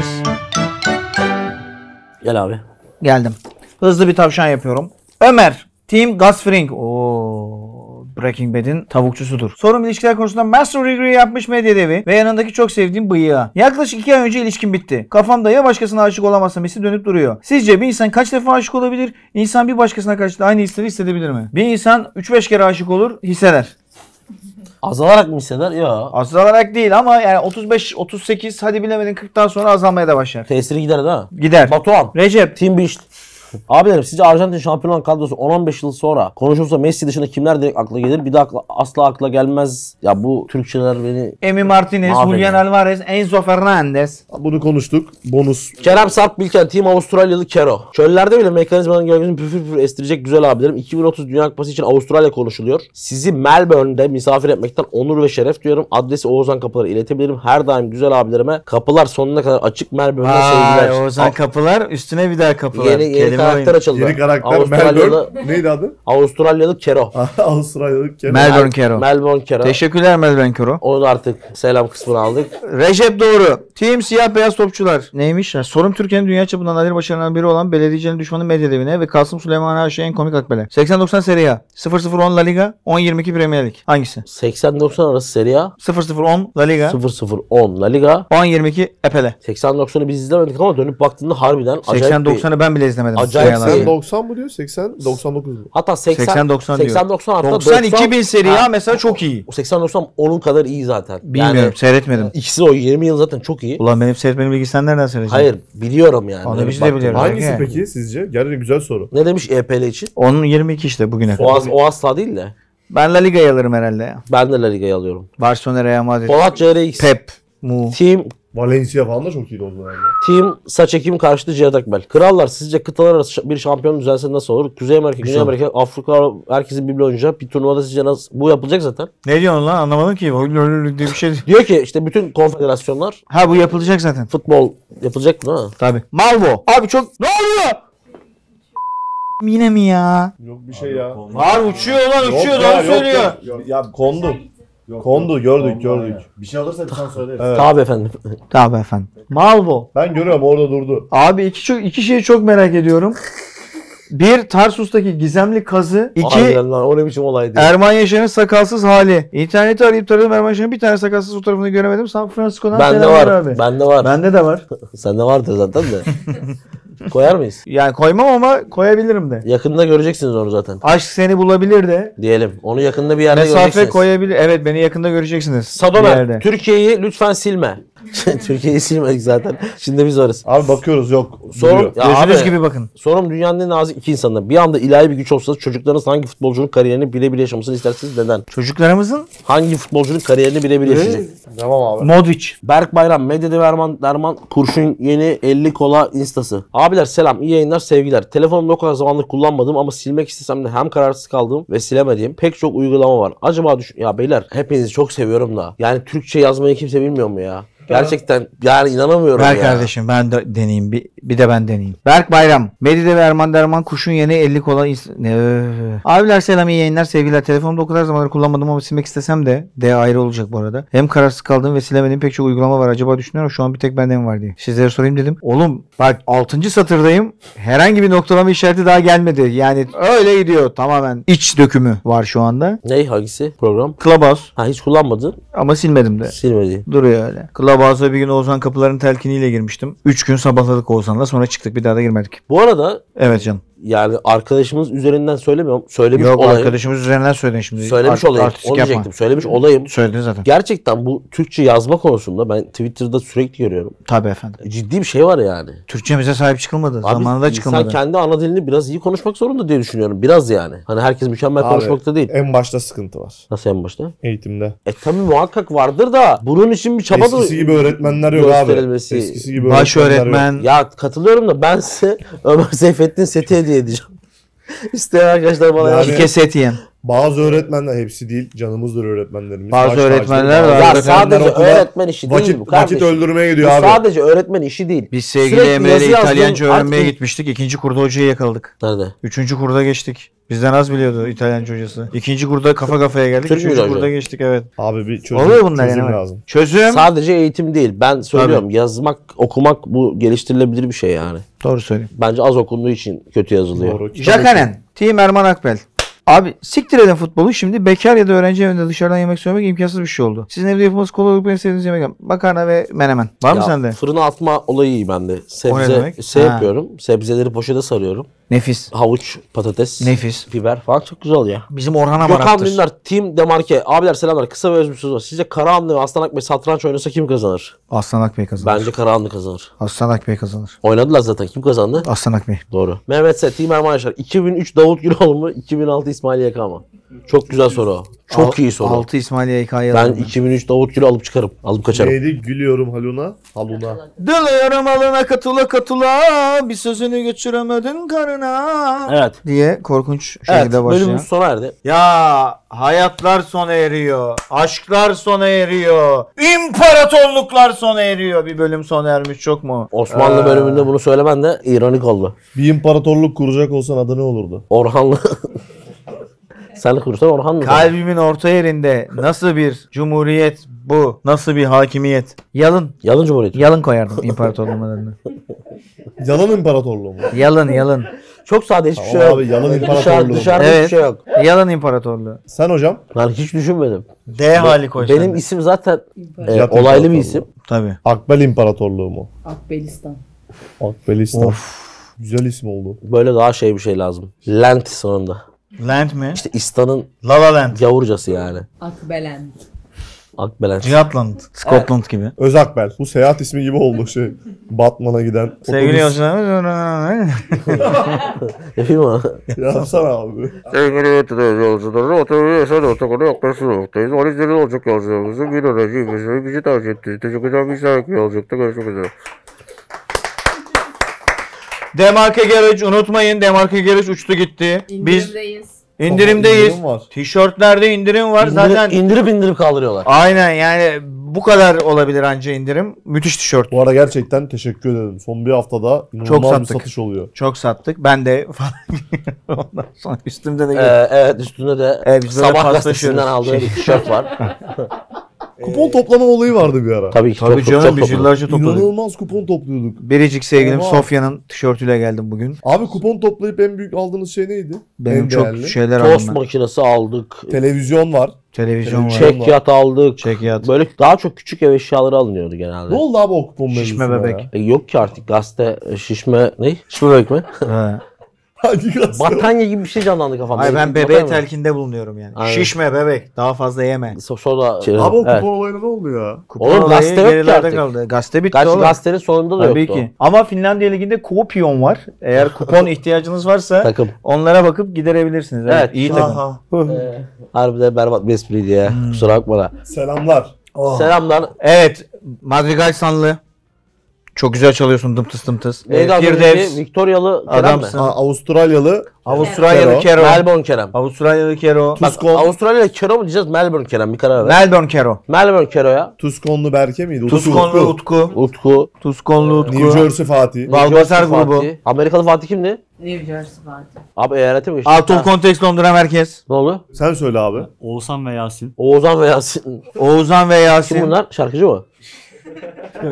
[SPEAKER 2] Gel abi.
[SPEAKER 1] Geldim. Hızlı bir tavşan yapıyorum. Ömer. Team Gasfring. Oo. Breaking Bad'in tavukçusudur. Sorum ilişkiler konusunda master degree yapmış medya devi ve yanındaki çok sevdiğim bıyığa. Yaklaşık iki ay önce ilişkim bitti. Kafamda ya başkasına aşık olamazsam hissi dönüp duruyor. Sizce bir insan kaç defa aşık olabilir? İnsan bir başkasına karşı da aynı hisleri hissedebilir mi? Bir insan 3-5 kere aşık olur hisseder.
[SPEAKER 2] Azalarak mı hisseder? Ya.
[SPEAKER 1] Azalarak değil ama yani 35, 38 hadi bilemedin 40'tan sonra azalmaya da başlar.
[SPEAKER 2] Tesiri gider değil mi?
[SPEAKER 1] Gider.
[SPEAKER 2] Batuhan.
[SPEAKER 1] Recep
[SPEAKER 2] Team Beast. Abilerim sizce Arjantin şampiyon olan kadrosu 10-15 yıl sonra konuşulsa Messi dışında kimler direkt akla gelir? Bir de akla- asla akla gelmez. Ya bu Türkçeler beni...
[SPEAKER 1] Emi Martinez,
[SPEAKER 2] Abi
[SPEAKER 1] Julian
[SPEAKER 2] ya.
[SPEAKER 1] Alvarez, Enzo Fernandez.
[SPEAKER 6] Bunu konuştuk. Bonus.
[SPEAKER 2] Kerem Sarp Bilken, Team Avustralyalı Kero. Çöllerde bile mekanizmanın gölgesini püfür püfür estirecek güzel abilerim. 2030 Dünya Kupası için Avustralya konuşuluyor. Sizi Melbourne'de misafir etmekten onur ve şeref duyuyorum. Adresi Oğuzhan Kapıları iletebilirim. Her daim güzel abilerime kapılar sonuna kadar açık Melbourne'den sevgiler.
[SPEAKER 1] Vay Oğuzhan
[SPEAKER 2] Al-
[SPEAKER 1] Kapılar üstüne bir daha kapılar.
[SPEAKER 2] Yeni, yeni
[SPEAKER 1] Kelime
[SPEAKER 2] karakter
[SPEAKER 1] oyunu.
[SPEAKER 2] açıldı.
[SPEAKER 6] Yeni karakter
[SPEAKER 2] Avustralyalı,
[SPEAKER 6] Melbourne. Neydi adı?
[SPEAKER 2] Avustralyalı Kero.
[SPEAKER 6] Avustralyalı Kenan.
[SPEAKER 1] Melbourne Kero.
[SPEAKER 2] Melbourne Kero.
[SPEAKER 1] Teşekkürler Melbourne Kero.
[SPEAKER 2] Onu da artık selam kısmını aldık.
[SPEAKER 1] Recep Doğru. Team siyah beyaz topçular. Neymiş? ya? Sorum Türkiye'nin dünya çapından nadir başarılan biri olan belediyecinin düşmanı medya devine ve Kasım Süleyman Aşı'ya en komik akbele. 80-90 Serie A. 0-0-10 La Liga. 10-22 Premier Lig. Hangisi?
[SPEAKER 2] 80-90 arası Serie A.
[SPEAKER 1] 0-0-10 La Liga.
[SPEAKER 2] 0-0-10 La Liga.
[SPEAKER 1] 10-22 Epele.
[SPEAKER 2] 80-90'ı biz izlemedik ama dönüp baktığında harbiden acayip bir-
[SPEAKER 1] 80-90'ı ben bile izlemedim.
[SPEAKER 2] Acayip
[SPEAKER 1] Serie A'larda.
[SPEAKER 2] seri.
[SPEAKER 6] 80 90 mu diyor? 80 99 mu?
[SPEAKER 2] Hatta 80
[SPEAKER 1] 80-90 diyor.
[SPEAKER 2] 90 hatta
[SPEAKER 1] 90 2000 seri
[SPEAKER 2] Ha,
[SPEAKER 1] A mesela çok iyi.
[SPEAKER 2] o 80 90 onun kadar iyi zaten.
[SPEAKER 1] Bilmiyorum
[SPEAKER 2] Yani
[SPEAKER 1] seyretmedim.
[SPEAKER 2] ikisi o 20 yıl zaten çok iyi.
[SPEAKER 1] Ulan benim seyretmediğim bilgi sen nereden seyredeceksin?
[SPEAKER 2] Hayır biliyorum yani.
[SPEAKER 1] Onu
[SPEAKER 2] Dönüp
[SPEAKER 1] biz de
[SPEAKER 2] baktığında.
[SPEAKER 1] biliyoruz.
[SPEAKER 6] Hangisi
[SPEAKER 1] Peki.
[SPEAKER 6] peki sizce? Gerçekten güzel soru.
[SPEAKER 2] Ne demiş EPL için?
[SPEAKER 1] Onun 22 işte bugüne kadar.
[SPEAKER 2] O, as- o asla değil de.
[SPEAKER 1] Ben La Liga'yı alırım herhalde ya.
[SPEAKER 2] Ben de La Liga'yı
[SPEAKER 1] E
[SPEAKER 2] alıyorum.
[SPEAKER 1] Barcelona Real Madrid.
[SPEAKER 2] Polat CRX.
[SPEAKER 1] Pep. Mu.
[SPEAKER 2] Team
[SPEAKER 6] Valencia falan da çok iyiydi o zaman.
[SPEAKER 2] Team saç ekimi karşıtı Cihat Akbel. Krallar sizce kıtalar arası şa- bir şampiyon düzense nasıl olur? Kuzey Amerika, Güney Amerika, Afrika herkesin birbirine oynayacağı bir turnuvada sizce nasıl? Bu yapılacak zaten.
[SPEAKER 1] Ne diyorsun lan anlamadım ki. Oy, lö, lö, lö diye bir şey.
[SPEAKER 2] Diyor ki işte bütün konfederasyonlar
[SPEAKER 1] Ha bu yapılacak zaten.
[SPEAKER 2] futbol yapılacak mı? Ha?
[SPEAKER 1] Tabi. Malvo. Abi çok... Ne oluyor? Yine mi ya?
[SPEAKER 6] Yok bir şey ya.
[SPEAKER 1] Var uçuyor lan
[SPEAKER 6] Yok
[SPEAKER 1] uçuyor
[SPEAKER 6] ya,
[SPEAKER 1] doğru
[SPEAKER 6] yok
[SPEAKER 1] söylüyor.
[SPEAKER 6] ya. Ya kondu. Kondu gördük gördük.
[SPEAKER 11] Bir şey olursa bir sana söyleriz.
[SPEAKER 6] Evet.
[SPEAKER 2] Tabii efendim.
[SPEAKER 1] Tabi efendim. Malvo.
[SPEAKER 6] Ben görüyorum orada durdu.
[SPEAKER 1] Abi iki, çok, iki şeyi çok merak ediyorum. Bir Tarsus'taki gizemli kazı. iki
[SPEAKER 2] Harbiden lan o ne biçim olay diyor.
[SPEAKER 1] Erman Yaşar'ın sakalsız hali. İnterneti arayıp taradım Erman Yaşar'ın bir tane sakalsız fotoğrafını göremedim. San Francisco'dan
[SPEAKER 2] Bende
[SPEAKER 1] selamlar
[SPEAKER 2] var.
[SPEAKER 1] abi.
[SPEAKER 2] Bende var.
[SPEAKER 1] Bende de var.
[SPEAKER 2] Sende vardır zaten de. Koyar mıyız?
[SPEAKER 1] Yani koymam ama koyabilirim de.
[SPEAKER 2] Yakında göreceksiniz onu zaten.
[SPEAKER 1] Aşk seni bulabilir de.
[SPEAKER 2] Diyelim. Onu yakında bir yerde
[SPEAKER 1] Mesafe
[SPEAKER 2] göreceksiniz.
[SPEAKER 1] koyabilir. Evet beni yakında göreceksiniz. Bir
[SPEAKER 2] Sadona,
[SPEAKER 1] yerde.
[SPEAKER 2] Türkiye'yi lütfen silme. Türkiye'yi silmedik zaten. Şimdi biz varız.
[SPEAKER 6] Abi bakıyoruz yok.
[SPEAKER 2] Sorun,
[SPEAKER 6] Duruyor.
[SPEAKER 2] ya
[SPEAKER 1] Gözünüz
[SPEAKER 2] abi,
[SPEAKER 1] gibi bakın.
[SPEAKER 2] Sorum dünyanın en nazik iki insanına. Bir anda ilahi bir güç olsa çocuklarınız hangi futbolcunun kariyerini birebir yaşamasını istersiniz? Neden?
[SPEAKER 1] Çocuklarımızın
[SPEAKER 2] Hangi futbolcunun kariyerini birebir
[SPEAKER 1] Ee?
[SPEAKER 2] yaşayacak?
[SPEAKER 6] Devam abi.
[SPEAKER 1] Modric.
[SPEAKER 2] Berk Bayram, Medyada Derman, Derman, Kurşun Yeni 50 Kola Instası. Abiler selam, iyi yayınlar, sevgiler. Telefonumu o kadar zamandır kullanmadım ama silmek istesem de hem kararsız kaldım ve silemediğim pek çok uygulama var. Acaba düşün... Ya beyler hepinizi çok seviyorum da. Yani Türkçe yazmayı kimse bilmiyor mu ya? Gerçekten yani inanamıyorum
[SPEAKER 1] Berk
[SPEAKER 2] ya.
[SPEAKER 1] kardeşim ben de deneyeyim. Bir, bir de ben deneyeyim. Berk Bayram. Medide ve Erman Derman kuşun yeni 50 kola. ins- Ne? öv. Abiler selam iyi yayınlar sevgiler. Telefonumda o kadar zamandır kullanmadım ama silmek istesem de. D ayrı olacak bu arada. Hem kararsız kaldığım ve silemediğim pek çok uygulama var. Acaba düşünüyorum şu an bir tek bende mi var diye. Sizlere sorayım dedim. Oğlum bak 6. satırdayım. Herhangi bir noktalama işareti daha gelmedi. Yani öyle gidiyor tamamen. iç dökümü var şu anda.
[SPEAKER 2] Ney hangisi program?
[SPEAKER 1] Clubhouse
[SPEAKER 2] Ha hiç kullanmadın.
[SPEAKER 1] ama silmedim de.
[SPEAKER 2] Silmedi.
[SPEAKER 1] Duruyor öyle. Clubhouse'a bir gün Oğuzhan Kapılar'ın telkiniyle girmiştim. Üç gün sabahladık Oğuzhan'la sonra çıktık bir daha da girmedik.
[SPEAKER 2] Bu arada
[SPEAKER 1] Evet canım.
[SPEAKER 2] yani arkadaşımız üzerinden söylemiyorum. Söylemiş
[SPEAKER 1] Yok
[SPEAKER 2] olayım.
[SPEAKER 1] arkadaşımız üzerinden söyledin şimdi.
[SPEAKER 2] Söylemiş
[SPEAKER 1] Art-
[SPEAKER 2] olayım.
[SPEAKER 1] artistik
[SPEAKER 2] Onu
[SPEAKER 1] yapma.
[SPEAKER 2] diyecektim. Söylemiş olayım.
[SPEAKER 1] Söyledin zaten.
[SPEAKER 2] Gerçekten bu Türkçe yazma konusunda ben Twitter'da sürekli görüyorum.
[SPEAKER 1] Tabii efendim.
[SPEAKER 2] Ciddi bir şey var yani.
[SPEAKER 1] Türkçemize sahip çıkılmadı. Zamanında
[SPEAKER 2] insan
[SPEAKER 1] çıkılmadı.
[SPEAKER 2] kendi ana dilini biraz iyi konuşmak zorunda diye düşünüyorum. Biraz yani. Hani herkes mükemmel
[SPEAKER 6] Abi.
[SPEAKER 2] konuşmakta değil.
[SPEAKER 6] En başta sıkıntı var.
[SPEAKER 2] Nasıl en başta?
[SPEAKER 6] Eğitimde.
[SPEAKER 2] E tabi muhakkak vardır da bunun için bir çaba da...
[SPEAKER 6] Eskisi gibi öğretmenler yok abi.
[SPEAKER 2] gösterilmesi-
[SPEAKER 6] Eskisi gibi
[SPEAKER 1] Baş
[SPEAKER 6] öğretmenler yok.
[SPEAKER 1] öğretmen.
[SPEAKER 2] Ya katılıyorum da ben size Ömer Seyfettin seti hediye edeceğim. İsteyen arkadaşlar bana
[SPEAKER 6] Yani-
[SPEAKER 2] yani,
[SPEAKER 1] iki keset yiyen.
[SPEAKER 6] Bazı öğretmenler hepsi değil canımızdır öğretmenlerimiz.
[SPEAKER 1] Bazı
[SPEAKER 6] Baş
[SPEAKER 1] öğretmenler
[SPEAKER 6] tacı.
[SPEAKER 1] var.
[SPEAKER 2] Ya
[SPEAKER 1] öğretmenler
[SPEAKER 2] sadece
[SPEAKER 6] okula
[SPEAKER 2] öğretmen işi
[SPEAKER 6] Vakit,
[SPEAKER 2] değil bu kardeşim.
[SPEAKER 6] vakit öldürmeye
[SPEAKER 2] Bu
[SPEAKER 6] gidiyor abi.
[SPEAKER 2] sadece öğretmen işi değil.
[SPEAKER 1] Biz sevgili
[SPEAKER 2] Sürekli
[SPEAKER 1] Emre ile
[SPEAKER 2] yazı yazdığın
[SPEAKER 1] İtalyanca öğrenmeye
[SPEAKER 2] artık-
[SPEAKER 1] gitmiştik. İkinci kurda hocayı yakaladık.
[SPEAKER 2] Nerede?
[SPEAKER 1] Üçüncü kurda geçtik. Bizden az biliyordu İtalyanca hocası. İkinci kurda kafa kafaya geldik.
[SPEAKER 2] Türk
[SPEAKER 1] Üçüncü
[SPEAKER 2] müydü hoca?
[SPEAKER 1] kurda geçtik evet.
[SPEAKER 6] Abi bir çözüm,
[SPEAKER 1] Oluyor bunlar
[SPEAKER 6] çözüm
[SPEAKER 1] yani.
[SPEAKER 6] lazım.
[SPEAKER 1] Çözüm.
[SPEAKER 2] Sadece eğitim değil. Ben söylüyorum yazmak, okumak bu geliştirilebilir bir şey yani.
[SPEAKER 1] Doğru söylüyorsun.
[SPEAKER 2] Bence az okunduğu için kötü yazılıyor.
[SPEAKER 6] Doğru.
[SPEAKER 1] Jakanen. Team Erman Akbel. Abi siktir edin futbolu. Şimdi bekar ya da öğrenci evinde dışarıdan yemek söylemek imkansız bir şey oldu. Sizin evde yapılması kolay olup en sevdiğiniz yemek yap- makarna ve menemen. Var mı
[SPEAKER 2] Ya,
[SPEAKER 1] sende?
[SPEAKER 2] Fırına atma olayı iyi bende.
[SPEAKER 1] O ne
[SPEAKER 2] Sebze
[SPEAKER 1] demek?
[SPEAKER 2] şey
[SPEAKER 1] Ha.
[SPEAKER 2] yapıyorum. Sebzeleri poşete sarıyorum.
[SPEAKER 1] Nefis.
[SPEAKER 2] Havuç, patates,
[SPEAKER 1] Nefis.
[SPEAKER 2] biber falan çok güzel oluyor.
[SPEAKER 1] Bizim Orhan
[SPEAKER 2] Gökhan
[SPEAKER 1] Amaraktır.
[SPEAKER 2] Dündar, Team Demarke. Abiler selamlar. Kısa ve öz bir söz var. Sizce Karahanlı ve Aslan Akbey satranç oynasa kim kazanır?
[SPEAKER 1] Aslan Akbey kazanır.
[SPEAKER 2] Bence Karahanlı kazanır.
[SPEAKER 1] Aslan Akbey kazanır.
[SPEAKER 2] Oynadılar zaten. Kim kazandı?
[SPEAKER 1] Aslan Akbey.
[SPEAKER 2] Doğru. Mehmet Set, Team Erman Yaşar. 2003 Davut Güloğlu mu? 2006 İsmail YK mı? Çok güzel soru. o. Çok
[SPEAKER 1] Al-
[SPEAKER 2] iyi soru.
[SPEAKER 1] Altı İsmail YK'yı
[SPEAKER 2] Ben
[SPEAKER 1] alırım.
[SPEAKER 2] 2003 Davut Gül'ü alıp çıkarım. Alıp kaçarım.
[SPEAKER 6] Neydi? Gülüyorum Haluna. Haluna.
[SPEAKER 1] Dılıyorum alına katula katula bir sözünü götüremedin karına
[SPEAKER 2] Evet.
[SPEAKER 1] diye korkunç
[SPEAKER 2] Evet.
[SPEAKER 1] şekilde
[SPEAKER 2] Bölümümüz
[SPEAKER 1] başlıyor.
[SPEAKER 2] sona erdi.
[SPEAKER 1] Ya hayatlar sona eriyor. Aşklar sona eriyor. imparatorluklar sona eriyor. Bir bölüm sona ermiş çok mu?
[SPEAKER 2] Osmanlı
[SPEAKER 1] Ee,
[SPEAKER 2] bölümünde bunu söylemen de ironik oldu.
[SPEAKER 6] Bir imparatorluk kuracak olsan adı ne olurdu?
[SPEAKER 2] Orhanlı. Sen kursan Orhanlı.
[SPEAKER 1] Kalbimin orta yerinde nasıl bir cumhuriyet bu? Nasıl bir hakimiyet? Yalın.
[SPEAKER 2] Yalın Cumhuriyeti.
[SPEAKER 1] Yalın koyardım imparatorluğumun adını.
[SPEAKER 6] Yalan imparatorluğu mu?
[SPEAKER 1] Yalın yalın.
[SPEAKER 2] Çok sade hiçbir
[SPEAKER 6] Tamam
[SPEAKER 2] şey yok.
[SPEAKER 6] abi, yalan
[SPEAKER 2] Dışarı-
[SPEAKER 6] imparatorluğu.
[SPEAKER 2] Dışarıda
[SPEAKER 1] Evet.
[SPEAKER 2] hiçbir şey yok.
[SPEAKER 1] Yalın imparatorluğu.
[SPEAKER 6] Sen hocam?
[SPEAKER 2] Ben hiç düşünmedim.
[SPEAKER 1] D hali koy.
[SPEAKER 2] Benim isim zaten e,
[SPEAKER 6] Yat
[SPEAKER 2] olaylı bir
[SPEAKER 6] imparatorluğu.
[SPEAKER 2] isim.
[SPEAKER 1] Tabii.
[SPEAKER 6] Akbel imparatorluğu mu?
[SPEAKER 7] Akbelistan.
[SPEAKER 6] Akbelistan. Güzel isim oldu.
[SPEAKER 2] Böyle daha şey bir şey lazım. Lent sonunda.
[SPEAKER 1] Land mi?
[SPEAKER 2] İşte İstan'ın
[SPEAKER 1] La La Land.
[SPEAKER 2] gavurcası yani.
[SPEAKER 7] Akbelen.
[SPEAKER 2] Akbelen.
[SPEAKER 1] Cihotland. Scotland gibi.
[SPEAKER 6] Öz Akbel. Bu seyahat ismi gibi oldu şey. Batman'a giden.
[SPEAKER 1] Sevgili
[SPEAKER 6] otobüs.
[SPEAKER 1] yolcularımız.
[SPEAKER 2] Yapayım mı?
[SPEAKER 1] E
[SPEAKER 6] Yapsana abi.
[SPEAKER 3] Sevgili yönetici yolcuları otobüse de otokonu yaklaşık noktayız. 13 lira olacak yolculuğumuzun bir önceki inmesini bizi tercih ettiniz. Teşekkür ederim. Bir sonraki yolculukta görüşmek üzere.
[SPEAKER 1] Demarke Garage unutmayın. Demarke Garage uçtu gitti. Biz
[SPEAKER 7] İndirimdeyiz.
[SPEAKER 1] indirimdeyiz.
[SPEAKER 6] İndirim var.
[SPEAKER 1] Tişörtlerde indirim var. Zaten
[SPEAKER 2] indirip indirip kaldırıyorlar.
[SPEAKER 1] aynen yani bu kadar olabilir anca indirim. Müthiş tişört.
[SPEAKER 6] Bu arada gerçekten teşekkür ederim. Son bir haftada
[SPEAKER 1] Çok
[SPEAKER 6] inanılmaz bir
[SPEAKER 1] sattık.
[SPEAKER 6] satış oluyor.
[SPEAKER 1] Çok sattık. Ben de falan. Ondan sonra üstümde de
[SPEAKER 2] Ee, evet üstünde de
[SPEAKER 1] Evet, biz böyle
[SPEAKER 2] sabah
[SPEAKER 1] paslaşıyoruz.
[SPEAKER 2] gazetesinden aldığım bir tişört var.
[SPEAKER 6] Kupon toplama olayı vardı bir ara.
[SPEAKER 2] Tabii ki
[SPEAKER 1] Tabii
[SPEAKER 2] çok, çok,
[SPEAKER 1] canım
[SPEAKER 2] çok
[SPEAKER 1] biz
[SPEAKER 2] topladım.
[SPEAKER 1] yıllarca topladık.
[SPEAKER 6] İnanılmaz kupon topluyorduk.
[SPEAKER 1] Biricik sevgilim
[SPEAKER 6] Oha.
[SPEAKER 1] Sofya'nın tişörtüyle geldim bugün.
[SPEAKER 6] Abi kupon toplayıp en büyük aldığınız şey neydi?
[SPEAKER 1] Benim
[SPEAKER 6] en
[SPEAKER 1] çok şey-
[SPEAKER 6] değerli.
[SPEAKER 1] şeyler
[SPEAKER 2] Tost
[SPEAKER 1] aldım. ben.
[SPEAKER 2] makinesi aldık.
[SPEAKER 6] Televizyon var.
[SPEAKER 1] Televizyon var.
[SPEAKER 6] Televizyon.
[SPEAKER 2] Çekyat aldık.
[SPEAKER 1] Çekyat.
[SPEAKER 2] Böyle daha çok küçük ev eşyaları alınıyordu genelde.
[SPEAKER 6] Ne oldu abi o kupon mevzusuna
[SPEAKER 1] Şişme bebek.
[SPEAKER 6] Ya?
[SPEAKER 2] E, yok ki artık gazete e, şişme ne? Şişme bebek mi?
[SPEAKER 1] He.
[SPEAKER 6] Hangi gazete?
[SPEAKER 2] Batanya gibi bir şey canlandı kafamda.
[SPEAKER 1] Hayır ben
[SPEAKER 2] Batanya
[SPEAKER 1] bebeğe
[SPEAKER 2] mı?
[SPEAKER 1] telkinde bulunuyorum yani.
[SPEAKER 2] Aynen.
[SPEAKER 1] Şişme bebek. Daha fazla yeme.
[SPEAKER 2] So- Soda. Şey,
[SPEAKER 6] Abi o kupon
[SPEAKER 2] evet.
[SPEAKER 6] olayına ne oldu ya?
[SPEAKER 2] Oğlum
[SPEAKER 1] Olayı
[SPEAKER 2] gazete yok ki
[SPEAKER 1] gerilerde
[SPEAKER 2] artık.
[SPEAKER 1] kaldı. Gazete bitti
[SPEAKER 2] Gerçi
[SPEAKER 1] oğlum.
[SPEAKER 2] gazetenin sonunda da
[SPEAKER 1] Tabii
[SPEAKER 2] yoktu.
[SPEAKER 1] ki. Ama Finlandiya Ligi'nde kupion var. Eğer kupon ihtiyacınız varsa
[SPEAKER 2] Takım.
[SPEAKER 1] onlara bakıp giderebilirsiniz. Evet,
[SPEAKER 2] Evet.
[SPEAKER 1] iyi takım.
[SPEAKER 6] Aha.
[SPEAKER 2] Harbiden berbat bir espriydi ya. Kusura bakma da.
[SPEAKER 6] Selamlar.
[SPEAKER 2] Ah. Selamlar.
[SPEAKER 1] Evet, Madrigal Sanlı. Çok güzel çalıyorsun dımptıs dımptıs.
[SPEAKER 2] Neydi
[SPEAKER 1] Ee,
[SPEAKER 2] adı?
[SPEAKER 1] Firdevs,
[SPEAKER 2] Victoria'lı Kerem mi?
[SPEAKER 1] adamsın.
[SPEAKER 6] Ha, Avustralyalı.
[SPEAKER 1] Avustralyalı
[SPEAKER 6] Kero.
[SPEAKER 1] Kero.
[SPEAKER 2] Melbourne Kerem.
[SPEAKER 1] Avustralyalı Kero.
[SPEAKER 2] Bak,
[SPEAKER 6] Tuscon.
[SPEAKER 2] Avustralya Kero mu diyeceğiz? Melbourne Kerem bir karar ver.
[SPEAKER 1] Melbourne Kero.
[SPEAKER 2] Melbourne Kero ya.
[SPEAKER 6] Tuskonlu Berke miydi? Utku,
[SPEAKER 1] Tuskonlu
[SPEAKER 6] Utku.
[SPEAKER 1] Utku.
[SPEAKER 2] Utku.
[SPEAKER 1] Tuskonlu
[SPEAKER 6] New
[SPEAKER 1] Utku.
[SPEAKER 6] Jersey Fatih.
[SPEAKER 1] Balbazar
[SPEAKER 2] Fatih.
[SPEAKER 1] grubu.
[SPEAKER 2] Amerikalı Fatih kimdi?
[SPEAKER 7] New Jersey Fatih.
[SPEAKER 2] Abi eyalete mi geçti?
[SPEAKER 1] Out
[SPEAKER 2] Ha,
[SPEAKER 1] of Context Londra Merkez.
[SPEAKER 2] Ne oldu?
[SPEAKER 6] Sen söyle abi.
[SPEAKER 8] Oğuzhan ve Yasin
[SPEAKER 2] Oğuzhan ve Yasin.
[SPEAKER 1] Oğuzhan ve
[SPEAKER 2] Kim
[SPEAKER 1] Yasin.
[SPEAKER 2] bunlar? Şarkıcı mı?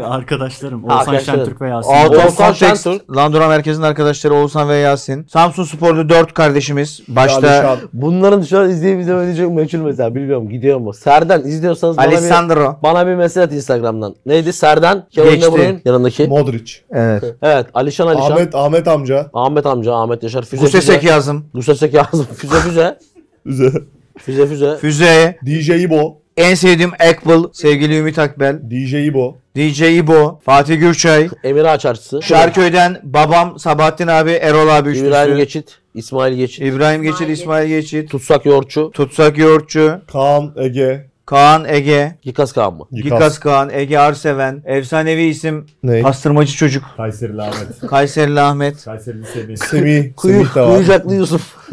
[SPEAKER 8] arkadaşlarım
[SPEAKER 2] Ha,
[SPEAKER 8] Oğuzhan
[SPEAKER 2] arkadaşlarım.
[SPEAKER 8] Şentürk ve Yasin.
[SPEAKER 2] Aa,
[SPEAKER 1] Out
[SPEAKER 2] Oğuzhan
[SPEAKER 1] of Context
[SPEAKER 2] Şentürk.
[SPEAKER 1] Londra Merkez'in arkadaşları Oğuzhan ve Yasin. Samsun Sporlu dört kardeşimiz. Başta
[SPEAKER 6] Alişan.
[SPEAKER 2] Bunların şu an izleyip izlemeyecek meçhul mesela bilmiyorum gidiyor mu? Serden izliyorsanız bana bir,
[SPEAKER 1] Alessandro.
[SPEAKER 2] bana bir mesaj at Instagram'dan. Neydi Serden? Kevin
[SPEAKER 1] Geçti.
[SPEAKER 2] De Bruyne yanındaki.
[SPEAKER 6] Modric.
[SPEAKER 1] Evet.
[SPEAKER 2] Evet Alişan Alişan. Ahmet,
[SPEAKER 6] Ahmet Ahmet amca.
[SPEAKER 2] amca Ahmet Yaşar. Füze
[SPEAKER 1] Kusesek
[SPEAKER 2] füze.
[SPEAKER 1] yazdım.
[SPEAKER 2] Gusesek yazdım. Füze füze. Füze füze.
[SPEAKER 1] Füze.
[SPEAKER 6] DJ İbo.
[SPEAKER 1] En sevdiğim Ekbal. Sevgili Ümit Akbel.
[SPEAKER 6] DJ İbo.
[SPEAKER 1] DJ İbo. Fatih Gürçay.
[SPEAKER 2] Emir Açarçısı.
[SPEAKER 1] Şarköy'den babam Sabahattin abi. Erol abi üçlüsü.
[SPEAKER 2] İbrahim
[SPEAKER 1] İbrahim,
[SPEAKER 2] Geçit. İsmail Geçit.
[SPEAKER 1] E- Geçit. İsmail Geçit.
[SPEAKER 2] Tutsak Yoğurtçu.
[SPEAKER 1] Tutsak Yoğurtçu.
[SPEAKER 6] Kaan Ege.
[SPEAKER 1] Kaan Ege.
[SPEAKER 2] Gikas Kağan mı?
[SPEAKER 1] Gikas Kaan. Ege Arseven. Efsanevi isim.
[SPEAKER 6] Ne?
[SPEAKER 1] Pastırmacı çocuk.
[SPEAKER 9] Kayseri Ahmet.
[SPEAKER 1] Kayserili Ahmet.
[SPEAKER 9] Kayseri Seviyesi.
[SPEAKER 6] Semih.
[SPEAKER 2] Kuyu,
[SPEAKER 6] Semih de var.
[SPEAKER 2] Kuyucaklı Yusuf.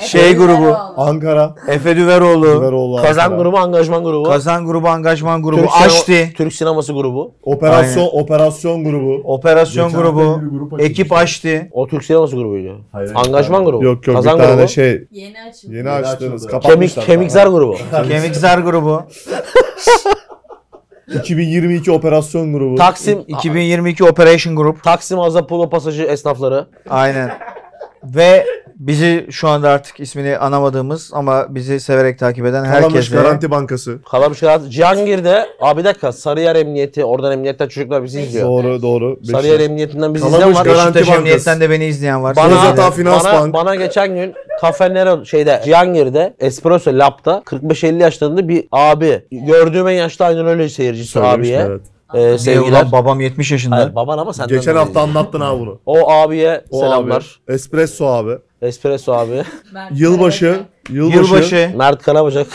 [SPEAKER 1] Şey grubu.
[SPEAKER 6] Ankara.
[SPEAKER 1] Efe Düveroğlu.
[SPEAKER 6] Güveroğlu.
[SPEAKER 2] Kazan
[SPEAKER 6] Ankara.
[SPEAKER 2] grubu, angajman grubu.
[SPEAKER 1] Kazan grubu, angajman grubu,
[SPEAKER 2] Türk
[SPEAKER 1] Açti,
[SPEAKER 2] Sinema- Türk Sineması grubu.
[SPEAKER 6] Operasyon operasyon grubu.
[SPEAKER 1] operasyon
[SPEAKER 9] Geçen
[SPEAKER 1] grubu,
[SPEAKER 9] hafta bir grup
[SPEAKER 1] ekip Açti,
[SPEAKER 2] O Türk Sineması grubuydu.
[SPEAKER 9] Hayır,
[SPEAKER 2] Angajman grubu.
[SPEAKER 6] Yok yok
[SPEAKER 2] Kazan
[SPEAKER 6] bir tane
[SPEAKER 2] grubu.
[SPEAKER 6] şey
[SPEAKER 7] Yeni açıldı.
[SPEAKER 6] yeni açtınız.
[SPEAKER 9] açıldı.
[SPEAKER 2] Kemik,
[SPEAKER 6] Kapatmışlar.
[SPEAKER 2] kemik Zar grubu.
[SPEAKER 1] Kemik Zar grubu,
[SPEAKER 6] 2022 operasyon grubu.
[SPEAKER 2] Taksim,
[SPEAKER 1] 2022 Operation Group.
[SPEAKER 2] Taksim Azapolo pasajı esnafları.
[SPEAKER 1] Aynen. Ve bizi şu anda artık ismini anamadığımız ama bizi severek takip eden
[SPEAKER 6] Kalamış
[SPEAKER 1] herkese
[SPEAKER 6] Garanti Bankası.
[SPEAKER 2] Kalamış Galatasaray. şey Cihangir'de abi bir dakika Sarıyer Emniyeti oradan emniyetten çocuklar bizi izliyor.
[SPEAKER 6] Doğru doğru.
[SPEAKER 2] Sarıyer Emniyetinden bizi
[SPEAKER 6] şey. Kalamış
[SPEAKER 2] izleyen var.
[SPEAKER 6] Garanti
[SPEAKER 1] Beşiktaş
[SPEAKER 6] Bankası.
[SPEAKER 1] Emniyet'ten de beni izleyen var.
[SPEAKER 2] Bana-
[SPEAKER 1] Sizin de.
[SPEAKER 6] Zata Finans
[SPEAKER 2] Bana,
[SPEAKER 6] Bank.
[SPEAKER 2] bana geçen gün Cafe Nero şeyde Cihangir'de Espresso Lab'da 45-50 yaşlarında bir abi gördüğüm en yaşlı aynen öyle seyircisi
[SPEAKER 6] Söylemiştim,
[SPEAKER 2] abiye
[SPEAKER 6] evet.
[SPEAKER 2] e,
[SPEAKER 1] Niye
[SPEAKER 2] sevgiler.
[SPEAKER 1] ulan babam 70 yaşında.
[SPEAKER 2] Hayır, baban ama senden
[SPEAKER 6] Geçen
[SPEAKER 2] daha
[SPEAKER 6] hafta
[SPEAKER 2] iyi.
[SPEAKER 6] anlattın ha bunu.
[SPEAKER 2] O abiye
[SPEAKER 6] O
[SPEAKER 2] selamlar.
[SPEAKER 6] abi. Espresso abi.
[SPEAKER 2] Espresso abi.
[SPEAKER 6] Yılbaşı. Yılbaşı.
[SPEAKER 1] Yılbaşı.
[SPEAKER 2] Mert Karabacak.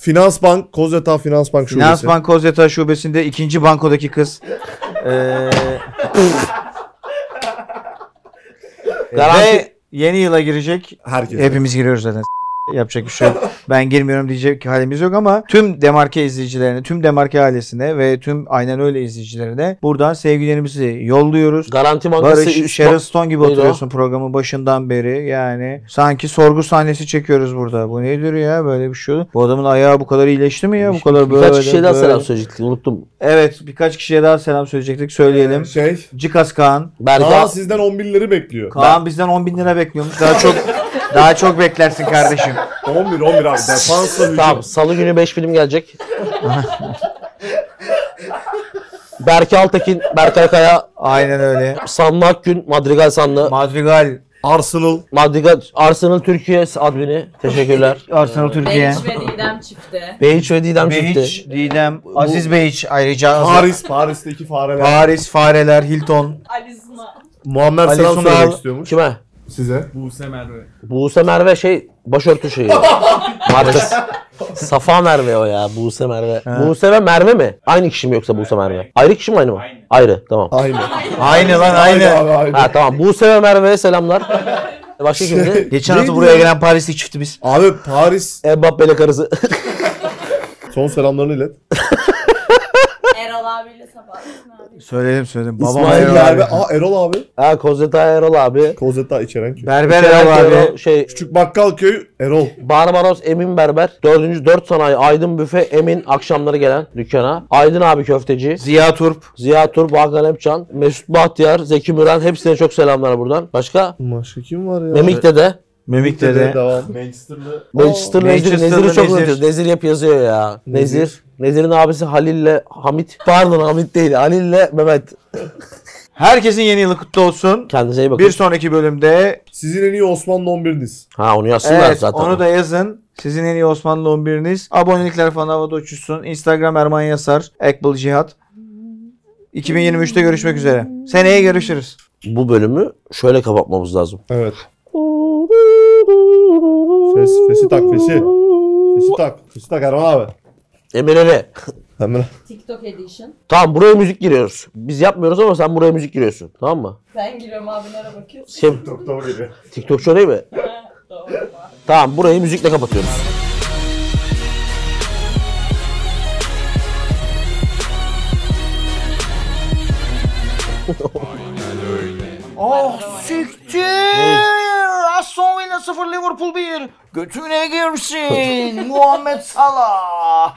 [SPEAKER 6] Finans Bank. Kozyata Finans Bank şubesi.
[SPEAKER 1] Finans Bank Kozyatağı Şubesi'nde ikinci bankodaki kız. Ee,
[SPEAKER 2] Garanti-
[SPEAKER 1] ve yeni yıla girecek.
[SPEAKER 6] Herkes.
[SPEAKER 1] Hepimiz giriyoruz zaten. Yapacak bir şey yok. Ben girmiyorum diyecek halimiz yok ama tüm Demarke izleyicilerine, tüm Demarke ailesine ve tüm aynen öyle izleyicilerine buradan sevgilerimizi yolluyoruz.
[SPEAKER 2] Garanti Bankası.
[SPEAKER 1] Barış, Sharon Stone gibi
[SPEAKER 2] Neydi o?
[SPEAKER 1] oturuyorsun programın başından beri yani. Sanki sorgu sahnesi çekiyoruz burada. Bu nedir ya böyle bir şey olur. Bu adamın ayağı bu kadar iyileşti mi ya? Bu kadar böyle.
[SPEAKER 2] Birkaç kişiye daha
[SPEAKER 1] böyle.
[SPEAKER 2] selam söyleyecektik unuttum.
[SPEAKER 1] Evet birkaç kişiye daha selam söyleyecektik. Söyleyelim.
[SPEAKER 6] Şey.
[SPEAKER 1] Cikas Kaan.
[SPEAKER 2] Berga.
[SPEAKER 6] Daha sizden 11'leri bekliyor.
[SPEAKER 1] Kaan bizden 10 bin lira bekliyormuş. Daha çok daha çok beklersin kardeşim.
[SPEAKER 6] 11 11 abi. Defansla hücum.
[SPEAKER 2] Tamam salı günü 5 film gelecek. Berke Altekin, Berkay Kaya,
[SPEAKER 1] Aynen öyle.
[SPEAKER 2] Sanlı Akgün, Madrigal Sanlı,
[SPEAKER 1] Madrigal,
[SPEAKER 6] Arsenal.
[SPEAKER 2] Madrigal, Arsenal Türkiye admini. Teşekkürler.
[SPEAKER 1] Arsenal Türkiye.
[SPEAKER 7] Beyiş ve Didem çifti.
[SPEAKER 2] Beyiç ve Didem
[SPEAKER 1] Behiç,
[SPEAKER 2] çıktı.
[SPEAKER 1] Didem, Aziz Behiç ayrıca.
[SPEAKER 6] Paris. Paris'teki fareler.
[SPEAKER 1] Paris, Fareler, Hilton.
[SPEAKER 5] Alizma.
[SPEAKER 6] Muammer
[SPEAKER 1] Ali
[SPEAKER 6] selam
[SPEAKER 1] Sunal.
[SPEAKER 6] söylemek istiyormuş.
[SPEAKER 2] Kime?
[SPEAKER 6] Size.
[SPEAKER 2] Buse Merve şey başörtü şeyi. Markası. Safa Merve o ya. Buse Merve. Buse ve Merve mi? Aynı kişi mi yoksa Buse Merve? Ayrı kişi mi aynı mı? Ayrı. Tamam.
[SPEAKER 6] Aynı.
[SPEAKER 1] Aynı lan
[SPEAKER 6] Aynı
[SPEAKER 1] aynı.
[SPEAKER 6] abi aynı.
[SPEAKER 2] Ha tamam. Buse ve Merve'ye selamlar. Başka kimdi?
[SPEAKER 1] Geçen
[SPEAKER 6] Ne
[SPEAKER 1] hafta
[SPEAKER 6] diyor?
[SPEAKER 1] buraya gelen Parisli çiftimiz.
[SPEAKER 6] Abi Paris.
[SPEAKER 2] Mbappe'yle karısı.
[SPEAKER 6] Son selamlarını ilet.
[SPEAKER 5] Erol abiyle Sabahattin abi.
[SPEAKER 1] Söyledim söyledim. Babam
[SPEAKER 6] İsmail
[SPEAKER 1] Erol
[SPEAKER 6] Merve.
[SPEAKER 1] abi.
[SPEAKER 6] Aa Erol abi.
[SPEAKER 2] ha Kozeta Erol abi.
[SPEAKER 6] Kozeta içeren köy.
[SPEAKER 1] Berber
[SPEAKER 2] Kerem
[SPEAKER 1] Erol abi.
[SPEAKER 2] Erol, Şey,
[SPEAKER 6] Küçük Bakkal Köyü Erol.
[SPEAKER 2] Barbaros Emin Berber. Dördüncü dört sanayi Aydın Büfe Emin akşamları gelen dükkana. Aydın abi köfteci.
[SPEAKER 1] Ziya Turp.
[SPEAKER 2] Ziya Tur, Hakan Epcan, Mesut Bahtiyar, Zeki Müren hepsine çok selamlar buradan. Başka?
[SPEAKER 6] Başka kim var ya?
[SPEAKER 2] Memik'te de.
[SPEAKER 1] Memik'te
[SPEAKER 6] Memik'te de
[SPEAKER 1] de.
[SPEAKER 6] Devam.
[SPEAKER 2] Manchester Nezir.
[SPEAKER 1] Manchester'da
[SPEAKER 2] Nezir'i çok
[SPEAKER 1] Nezir.
[SPEAKER 2] unutuyoruz. Nezir hep yazıyor ya. Nezir. Nezir'in abisi Halil'le Hamit. Pardon Hamit değil. Halil'le Mehmet.
[SPEAKER 1] Herkesin yeni yılı kutlu olsun.
[SPEAKER 2] Kendinize iyi bakın.
[SPEAKER 1] Bir sonraki bölümde
[SPEAKER 6] Sizin en iyi Osmanlı 11'iniz.
[SPEAKER 2] Ha onu yazsınlar
[SPEAKER 1] Evet
[SPEAKER 2] zaten.
[SPEAKER 1] onu da yazın. Sizin en iyi Osmanlı 11'iniz. Abonelikler falan havada uçuşsun. Instagram Erman Yasar. Ekbal Cihat. 2023'te görüşmek üzere. Seneye görüşürüz.
[SPEAKER 2] Bu bölümü şöyle kapatmamız lazım.
[SPEAKER 6] Evet. Fes, fesi tak fesi. Fesi tak. Fesi tak Erman abi.
[SPEAKER 2] Emir'e
[SPEAKER 6] Hemen.
[SPEAKER 7] TikTok edition.
[SPEAKER 2] Tamam buraya müzik giriyoruz. Biz yapmıyoruz ama sen buraya müzik giriyorsun. Tamam mı?
[SPEAKER 5] Ben giriyorum abi nereye bakıyorsun?
[SPEAKER 2] Şey,
[SPEAKER 6] Doktor geliyor.
[SPEAKER 2] TikTokçu değil mi?
[SPEAKER 5] Doğru.
[SPEAKER 2] Tamam burayı müzikle kapatıyoruz.
[SPEAKER 1] Oh siktir. Aston Villa 0 Liverpool 1. Götüne girsin. Muhammed Salah.